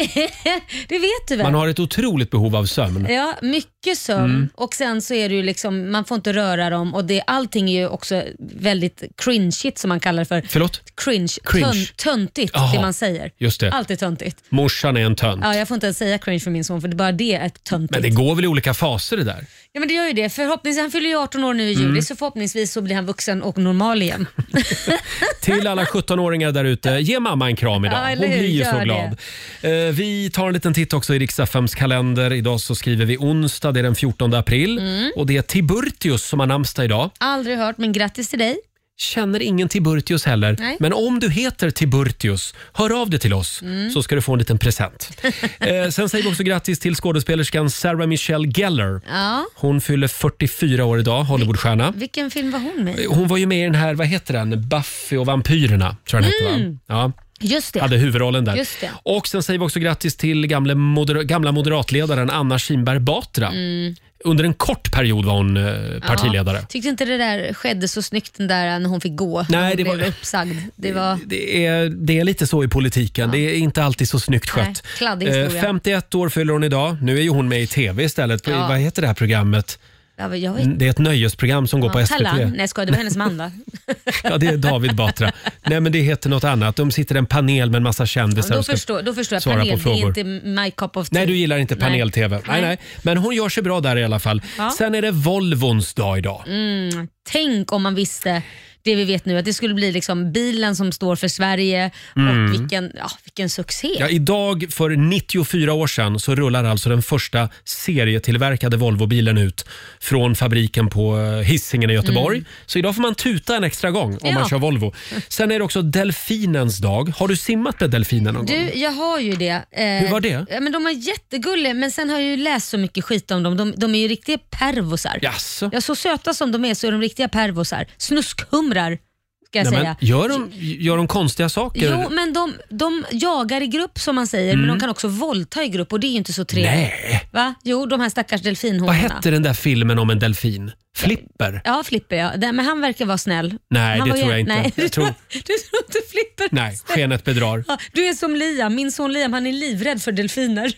Speaker 3: det vet du väl?
Speaker 1: Man har ett otroligt behov av sömn.
Speaker 3: Ja, mycket sömn
Speaker 1: Mm.
Speaker 3: och sen så är det ju liksom, man får inte röra dem och det, allting är ju också väldigt cringeigt som man kallar det för.
Speaker 1: Förlåt?
Speaker 3: Cringe.
Speaker 1: Cringe.
Speaker 3: Tön, töntigt,
Speaker 1: Jaha,
Speaker 3: det man säger.
Speaker 1: just det.
Speaker 3: Allt är töntigt.
Speaker 1: Morsan är en tönt.
Speaker 3: Ja, jag får inte ens säga cringe för min son för det bara det är töntigt.
Speaker 1: Men det går väl i olika faser det där?
Speaker 3: Ja men det gör ju det. Förhoppningsvis, han fyller ju 18 år nu i
Speaker 1: Mm.
Speaker 3: juli så förhoppningsvis så blir han vuxen och normal igen.
Speaker 1: Till alla 17-åringar där ute, ge mamma en kram idag.
Speaker 3: Ja,
Speaker 1: Hon
Speaker 3: eller hur?
Speaker 1: blir ju så
Speaker 3: Gör det.
Speaker 1: glad. Eh, Vi tar en liten titt också i Riks-FMs kalender. Idag så skriver vi onsdag, det är den 14 april.
Speaker 3: Mm.
Speaker 1: Och det är Tiburtius som har namnsdag idag.
Speaker 3: Aldrig hört men grattis till dig.
Speaker 1: Känner ingen Tiburtius heller.
Speaker 3: Nej.
Speaker 1: Men om du heter Tiburtius, hör av dig till oss
Speaker 3: Mm.
Speaker 1: så ska du få en liten present. Eh, sen säger vi också grattis till skådespelerskan Sarah Michelle Gellar.
Speaker 3: Ja.
Speaker 1: Hon fyller 44 år idag, Hollywoodstjärna.
Speaker 3: Vilken film var hon med i?
Speaker 1: Hon var ju med i den här, vad heter den? Buffy och vampyrerna, tror jag den hette
Speaker 3: Mm.
Speaker 1: va? Ja.
Speaker 3: Just det.
Speaker 1: Hade huvudrollen där.
Speaker 3: Just det.
Speaker 1: Och sen säger vi också grattis till gamle moder gamla moderatledaren Anna Kinberg Batra.
Speaker 3: Mm.
Speaker 1: Under en kort period var hon eh, partiledare.
Speaker 3: Ja. Tyckte inte det där skedde så snyggt den där eh, när hon fick gå.
Speaker 1: Nej,
Speaker 3: när hon
Speaker 1: det var-
Speaker 3: blev uppsagd. Det var...
Speaker 1: Det, är, det är lite så i politiken. Det är inte alltid så snyggt
Speaker 3: Nej,
Speaker 1: skött.
Speaker 3: kladdig historia.
Speaker 1: 51 år fyller hon idag. Nu är ju hon med i tv istället.
Speaker 3: Ja.
Speaker 1: Vad heter det här programmet?
Speaker 3: Ja, men jag vet-
Speaker 1: Det är ett nöjesprogram som går Mm, på
Speaker 3: Ja,
Speaker 1: SVT.
Speaker 3: Talang. Nej, jag skojar. Det var hennes man va?
Speaker 1: Ja, det är David Batra. Nej, men det heter något annat. De sitter i en panel med en massa
Speaker 3: Ja,
Speaker 1: kändisar
Speaker 3: men då,
Speaker 1: och ska
Speaker 3: förstår, då förstår jag.
Speaker 1: svara
Speaker 3: Panel,
Speaker 1: på
Speaker 3: det är
Speaker 1: frågor.
Speaker 3: inte my cup of tea.
Speaker 1: Nej, du gillar inte
Speaker 3: Nej.
Speaker 1: panel-tv. Nej. Nej.
Speaker 3: Nej.
Speaker 1: Men hon gör sig bra där i alla fall.
Speaker 3: Ja.
Speaker 1: Sen är det Volvons dag idag.
Speaker 3: Mm, tänk om man visste det vi vet nu, att det skulle bli liksom bilen som står för Sverige
Speaker 1: Mm.
Speaker 3: och vilken, ja, vilken succé.
Speaker 1: Ja, idag för 94 år sedan så rullar alltså den första serietillverkade Volvobilen ut från fabriken på eh, Hisingen i Göteborg.
Speaker 8: Mm.
Speaker 1: Så idag får man tuta en extra gång om
Speaker 3: Ja.
Speaker 1: man kör Volvo. Sen är det också delfinens dag. Har du simmat med delfiner någon gång?
Speaker 3: Du, jag har ju det. Eh,
Speaker 1: Mm. Hur var det?
Speaker 3: ja, Men de är jättegulliga, men sen har jag ju läst så mycket skit om dem. De, de är ju riktiga pervosar.
Speaker 1: Jaså?
Speaker 3: Ja, så söta som de är så är de riktiga pervosar. Snuskhumrar, ska jag
Speaker 1: Nej,
Speaker 3: säga.
Speaker 1: men gör, de, gör de konstiga saker?
Speaker 3: Jo, men de, de jagar i grupp som man säger,
Speaker 1: Mm.
Speaker 3: men de kan också våldta i grupp och det är ju inte så trevligt.
Speaker 1: Nej.
Speaker 3: Va? Jo, de här stackars delfinhonorna.
Speaker 1: Vad hette den där filmen om en delfin? Flipper?
Speaker 3: Ja, Flipper ja. Den- Men han verkar vara snäll.
Speaker 1: Nej,
Speaker 3: han
Speaker 1: det
Speaker 3: var ju-
Speaker 1: tror jag inte.
Speaker 3: Nej,
Speaker 1: Jag tror,
Speaker 3: du tror inte Flipper är
Speaker 1: nej,
Speaker 3: snäll?
Speaker 1: skenet bedrar.
Speaker 3: Ja, Du är som Liam, min son Liam, han är livrädd för delfiner.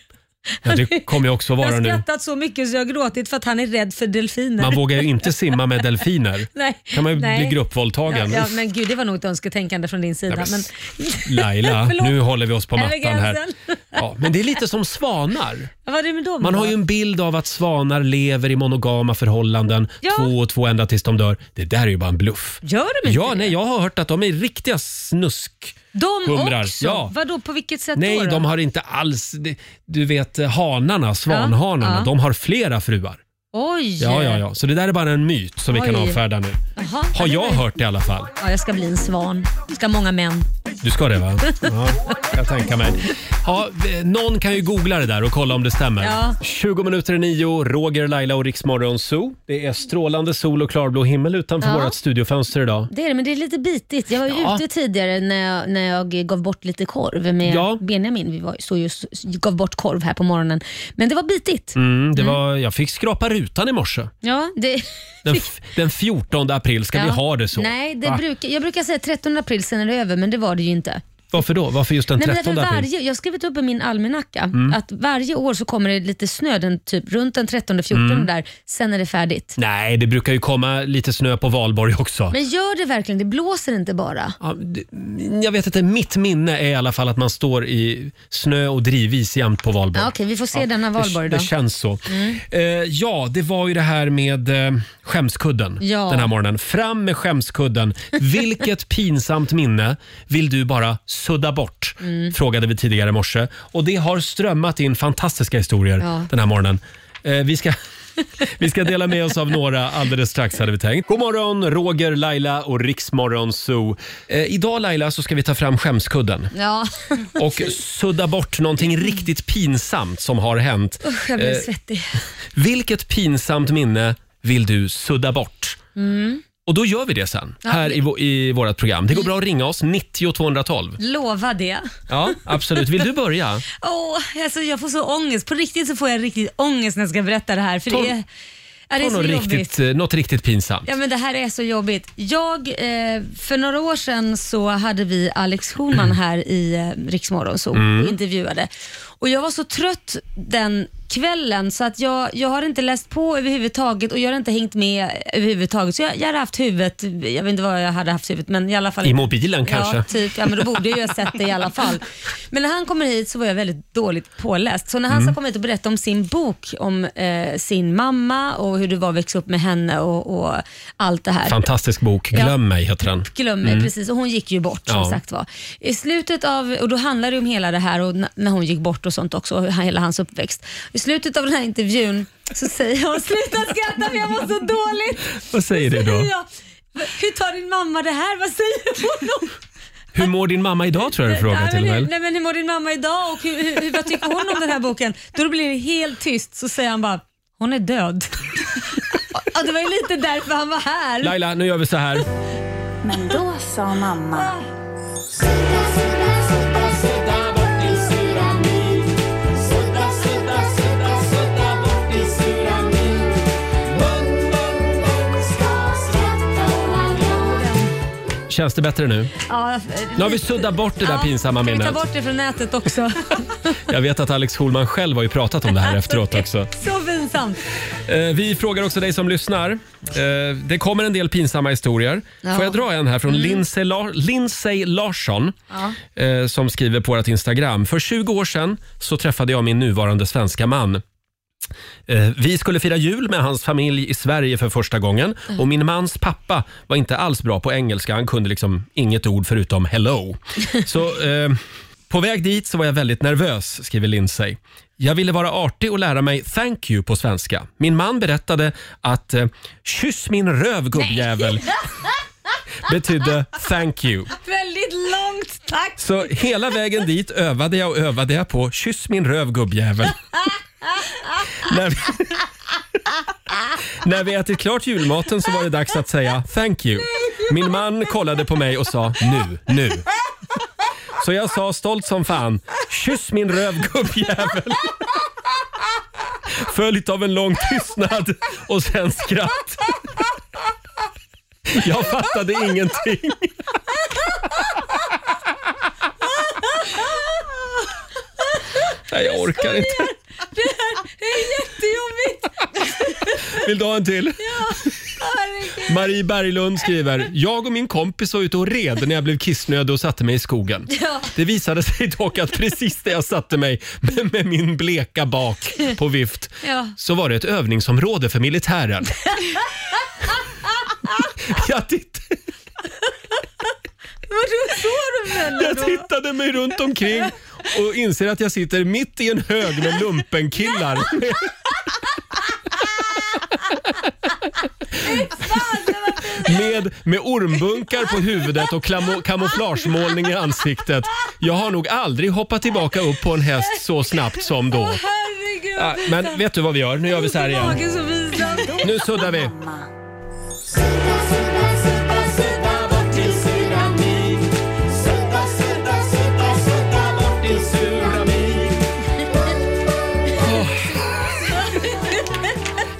Speaker 1: Ja, det kommer jag också
Speaker 3: Jag
Speaker 1: vara
Speaker 3: har
Speaker 1: nu.
Speaker 3: skrattat så mycket så jag har gråtit för att han är rädd för delfiner.
Speaker 1: Man vågar ju inte simma med delfiner.
Speaker 3: Nej.
Speaker 1: kan man ju
Speaker 3: nej.
Speaker 1: bli gruppvåldtagen.
Speaker 3: Ja, ja, men gud, det var nog ett önsketänkande från din sida.
Speaker 1: Nej, men
Speaker 3: Men...
Speaker 1: Laila,
Speaker 3: Förlåt.
Speaker 1: nu håller vi oss på
Speaker 3: Här är
Speaker 1: mattan här.
Speaker 3: gränsen.
Speaker 1: Ja, men det är lite som svanar.
Speaker 3: Vad är det med dem
Speaker 1: Man
Speaker 3: då?
Speaker 1: har ju en bild av att svanar lever i monogama förhållanden,
Speaker 3: Ja.
Speaker 1: två och två ända tills de dör. Det där är ju bara en bluff.
Speaker 3: Gör de inte
Speaker 1: Ja, nej, jag har hört att de är riktiga snusk.
Speaker 3: De
Speaker 1: humrar.
Speaker 3: också?
Speaker 1: Ja.
Speaker 3: Vadå, på vilket sätt
Speaker 1: Nej,
Speaker 3: då? då?
Speaker 1: de har inte alls... det- Du vet eh, hanarna, svanhanarna,
Speaker 3: Ja.
Speaker 1: de har flera fruar.
Speaker 3: Oj!
Speaker 1: Ja, ja, ja. Så det där är bara en myt som vi kan
Speaker 3: Oj.
Speaker 1: avfärda nu.
Speaker 3: Jaha, ja,
Speaker 1: Har
Speaker 3: det
Speaker 1: jag
Speaker 3: var ju-
Speaker 1: hört i alla fall.
Speaker 3: Ja, jag ska bli en svan. Ska ha många män.
Speaker 1: Du ska det va? Ja, jag tänker mig. Ja, eh, någon kan ju googla det där och kolla om det stämmer.
Speaker 3: Ja.
Speaker 1: 20 minuter i nio, Roger, Laila och Riksmorgon Zoo. Det är strålande sol och klarblå himmel utanför
Speaker 3: Ja.
Speaker 1: vårt studiofönster idag.
Speaker 3: Det är det, men det är lite bitigt. Jag var ju
Speaker 1: Ja.
Speaker 3: ute tidigare när jag, när jag gav bort lite korv med
Speaker 1: Ja.
Speaker 3: Benjamin. Vi var, så just, gav bort korv här på morgonen. Men det var bitigt.
Speaker 1: Mm, det var, jag fick skrapa rutan i morse.
Speaker 3: Ja, det,
Speaker 1: Den, f- den 14 april ska
Speaker 3: ja.
Speaker 1: vi ha det så.
Speaker 3: Nej, det
Speaker 1: Va?
Speaker 3: brukar, jag brukar säga 13 april, sen är det över, men det var det ju inte.
Speaker 1: Varför då? Varför just den
Speaker 3: Nej, men
Speaker 1: 13
Speaker 3: därför
Speaker 1: april?
Speaker 3: varje, jag har skrivit upp i min almanacka
Speaker 1: Mm.
Speaker 3: att varje år så kommer det lite snö den, typ, runt den 13-14
Speaker 1: Mm.
Speaker 3: där, sen är det färdigt.
Speaker 1: Nej, det brukar ju komma lite snö på valborg också.
Speaker 3: Men gör det verkligen? Det blåser inte bara.
Speaker 1: Ja, det, jag vet inte, mitt minne är i alla fall att man står i snö och drivis jämt på valborg.
Speaker 3: Ja, Okej, vi får se denna valborg
Speaker 1: det,
Speaker 3: då.
Speaker 1: det känns så.
Speaker 3: Mm.
Speaker 1: Eh, ja, det var ju det här med eh, skämskudden
Speaker 3: Ja.
Speaker 1: den här morgonen. Fram med skämskudden. Vilket pinsamt minne vill du bara sudda bort?
Speaker 8: Mm.
Speaker 1: Frågade vi tidigare i morse. Och det har strömmat in fantastiska historier
Speaker 8: Ja.
Speaker 1: den här morgonen. Eh, vi ska... Vi ska dela med oss av några alldeles strax hade vi tänkt. God morgon, Roger, Laila och Riksmorgon Zoo. Eh, idag Laila så ska vi ta fram skämskudden
Speaker 3: Ja.
Speaker 1: och sudda bort någonting riktigt pinsamt som har hänt.
Speaker 3: Usch, jag blir
Speaker 1: Eh,
Speaker 3: svettig.
Speaker 1: vilket pinsamt minne vill du sudda bort?
Speaker 3: Mm.
Speaker 1: Och då gör vi det sen,
Speaker 3: Ja, Mm.
Speaker 1: här
Speaker 3: det-
Speaker 1: i, vå- i vårt program. Det går bra att ringa oss, 90 212.
Speaker 3: Lova det.
Speaker 1: Ja, absolut. Vill du börja?
Speaker 3: Åh, alltså jag får så ångest. På riktigt så får jag riktigt ångest när jag ska berätta det här. För det är, ja, det är
Speaker 1: Ta
Speaker 3: så
Speaker 1: något
Speaker 3: jobbigt.
Speaker 1: riktigt, eh, något riktigt pinsamt.
Speaker 3: Ja, men det här är så jobbigt. Jag, eh, för några år sedan så hade vi Alex Schulman
Speaker 1: Mm.
Speaker 3: här i eh, Riksmorgon så
Speaker 8: Mm.
Speaker 3: och intervjuade. Och jag var så trött den kvällen så att jag, jag har inte läst på överhuvudtaget och jag har inte hängt med överhuvudtaget. Så jag, jag hade haft huvudet, jag vet inte vad jag hade haft huvudet men i alla fall.
Speaker 1: I mobilen kanske?
Speaker 3: Ja, typ. Ja, men då borde jag ju ha sett det i alla fall. Men när han kommer hit så var jag väldigt dåligt påläst. Så när han
Speaker 8: Mm.
Speaker 3: ska komma hit och berätta om sin bok, om eh, sin mamma och hur det var att växa upp med henne och, och allt det här.
Speaker 1: Fantastisk bok.
Speaker 3: Ja.
Speaker 1: Glöm mig heter den.
Speaker 3: Glöm mig,
Speaker 1: Mm.
Speaker 3: precis. Och hon gick ju bort
Speaker 1: Ja.
Speaker 3: som sagt var. I slutet av, och då handlar det om hela det här och n- när hon gick bort och sånt också, och hela hans uppväxt. I slutet av den här intervjun så säger hon, sluta skratta för jag mår så dåligt.
Speaker 1: Vad säger du då?
Speaker 3: Ja. Hur tar din mamma det här? Vad säger hon? om
Speaker 1: Hur mår din mamma idag tror jag du frågar
Speaker 3: nej,
Speaker 1: till och
Speaker 3: men, hur-
Speaker 1: med.
Speaker 3: nej, men hur mår din mamma idag och hur, hur, hur, vad tycker hon om den här boken? Då blir det helt tyst så säger han bara, hon är död. ja, det var ju lite därför han var här.
Speaker 1: Laila, nu gör vi så här.
Speaker 5: Men då sa mamma.
Speaker 1: Känns det bättre nu?
Speaker 3: Ja,
Speaker 1: Nu har vi suddat bort det där pinsamma
Speaker 3: Kan vi ta
Speaker 1: minnet.
Speaker 3: bort det från nätet också?
Speaker 1: Jag vet att Alex Schulman själv har ju pratat om det här efteråt också.
Speaker 3: Så pinsamt.
Speaker 1: Eh, Vi frågar också dig som lyssnar. Eh, Det kommer en del pinsamma historier.
Speaker 8: Ja.
Speaker 1: Får jag dra en här från
Speaker 8: Mm.
Speaker 1: Lindsay, La- Lindsay Larsson
Speaker 8: Ja.
Speaker 1: eh, som skriver på vårt Instagram. För 20 år sedan så träffade jag min nuvarande svenska man. Eh, Vi skulle fira jul med hans familj i Sverige för första gången
Speaker 3: Mm.
Speaker 1: och min mans pappa var inte alls bra på engelska. Han kunde liksom inget ord förutom hello. Så eh, på väg dit så var jag väldigt nervös, skriver Lindsay. Jag ville vara artig och lära mig thank you på svenska. Min man berättade att eh, kyss min röv gubbjävel betydde thank you.
Speaker 3: Väldigt långt, tack.
Speaker 1: Så hela vägen dit övade jag och övade jag på kyss min röv gubbjävel. när, vi, när vi ätit klart julmaten så var det dags att säga thank you. Min man kollade på mig och sa nu, nu. Så jag sa stolt som fan, kyss min röv gubbjävel. Följt av en lång tystnad och sen skratt. Jag fattade ingenting. Nej, jag orkar inte.
Speaker 8: Det här är jättejobbigt.
Speaker 1: Vill du ha en till?
Speaker 8: Ja, herregud.
Speaker 1: Marie Berglund skriver, jag och min kompis var ute och red när jag blev kissnödig och satte mig i skogen.
Speaker 8: Ja.
Speaker 1: Det visade sig dock att precis där jag satte mig med, med min bleka bak på vift
Speaker 8: Ja.
Speaker 1: så var det ett övningsområde för militären. Jag, titt-
Speaker 8: Vadå så du menar
Speaker 1: jag tittade mig runt omkring och inser att jag sitter mitt i en hög med lumpenkillar. Med, med ormbunkar på huvudet och klamo- kamouflagemålning i ansiktet. Jag har nog aldrig hoppat tillbaka upp på en häst så snabbt som då.
Speaker 8: herregud.
Speaker 1: Ja, men vet du vad vi gör? Nu gör vi så här igen.
Speaker 8: Magen så visar.
Speaker 1: Nu suddar vi.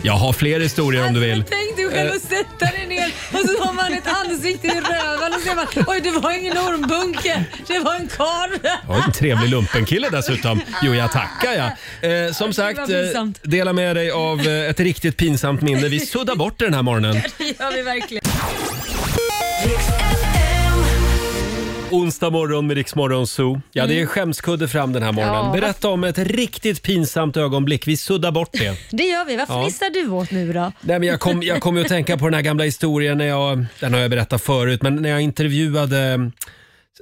Speaker 1: Jag har fler historier om du vill. Eh.
Speaker 8: Tänk dig själv att sätta dig ner och så har man ett ansikte i röven och så
Speaker 3: känner man, oj det var ingen ormbunke, det var en karl.
Speaker 1: Ja, en trevlig lumpenkille dessutom. Jo, jag tackar jag. Eh, som sagt,
Speaker 3: Det var
Speaker 1: eh,
Speaker 3: pinsamt.
Speaker 1: dela med dig av eh, ett riktigt pinsamt minne. Vi suddar bort det den här morgonen.
Speaker 3: Det gör vi verkligen.
Speaker 1: Onsdag morgon med Rix Morgon Zoo. Ja, det är
Speaker 3: Mm.
Speaker 1: skämskudde fram den här morgonen.
Speaker 3: Ja.
Speaker 1: Berätta om ett riktigt pinsamt ögonblick. Vi suddar bort det.
Speaker 3: Det gör vi. Vad
Speaker 1: Ja.
Speaker 3: fnissar du åt nu då?
Speaker 1: Nej, men jag kom ju jag kom ju att tänka på den här gamla historien när jag, den har jag berättat förut, men när jag intervjuade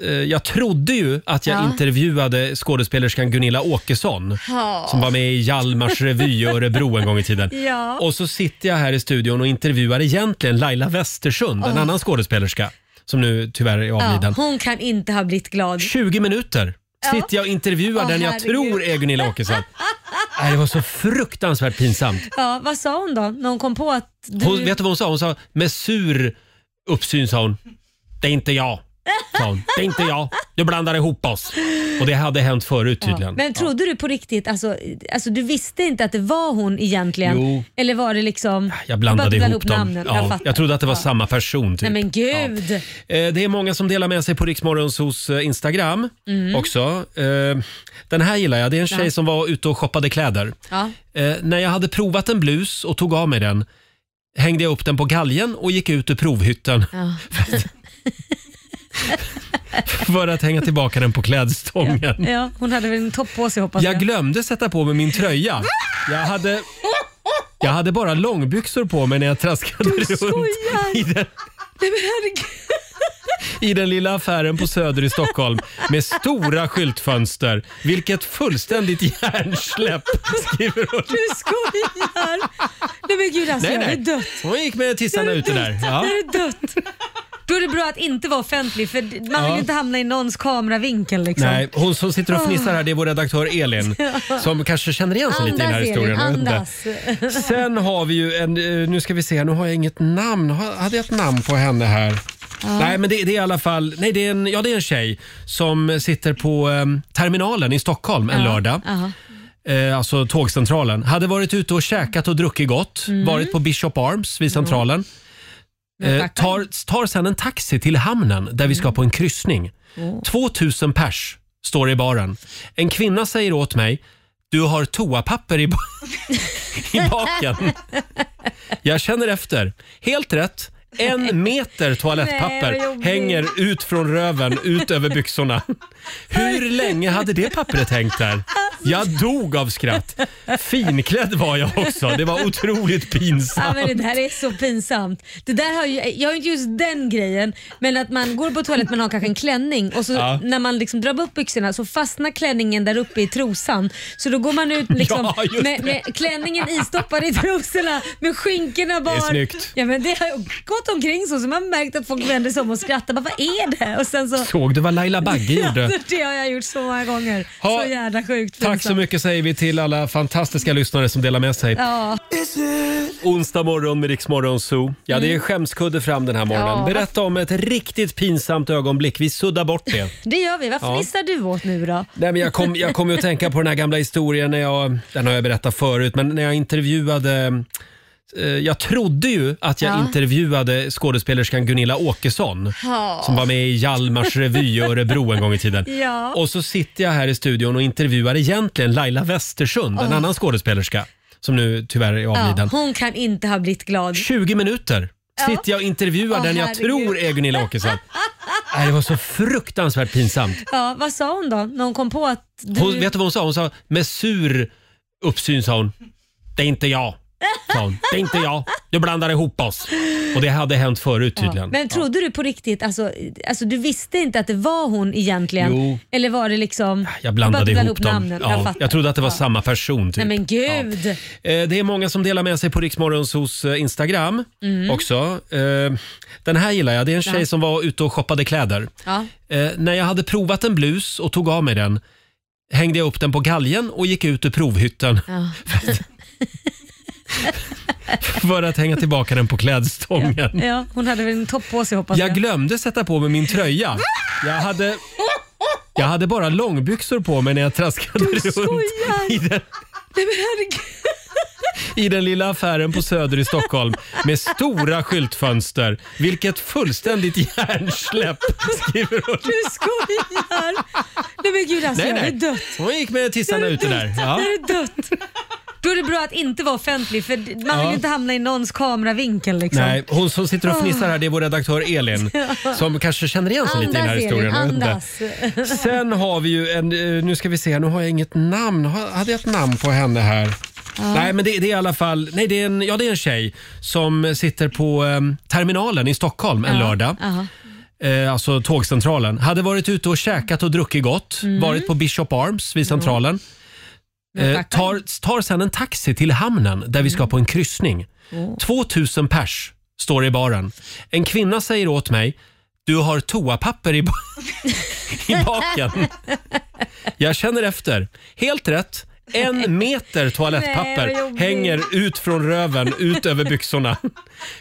Speaker 1: eh, jag trodde ju att jag
Speaker 3: Ja.
Speaker 1: intervjuade skådespelerskan Gunilla Åkesson
Speaker 3: Ja.
Speaker 1: som var med i Hjalmars revy i Örebro en gång i tiden.
Speaker 3: Ja.
Speaker 1: Och så sitter jag här i studion och intervjuar egentligen Laila Westersund, en
Speaker 3: Oh.
Speaker 1: annan skådespelerska som nu tyvärr är
Speaker 3: Ja,
Speaker 1: avliden.
Speaker 3: hon kan inte ha blivit glad.
Speaker 1: 20 minuter sitter jag och intervjuar
Speaker 3: Åh,
Speaker 1: den jag
Speaker 3: herregud.
Speaker 1: tror är Gunilla Åkesson. Nej, det var så fruktansvärt pinsamt.
Speaker 3: Ja, vad sa hon då när hon kom på att du...
Speaker 1: Hon, vet du vad hon sa? Hon sa med sur uppsyn sa hon. Det är inte jag. Sa hon. Det är inte jag. Du blandar ihop oss. Och det hade hänt förut tydligen.
Speaker 3: Men trodde du på riktigt, alltså, alltså du visste inte att det var hon egentligen?
Speaker 1: Jo.
Speaker 3: Eller var det liksom...
Speaker 1: Jag blandade
Speaker 3: du bara
Speaker 1: ihop,
Speaker 3: blandade
Speaker 1: dem.
Speaker 3: namnen?
Speaker 1: ja,
Speaker 3: jag
Speaker 1: jag,
Speaker 3: fattar.
Speaker 1: trodde att det var
Speaker 3: Ja.
Speaker 1: samma person. Typ.
Speaker 3: Nej men gud!
Speaker 1: Eh, Det är många som delar med sig på Riksmorgons hos eh, Instagram
Speaker 3: Mm.
Speaker 1: också. Eh, Den här gillar jag. Det är en tjej
Speaker 3: Ja.
Speaker 1: som var ute och shoppade kläder.
Speaker 3: Ja.
Speaker 1: Eh, När jag hade provat en blus och tog av mig den hängde jag upp den på galgen och gick ut ur provhytten
Speaker 3: Ja.
Speaker 1: för att hänga tillbaka den på klädstången.
Speaker 3: ja, hon hade väl en topp på sig hoppas jag.
Speaker 1: Jag glömde sätta på mig min tröja. Jag hade, jag hade bara långbyxor på mig när jag traskade runt
Speaker 3: skojar.
Speaker 1: i den,
Speaker 3: Nej men herregud.
Speaker 1: i den lilla affären på Söder i Stockholm med stora skyltfönster. Vilket fullständigt hjärnsläpp, skriver hon.
Speaker 3: Du skojar! Nej men gud alltså
Speaker 1: Nej,
Speaker 3: jag
Speaker 1: nej.
Speaker 3: är dött.
Speaker 1: Hon gick med tissarna
Speaker 3: Jag är
Speaker 1: ute där.
Speaker 3: dött.
Speaker 1: Ja.
Speaker 3: Jag är dött. Då är det bra att inte vara offentlig för man vill
Speaker 1: Ja.
Speaker 3: ju inte hamna i någons kameravinkel liksom.
Speaker 1: Nej, hon som sitter och fnissar här det är vår redaktör Elin
Speaker 3: Ja.
Speaker 1: som kanske känner igen sig lite i den här
Speaker 3: Andas, Elin,
Speaker 1: historien. Jag vet inte.
Speaker 3: Andas.
Speaker 1: Sen har vi ju en, eh, nu ska vi se, här, nu har jag inget namn. Ha- Hade jag ett namn på henne här?
Speaker 3: Ja.
Speaker 1: Nej, men det, det är i alla fall, nej det är en, ja det är en tjej som sitter på eh, terminalen i Stockholm en lördag.
Speaker 3: Jaha.
Speaker 1: Eh, alltså tågcentralen. Hade varit ute och käkat och druckit gott.
Speaker 3: Mm.
Speaker 1: Varit på Bishop Arms vid centralen.
Speaker 3: Men
Speaker 1: Eh,
Speaker 3: tackar. Mm.
Speaker 1: tar, tar sen en taxi till hamnen där vi ska på en kryssning. 2000 pers står i baren. En kvinna säger åt mig, du har toapapper i, ba- i baken. Jag känner efter. Helt rätt. En meter
Speaker 8: Nej, vad
Speaker 1: toalettpapper
Speaker 8: jobbigt.
Speaker 1: hänger ut från röven, ut över byxorna. Hur länge hade det pappret hängt där? Jag dog av skratt. Finklädd var jag också. Det var otroligt pinsamt.
Speaker 3: Ja, men det där är så pinsamt. Det där har ju, jag har ju inte just den grejen, men att man går på toaletten man har kanske en klänning och så
Speaker 1: Ja.
Speaker 3: när man liksom drar upp byxorna så fastnar klänningen där uppe i trosan. Så då går man ut liksom
Speaker 1: Ja, just
Speaker 3: med,
Speaker 1: det.
Speaker 3: med klänningen istoppad i trosorna med skinkorna
Speaker 1: Det är
Speaker 3: bara.
Speaker 1: snyggt.
Speaker 3: Ja, men det har ju gått omkring så, så man har märkt att folk vänder sig om och skrattar. Bara, vad är det? Och sen så,
Speaker 1: Såg du vad Laila Bagge gjorde?
Speaker 3: Alltså, det har jag gjort så många gånger.
Speaker 1: Ha.
Speaker 3: Så jävla sjukt
Speaker 1: Tack så
Speaker 3: pinsamt.
Speaker 1: mycket säger vi till alla fantastiska lyssnare som delar med sig.
Speaker 3: Ja.
Speaker 1: Onsdag morgon med Rix Morgon Zoo. Ja, det är
Speaker 3: Mm.
Speaker 1: skämskudde fram den här morgonen.
Speaker 3: Ja.
Speaker 1: Berätta om ett riktigt pinsamt ögonblick. Vi suddar bort det.
Speaker 3: Det gör vi. Vad
Speaker 1: Ja.
Speaker 3: fnissar du åt nu då?
Speaker 1: Nej, men jag kom, jag kom ju att tänka på den här gamla historien när jag, den har jag berättat förut, men när jag intervjuade eh, jag trodde ju att jag
Speaker 3: Ja.
Speaker 1: intervjuade skådespelerskan Gunilla Åkesson
Speaker 3: Ja.
Speaker 1: som var med i Hjalmars revy i Örebro en gång i tiden.
Speaker 3: Ja.
Speaker 1: Och så sitter jag här i studion och intervjuar egentligen Laila Westersund, en
Speaker 3: Oh.
Speaker 1: annan skådespelerska som nu tyvärr är avliden.
Speaker 3: Ja, hon kan inte ha blivit glad.
Speaker 1: 20 minuter sitter jag och intervjuar
Speaker 3: Åh,
Speaker 1: den jag
Speaker 3: herregud.
Speaker 1: tror är Gunilla Åkesson. Nej, det var så fruktansvärt pinsamt.
Speaker 3: Ja, vad sa hon då när hon kom på att du...
Speaker 1: Hon, vet du vad hon sa? Hon sa med sur uppsyn sa hon. Det är inte jag. Sa hon. Det är inte jag. Du blandar ihop oss. Och det hade hänt förut tydligen.
Speaker 3: Men trodde du på riktigt, alltså, alltså du visste inte att det var hon egentligen?
Speaker 1: Jo.
Speaker 3: Eller var det liksom...
Speaker 1: Jag blandade
Speaker 3: Du bara blandade
Speaker 1: ihop dem.
Speaker 3: namnen. jag
Speaker 1: ja,
Speaker 3: fattar.
Speaker 1: jag trodde att det var samma person. Typ.
Speaker 3: Nej men gud.
Speaker 1: Eh, Det är många som delar med sig på Riksmorgons hos eh, Instagram
Speaker 3: Mm.
Speaker 1: också. Eh, Den här gillar jag. Det är en tjej
Speaker 3: Ja.
Speaker 1: som var ute och shoppade kläder.
Speaker 3: Ja.
Speaker 1: Eh, När jag hade provat en blus och tog av mig den hängde jag upp den på galgen och gick ut ur provhytten
Speaker 3: Ja.
Speaker 1: för att hänga tillbaka den på klädstången.
Speaker 3: ja, hon hade väl en topp på sig hoppas jag.
Speaker 1: Jag glömde sätta på mig min tröja. Jag hade, jag hade bara långbyxor på mig när jag traskade
Speaker 3: Du
Speaker 1: runt.
Speaker 3: skojar.
Speaker 1: I den,
Speaker 3: Nej men herregud.
Speaker 1: i den lilla affären på Söder i Stockholm med stora skyltfönster. Vilket fullständigt hjärnsläpp, skriver hon.
Speaker 3: Du skojar! Nej men gud alltså,
Speaker 1: Nej,
Speaker 3: jag
Speaker 1: nej.
Speaker 3: är dött.
Speaker 1: Hon gick med tissarna ute där.
Speaker 3: Ja.
Speaker 1: Ja.
Speaker 3: Det är dött. Då är det bra att inte vara offentlig för man vill
Speaker 1: Ja.
Speaker 3: inte hamna i någons kameravinkel. Liksom.
Speaker 1: Nej, hon som sitter och fnissar här, det är vår redaktör Elin
Speaker 3: Ja.
Speaker 1: som kanske känner igen sig lite i den
Speaker 3: Andas,
Speaker 1: här
Speaker 3: Elin,
Speaker 1: historien. Jag vet inte.
Speaker 3: Andas.
Speaker 1: Sen har vi ju en, eh, nu ska vi se, här, nu har jag inget namn. Har- Hade jag ett namn på henne här?
Speaker 8: Ja.
Speaker 1: Nej, men det, det är i alla fall, nej det är en, ja det är en tjej som sitter på em, terminalen i Stockholm en lördag.
Speaker 3: Ja.
Speaker 1: Eh, alltså tågcentralen. Hade varit ute och käkat och druckit gott.
Speaker 8: Mm.
Speaker 1: Varit på Bishop Arms vid centralen.
Speaker 8: Men
Speaker 1: Eh,
Speaker 8: tackar.
Speaker 1: tar, tar sen en taxi till hamnen där vi
Speaker 8: Mm.
Speaker 1: ska på en kryssning. 2000 pers står i baren. En kvinna säger åt mig, du har toapapper i, ba- i baken. Jag känner efter. Helt rätt. En meter toalettpapper
Speaker 8: Nej, vad jobbigt.
Speaker 1: hänger ut från röven, ut över byxorna.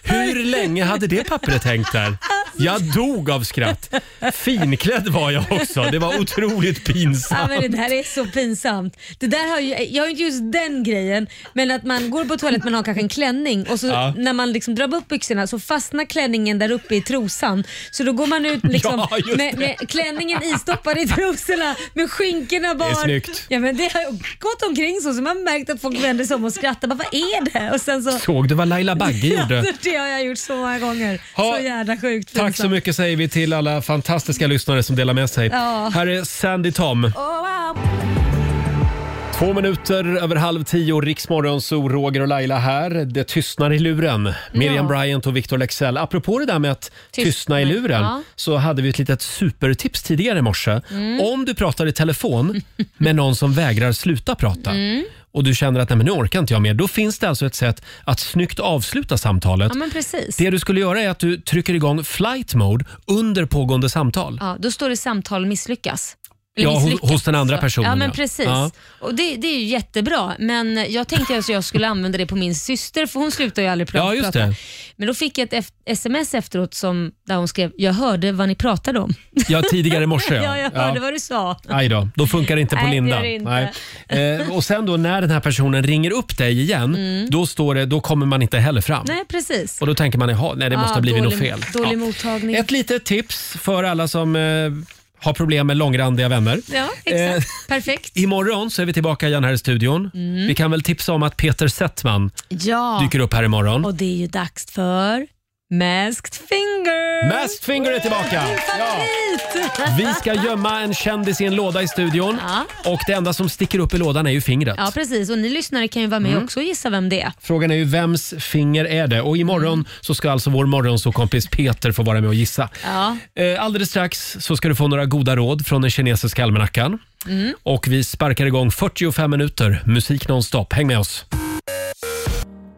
Speaker 1: Hur länge hade det pappret hängt där?
Speaker 8: Alltså.
Speaker 1: Jag dog av skratt. Finklädd var jag också. Det var otroligt
Speaker 3: Ja,
Speaker 1: pinsamt.
Speaker 3: men det där är så pinsamt. Det där har ju, jag har inte just den grejen, men att man går på toaletten man har kanske en klänning och så
Speaker 1: Ja.
Speaker 3: när man liksom drar upp byxorna så fastnar klänningen där uppe i trosan. Så då går man ut liksom
Speaker 1: Ja, just
Speaker 3: med,
Speaker 1: det.
Speaker 3: med klänningen istoppad i trosorna med skinkorna
Speaker 1: Det är
Speaker 3: bara.
Speaker 1: snyggt.
Speaker 3: Ja, men det har ju gått omkring så, så man har märkt att folk vänder sig om och skrattar. Bara, vad är det? Och sen så,
Speaker 1: Såg du vad Laila Bagge gjorde?
Speaker 3: det har jag gjort så många gånger.
Speaker 1: Ja.
Speaker 3: Så jävla sjukt
Speaker 1: Tack så
Speaker 3: pinsamt.
Speaker 1: mycket säger vi till alla fantastiska lyssnare som delar med sig.
Speaker 3: Ja.
Speaker 1: Här är Sandy Tom. Två minuter över halv tio, Riksmorgon, så Roger och Laila här. Det tystnar i luren. Miriam Bryant och Victor Lexell. Apropå det där med att
Speaker 8: Tyst-
Speaker 1: tystna i luren
Speaker 8: Ja.
Speaker 1: så hade vi ett litet supertips tidigare i morse.
Speaker 8: Mm.
Speaker 1: Om du pratar i telefon med någon som vägrar sluta prata
Speaker 3: Mm.
Speaker 1: och du känner att Nej, men nu orkar inte jag mer, då finns det alltså ett sätt att snyggt avsluta samtalet.
Speaker 3: Ja, men precis.
Speaker 1: Det du skulle göra är att du trycker igång flight mode under pågående samtal.
Speaker 3: Ja, då står det samtal misslyckas.
Speaker 1: Ja, hos-
Speaker 3: misslyckas,
Speaker 1: hos den andra
Speaker 3: så.
Speaker 1: personen,
Speaker 3: Ja, men
Speaker 1: ja.
Speaker 3: precis.
Speaker 1: Ja.
Speaker 3: Och det, det är ju jättebra, men jag tänkte att jag skulle använda det på min syster, för hon slutar ju aldrig prata.
Speaker 1: Ja, just det.
Speaker 3: Men då fick jag ett F- sms efteråt som, där hon skrev, jag hörde vad ni pratade om.
Speaker 1: Ja, tidigare i morse.
Speaker 3: ja, jag hörde vad du sa.
Speaker 1: Aj då, då funkar det inte på
Speaker 3: Nej, det
Speaker 1: Linda.
Speaker 3: gör det inte.
Speaker 1: Nej. Eh, och sen då när den här personen ringer upp dig igen,
Speaker 3: Mm.
Speaker 1: då står det, då kommer man inte heller fram.
Speaker 3: Nej, precis.
Speaker 1: Och då tänker man, jaha, nej det måste
Speaker 3: Ja,
Speaker 1: ha blivit
Speaker 3: dålig,
Speaker 1: något fel.
Speaker 3: Dålig
Speaker 1: Ja. Eh,
Speaker 3: mottagning.
Speaker 1: Ett litet tips för alla som eh, har problem med långrandiga vänner.
Speaker 3: Ja, exakt.
Speaker 1: eh,
Speaker 3: Perfekt.
Speaker 1: Imorgon så är vi tillbaka igen här i studion.
Speaker 3: Mm.
Speaker 1: Vi kan väl tipsa om att Peter Settman
Speaker 3: Ja.
Speaker 1: dyker upp här imorgon.
Speaker 3: Och det är ju dags för Masked Finger.
Speaker 1: Masked Finger är tillbaka.
Speaker 3: Min favorit.
Speaker 1: Vi ska gömma en kändis i en låda i studion och det enda som sticker upp i lådan är ju fingret.
Speaker 3: Ja, precis. Och ni lyssnare kan ju vara med
Speaker 1: Mm.
Speaker 3: också och gissa vem det är.
Speaker 1: Frågan är ju vems finger är det? Och imorgon så ska alltså vår morgonsåkompis Peter få vara med och gissa.
Speaker 3: Ja.
Speaker 1: Eh, Alldeles strax så ska du få några goda råd från den kinesiska almanackan.
Speaker 3: Mm.
Speaker 1: Och vi sparkar igång 45 minuter musik nonstop. Häng med oss!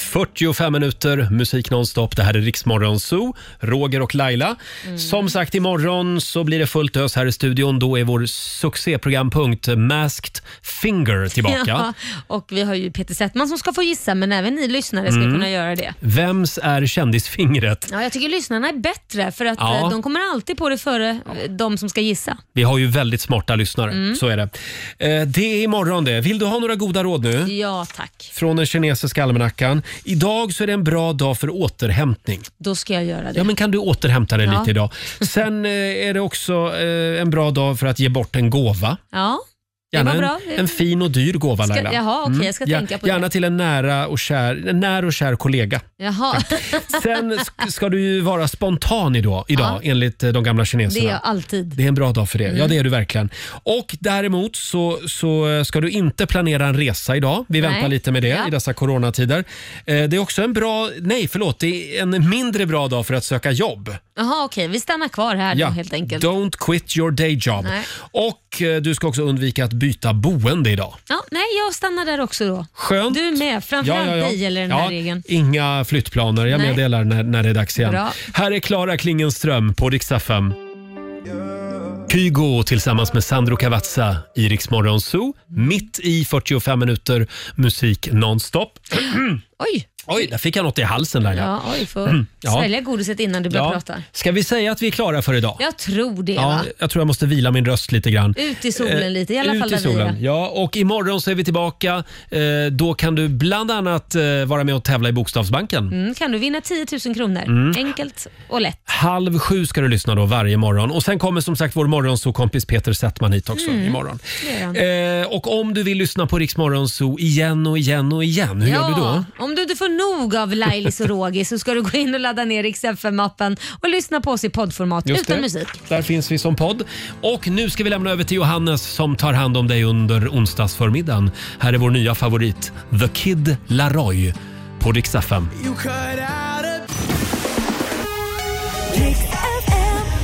Speaker 1: 45 minuter musik nonstop. Det här är Riksmorgon Zoo, Roger och Laila.
Speaker 3: Mm.
Speaker 1: Som sagt, imorgon så blir det fullt ös här i studion. Då är vår succéprogrampunkt Masked Finger tillbaka.
Speaker 3: Ja, och vi har ju Peter Settman som ska få gissa, men även ni lyssnare ska
Speaker 1: Mm.
Speaker 3: kunna göra det.
Speaker 1: Vems är kändisfingret?
Speaker 3: Ja, jag tycker lyssnarna är bättre för att
Speaker 1: Ja.
Speaker 3: eh, de kommer alltid på det före eh, de som ska gissa.
Speaker 1: Vi har ju väldigt smarta lyssnare,
Speaker 3: Mm.
Speaker 1: så är det. Eh, det är imorgon det. Vill du ha några goda råd nu?
Speaker 3: Ja, tack.
Speaker 1: Från den kinesiska almanackan. Idag så är det en bra dag för återhämtning.
Speaker 3: Då ska jag göra det.
Speaker 1: Ja, men kan du återhämta dig
Speaker 3: Ja.
Speaker 1: lite idag? Sen eh, är det också eh, en bra dag för att ge bort en gåva.
Speaker 3: Ja, det
Speaker 1: Gärna
Speaker 3: var bra.
Speaker 1: en, en fin och dyr gåva
Speaker 3: Ska-
Speaker 1: Laila. Mm.
Speaker 3: jaha, okej, jag ska tänka på det.
Speaker 1: Gärna till en nära och kär, en när och kär kollega.
Speaker 3: Jaha,
Speaker 1: Sen sk- ska du ju vara spontan idag, idag enligt eh, de gamla
Speaker 3: det är
Speaker 1: kineserna.
Speaker 3: jag alltid.
Speaker 1: Det är en bra dag för det.
Speaker 3: Mm.
Speaker 1: Ja, det är du verkligen. Och däremot så, så eh, ska du inte planera en resa idag. Vi
Speaker 8: Nej.
Speaker 1: väntar lite med det
Speaker 8: Ja.
Speaker 1: i dessa coronatider. Eh, Det är också en bra, nej förlåt, det är en mindre bra dag för att söka jobb.
Speaker 3: Jaha, okej. Vi stannar kvar här då helt enkelt.
Speaker 1: Don't quit your day job.
Speaker 3: Nej.
Speaker 1: Och eh, du ska också undvika att byta boende idag.
Speaker 3: Ja, nej, jag stannar där också då.
Speaker 1: Skönt.
Speaker 3: Du med. Framförallt dig gäller den här regeln.
Speaker 1: Inga flyttplaner. Jag
Speaker 3: Nej.
Speaker 1: meddelar när, när det är dags igen.
Speaker 3: Bra.
Speaker 1: Här är Klara Klingenström på Rix FM. Kygo tillsammans med Sandro Cavazza i Rix Morgon Zoo. Mitt i 45 minuter musik nonstop.
Speaker 3: Oj,
Speaker 1: Oj, där fick jag något i halsen Laila.
Speaker 3: Ja, oj, får
Speaker 1: Mm, ja.
Speaker 3: svälja godiset innan du börjar
Speaker 1: Ja.
Speaker 3: prata.
Speaker 1: Ska vi säga att vi är klara för idag?
Speaker 3: Jag tror det
Speaker 1: Ja,
Speaker 3: va?
Speaker 1: jag tror jag måste vila min röst lite grann.
Speaker 3: Ut i solen
Speaker 1: Eh,
Speaker 3: lite, i alla
Speaker 1: ut
Speaker 3: fall
Speaker 1: i
Speaker 3: där vi
Speaker 1: solen.
Speaker 3: är.
Speaker 1: Ja, och imorgon så är vi tillbaka. Eh, Då kan du bland annat eh, vara med och tävla i Bokstavsbanken.
Speaker 3: Mm, kan du vinna 10 000 kronor?
Speaker 1: Mm.
Speaker 3: Enkelt och lätt.
Speaker 1: Halv sju ska du lyssna då varje morgon. Och sen kommer som sagt vår morgonsåkompis Peter Settman hit också
Speaker 3: Mm.
Speaker 1: imorgon.
Speaker 3: Det är han.
Speaker 1: Eh, och om du vill lyssna på Rix Morgonzoo igen och igen och igen, hur gör du då?
Speaker 3: Om du inte får nog av Lailis och Roger så ska du gå in och ladda ner Rix FM-appen och lyssna på oss i poddformat
Speaker 1: Just
Speaker 3: utan
Speaker 1: det.
Speaker 3: musik.
Speaker 1: Där finns vi som podd. Och nu ska vi lämna över till Johannes som tar hand om dig under onsdagsförmiddagen. Här är vår nya favorit, The Kid Laroi på Rix FM.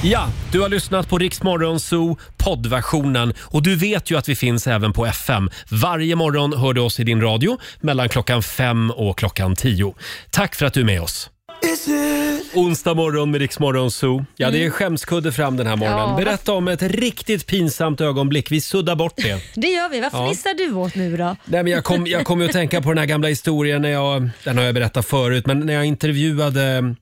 Speaker 1: Ja, du har lyssnat på Rix Morgonzoo poddversionen och du vet ju att vi finns även på FM. Varje morgon hör du oss i din radio mellan klockan fem och klockan tio. Tack för att du är med oss. Onsdag morgon med Rix Morgonzoo. Ja, det är skämskudde fram den här morgonen.
Speaker 3: Mm. Ja.
Speaker 1: Berätta om ett riktigt pinsamt ögonblick. Vi suddar bort det.
Speaker 3: Det gör vi. Vad
Speaker 1: Ja.
Speaker 3: fnissar du åt nu då?
Speaker 1: Nej, men jag kom ju jag kom ju att tänka på den här gamla historien när jag, den har jag berättat förut, men när jag intervjuade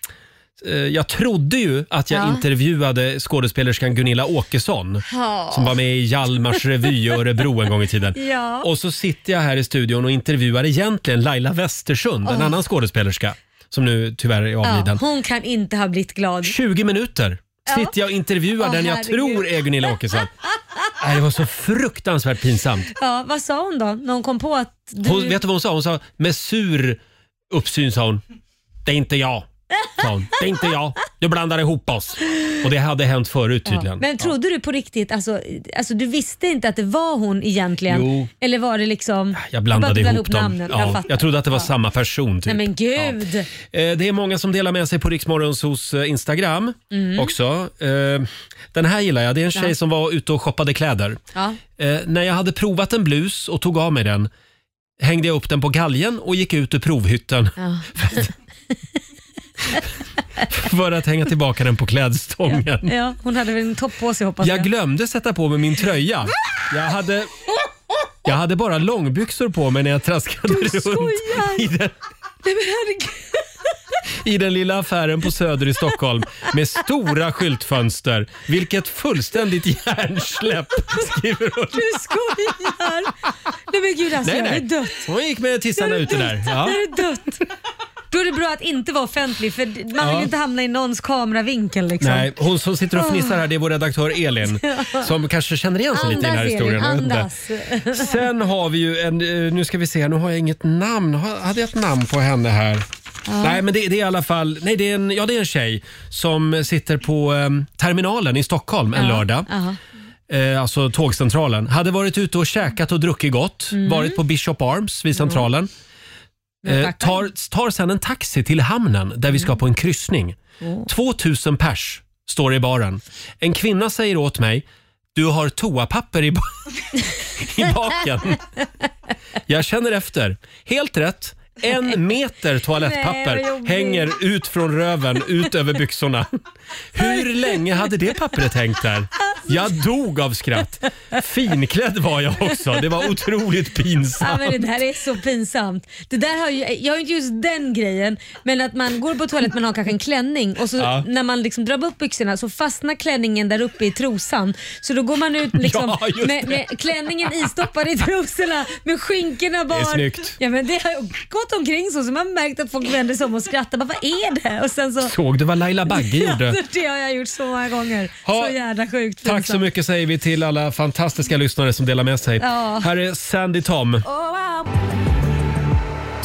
Speaker 1: eh, jag trodde ju att jag
Speaker 3: Ja.
Speaker 1: intervjuade skådespelerskan Gunilla Åkesson
Speaker 3: Ja.
Speaker 1: som var med i Hjalmars revy i Örebro en gång i tiden.
Speaker 3: Ja.
Speaker 1: Och så sitter jag här i studion och intervjuar egentligen Laila Westersund, en
Speaker 3: Åh.
Speaker 1: annan skådespelerska som nu tyvärr är
Speaker 3: Ja,
Speaker 1: avliden.
Speaker 3: hon kan inte ha blivit glad.
Speaker 1: 20 minuter sitter jag och intervjuar
Speaker 3: Åh,
Speaker 1: den jag
Speaker 3: herregud.
Speaker 1: tror är Gunilla Åkesson. Nej, det var så fruktansvärt pinsamt.
Speaker 3: Ja, vad sa hon då när hon kom på att du...
Speaker 1: Hon, vet du vad hon sa? Hon sa med sur uppsyn sa hon. Det är inte jag. Sa hon. Det är inte jag. Du blandar ihop oss. Och det hade hänt förut
Speaker 3: Ja.
Speaker 1: tydligen.
Speaker 3: Men trodde du på riktigt, alltså, alltså du visste inte att det var hon egentligen?
Speaker 1: Jo.
Speaker 3: Eller var det liksom...
Speaker 1: Jag blandade
Speaker 3: Du bara
Speaker 1: ihop,
Speaker 3: blandade
Speaker 1: dem.
Speaker 3: namnen?
Speaker 1: Ja,
Speaker 3: jag
Speaker 1: jag,
Speaker 3: fattar.
Speaker 1: trodde att det var
Speaker 3: Ja.
Speaker 1: samma person. Typ.
Speaker 3: Nej men gud!
Speaker 1: Eh, Det är många som delar med sig på Riksmorgons hos eh, Instagram
Speaker 3: Mm.
Speaker 1: också. Eh, Den här gillar jag. Det är en tjej
Speaker 3: Ja.
Speaker 1: som var ute och shoppade kläder.
Speaker 3: Ja.
Speaker 1: Eh, När jag hade provat en blus och tog av mig den hängde jag upp den på galgen och gick ut ur provhytten
Speaker 3: Ja.
Speaker 1: för att hänga tillbaka den på klädstången.
Speaker 3: ja, hon hade väl en topp på sig hoppas jag.
Speaker 1: Jag glömde sätta på mig min tröja. Jag hade, jag hade bara långbyxor på mig när jag
Speaker 3: Du
Speaker 1: traskade runt
Speaker 3: skojar.
Speaker 1: i den,
Speaker 3: Nej men herregud.
Speaker 1: i den lilla affären på Söder i Stockholm med stora skyltfönster. Vilket fullständigt hjärnsläpp, skriver hon.
Speaker 3: Du skojar! Nej men gud alltså,
Speaker 1: Nej,
Speaker 3: jag
Speaker 1: nej.
Speaker 3: är dött.
Speaker 1: Hon gick med tissarna
Speaker 3: Jag är
Speaker 1: ute där.
Speaker 3: dött.
Speaker 1: Ja.
Speaker 3: Jag är dött. Då är det bra att inte vara offentlig för man vill
Speaker 1: Ja.
Speaker 3: ju inte hamna i någons kameravinkel. Liksom.
Speaker 1: Nej, hon som sitter och fnissar här, det är vår redaktör Elin som kanske känner igen sig lite i den här
Speaker 3: Andas, Elin,
Speaker 1: historien. jag vet inte.
Speaker 3: andas.
Speaker 1: Sen har vi ju en, eh, nu ska vi se, nu har jag inget namn. Har- Hade jag ett namn på henne här?
Speaker 3: Ja.
Speaker 1: Nej, men det, det är i alla fall, nej det är en, ja det är en tjej som sitter på eh, terminalen i Stockholm en lördag.
Speaker 3: Ja.
Speaker 1: Eh, alltså tågcentralen. Hade varit ute och käkat och druckit gott.
Speaker 3: Mm.
Speaker 1: Varit på Bishop Arms vid centralen. Eh, tar, tar sen en taxi till hamnen där vi ska
Speaker 3: Mm.
Speaker 1: på en kryssning. 2000 pers står i baren. En kvinna säger åt mig, du har toapapper i, ba- i baken. Jag känner efter. Helt rätt. En meter
Speaker 3: Nej, vad
Speaker 1: toalettpapper
Speaker 3: jobbigt.
Speaker 1: hänger ut från röven, ut över byxorna. Hur länge hade det pappret hängt där?
Speaker 3: Alltså.
Speaker 1: Jag dog av skratt. Finklädd var jag också. Det var otroligt
Speaker 3: Ja,
Speaker 1: pinsamt.
Speaker 3: men det där är så pinsamt. Det där har ju, jag har inte just den grejen, men att man går på toaletten man har kanske en klänning och så
Speaker 1: Ja.
Speaker 3: när man liksom drar upp byxorna så fastnar klänningen där uppe i trosan. Så då går man ut liksom
Speaker 1: Ja, just
Speaker 3: med,
Speaker 1: det.
Speaker 3: med klänningen istoppad i trosorna med skinkorna bara.
Speaker 1: snyggt.
Speaker 3: Ja, men det har ju gått omkring så, så man har märkt att folk vänder sig om och skrattar. Bara, vad är det? Och sen så,
Speaker 1: Såg du vad Laila Bagge gjorde?
Speaker 3: det har jag gjort så många gånger.
Speaker 1: Ha.
Speaker 3: Så jävla sjukt
Speaker 1: Tack så
Speaker 3: pinsamt.
Speaker 1: mycket säger vi till alla fantastiska lyssnare som delar med sig.
Speaker 3: Ja.
Speaker 1: Här är Sandy Tom.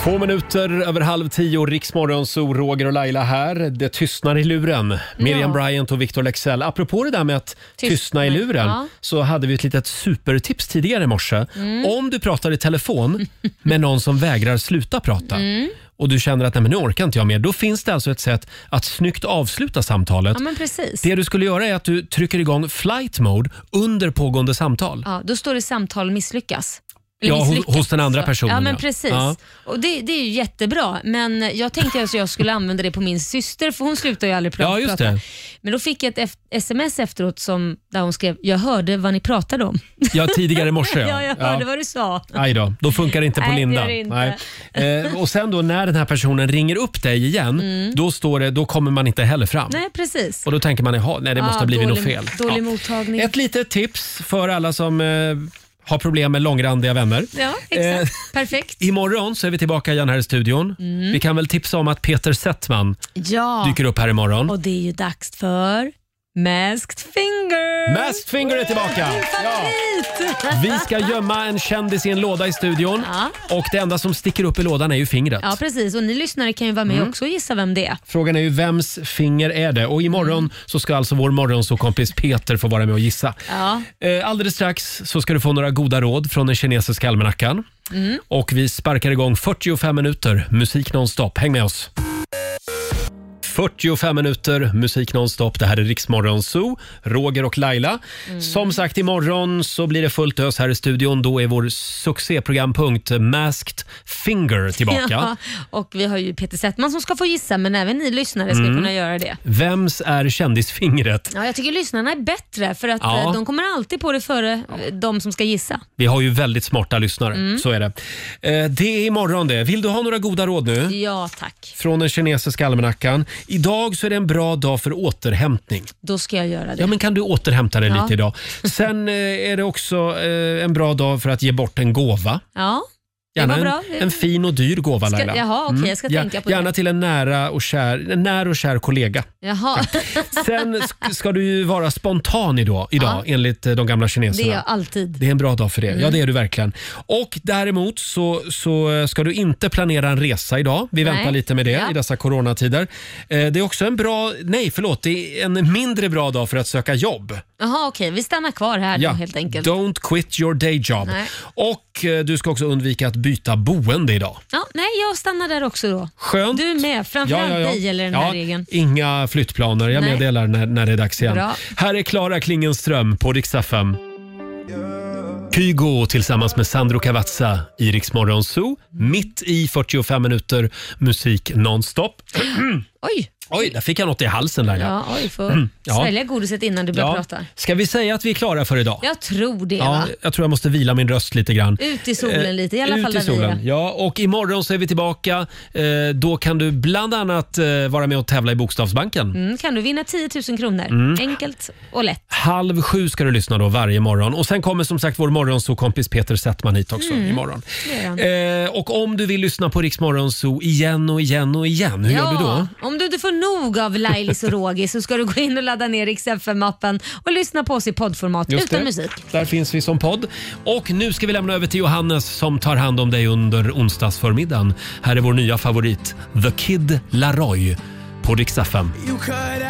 Speaker 1: Två minuter över halv tio, Riksmorgon, så Roger och Laila här. Det tystnar i luren. Miriam Bryant och Victor Lexell. Apropå det där med att tystna, i luren
Speaker 8: Ja.
Speaker 1: så hade vi ett litet supertips tidigare i morse.
Speaker 8: Mm.
Speaker 1: Om du pratar i telefon med någon som vägrar sluta prata
Speaker 8: Mm.
Speaker 1: och du känner att Nej, men nu orkar inte jag mer, då finns det alltså ett sätt att snyggt avsluta samtalet.
Speaker 3: Ja, men precis.
Speaker 1: Det du skulle göra är att du trycker igång flight mode under pågående samtal.
Speaker 3: Ja, då står det samtal misslyckas. Eller
Speaker 1: Ja, ho-
Speaker 3: misslyckats,
Speaker 1: hos den andra
Speaker 3: så.
Speaker 1: personen,
Speaker 3: Ja, men
Speaker 1: ja.
Speaker 3: precis.
Speaker 1: Ja.
Speaker 3: Och det, det är ju jättebra, men jag tänkte alltså att jag skulle använda det på min syster, för hon slutar ju aldrig prata.
Speaker 1: Ja, just det.
Speaker 3: Men då fick jag ett eft- sms efteråt som, där hon skrev “Jag hörde vad ni pratade om”.
Speaker 1: Ja, tidigare i morse.
Speaker 3: ja, jag hörde vad du sa.
Speaker 1: Aj då, då funkar det inte på
Speaker 3: Nej, det gör
Speaker 1: Linda.
Speaker 3: det inte.
Speaker 1: Eh, och sen då när den här personen ringer upp dig igen,
Speaker 3: Mm.
Speaker 1: då står det, då kommer man inte heller fram.
Speaker 3: Nej, precis.
Speaker 1: Och då tänker man, jaha, nej det måste
Speaker 3: Ja,
Speaker 1: ha blivit
Speaker 3: dålig,
Speaker 1: något fel.
Speaker 3: Dålig
Speaker 1: Ja.
Speaker 3: mottagning.
Speaker 1: Ett litet tips för alla som eh, har problem med långrandiga vänner.
Speaker 3: Ja, exakt.
Speaker 1: eh,
Speaker 3: Perfekt.
Speaker 1: Imorgon så är vi tillbaka igen här i studion.
Speaker 3: Mm.
Speaker 1: Vi kan väl tipsa om att Peter Settman
Speaker 3: Ja.
Speaker 1: dyker upp här imorgon.
Speaker 3: Och det är ju dags för Masked Finger.
Speaker 1: Masked Finger är tillbaka.
Speaker 3: Min favorit!
Speaker 1: Vi ska gömma en kändis i en låda i studion och det enda som sticker upp i lådan är ju fingret.
Speaker 3: Ja, precis. Och ni lyssnare kan ju vara med
Speaker 1: Mm.
Speaker 3: också och gissa vem det är.
Speaker 1: Frågan är ju vems finger är det? Och imorgon så ska alltså vår morgonsåkompis Peter få vara med och gissa.
Speaker 3: Ja.
Speaker 1: Eh, Alldeles strax så ska du få några goda råd från den kinesiska almanackan.
Speaker 3: Mm.
Speaker 1: Och vi sparkar igång 45 minuter musik nonstop. Häng med oss! 45 minuter musik nonstop. Det här är Riksmorgon Zoo, Roger och Laila.
Speaker 3: Mm.
Speaker 1: Som sagt, imorgon så blir det fullt ös här i studion. Då är vår succéprogrampunkt Masked Finger tillbaka.
Speaker 3: Ja, och vi har ju Peter Settman som ska få gissa, men även ni lyssnare ska
Speaker 1: Mm.
Speaker 3: kunna göra det.
Speaker 1: Vems är kändisfingret?
Speaker 3: Ja, jag tycker lyssnarna är bättre för att
Speaker 1: Ja.
Speaker 3: eh, de kommer alltid på det före eh, de som ska gissa.
Speaker 1: Vi har ju väldigt smarta lyssnare,
Speaker 3: Mm.
Speaker 1: så är det. Eh, Det är imorgon det. Vill du ha några goda råd nu?
Speaker 3: Ja, tack.
Speaker 1: Från den kinesiska almanackan. Idag så är det en bra dag för återhämtning.
Speaker 3: Då ska jag göra det.
Speaker 1: Ja, men kan du återhämta dig
Speaker 3: Ja.
Speaker 1: lite idag? Sen eh, är det också eh, en bra dag för att ge bort en gåva.
Speaker 3: Ja,
Speaker 1: Gärna
Speaker 3: det var
Speaker 1: en,
Speaker 3: bra.
Speaker 1: en fin och dyr gåva
Speaker 3: Ska-
Speaker 1: Laila. Mm.
Speaker 3: jaha, okej, jag ska
Speaker 1: Ja,
Speaker 3: tänka på det.
Speaker 1: Gärna till en nära och kär, en när och kär kollega.
Speaker 3: Jaha.
Speaker 1: Sen sk- ska du ju vara spontan idag, idag enligt eh, de gamla
Speaker 3: det
Speaker 1: kineserna.
Speaker 3: är jag alltid.
Speaker 1: Det är en bra dag för det. Ja,
Speaker 3: Mm.
Speaker 1: det är du verkligen. Och däremot så, så eh, ska du inte planera en resa idag. Vi
Speaker 3: Nej.
Speaker 1: väntar lite med det
Speaker 3: Ja.
Speaker 1: i dessa coronatider. Eh, Det är också en bra, nej förlåt, det är en mindre bra dag för att söka jobb.
Speaker 3: Jaha, okej. Vi stannar kvar här då helt enkelt.
Speaker 1: Don't quit your day job.
Speaker 3: Nej.
Speaker 1: Och eh, du ska också undvika att byta boende idag.
Speaker 3: Ja, nej, jag stannar där också då.
Speaker 1: Skönt.
Speaker 3: Du med. Framförallt dig gäller den här regeln.
Speaker 1: Inga flyttplaner. Jag
Speaker 3: Nej.
Speaker 1: meddelar när, när det är dags igen.
Speaker 3: Bra.
Speaker 1: Här är Klara Klingenström på Rix FM. Kygo tillsammans med Sandro Cavazza i Rix Morgon Zoo. Mitt i 45 minuter musik nonstop.
Speaker 3: Oj!
Speaker 1: Oj, där fick jag något i halsen Laila.
Speaker 3: Ja, oj, får
Speaker 1: Mm, ja.
Speaker 3: svälja godiset innan du börjar prata.
Speaker 1: Ska vi säga att vi är klara för idag?
Speaker 3: Jag tror det va?
Speaker 1: jag tror jag måste vila min röst lite grann.
Speaker 3: Ut i solen
Speaker 1: Eh,
Speaker 3: lite, i alla
Speaker 1: ut
Speaker 3: fall
Speaker 1: i
Speaker 3: där vi
Speaker 1: solen.
Speaker 3: är.
Speaker 1: Ja, och imorgon så är vi tillbaka. Eh, då kan du bland annat eh, vara med och tävla i Bokstavsbanken.
Speaker 3: Mm, kan du vinna 10 000 kronor?
Speaker 1: Mm.
Speaker 3: Enkelt och lätt.
Speaker 1: Halv sju ska du lyssna då varje morgon. Och sen kommer som sagt vår morgonsåkompis Peter Settman hit också
Speaker 3: Mm.
Speaker 1: imorgon.
Speaker 3: Det gör han.
Speaker 1: Eh, och om du vill lyssna på Rix Morgonzoo igen och igen och igen, hur
Speaker 3: ja,
Speaker 1: gör du då?
Speaker 3: Om du inte får nog av Lailis och Roger så ska du gå in och ladda ner Rix FM-appen och lyssna på oss i poddformat
Speaker 1: Just
Speaker 3: utan
Speaker 1: det.
Speaker 3: musik.
Speaker 1: Där finns vi som podd. Och nu ska vi lämna över till Johannes som tar hand om dig under onsdagsförmiddagen. Här är vår nya favorit, The Kid Laroi på Rix FM.
Speaker 8: You cut out a...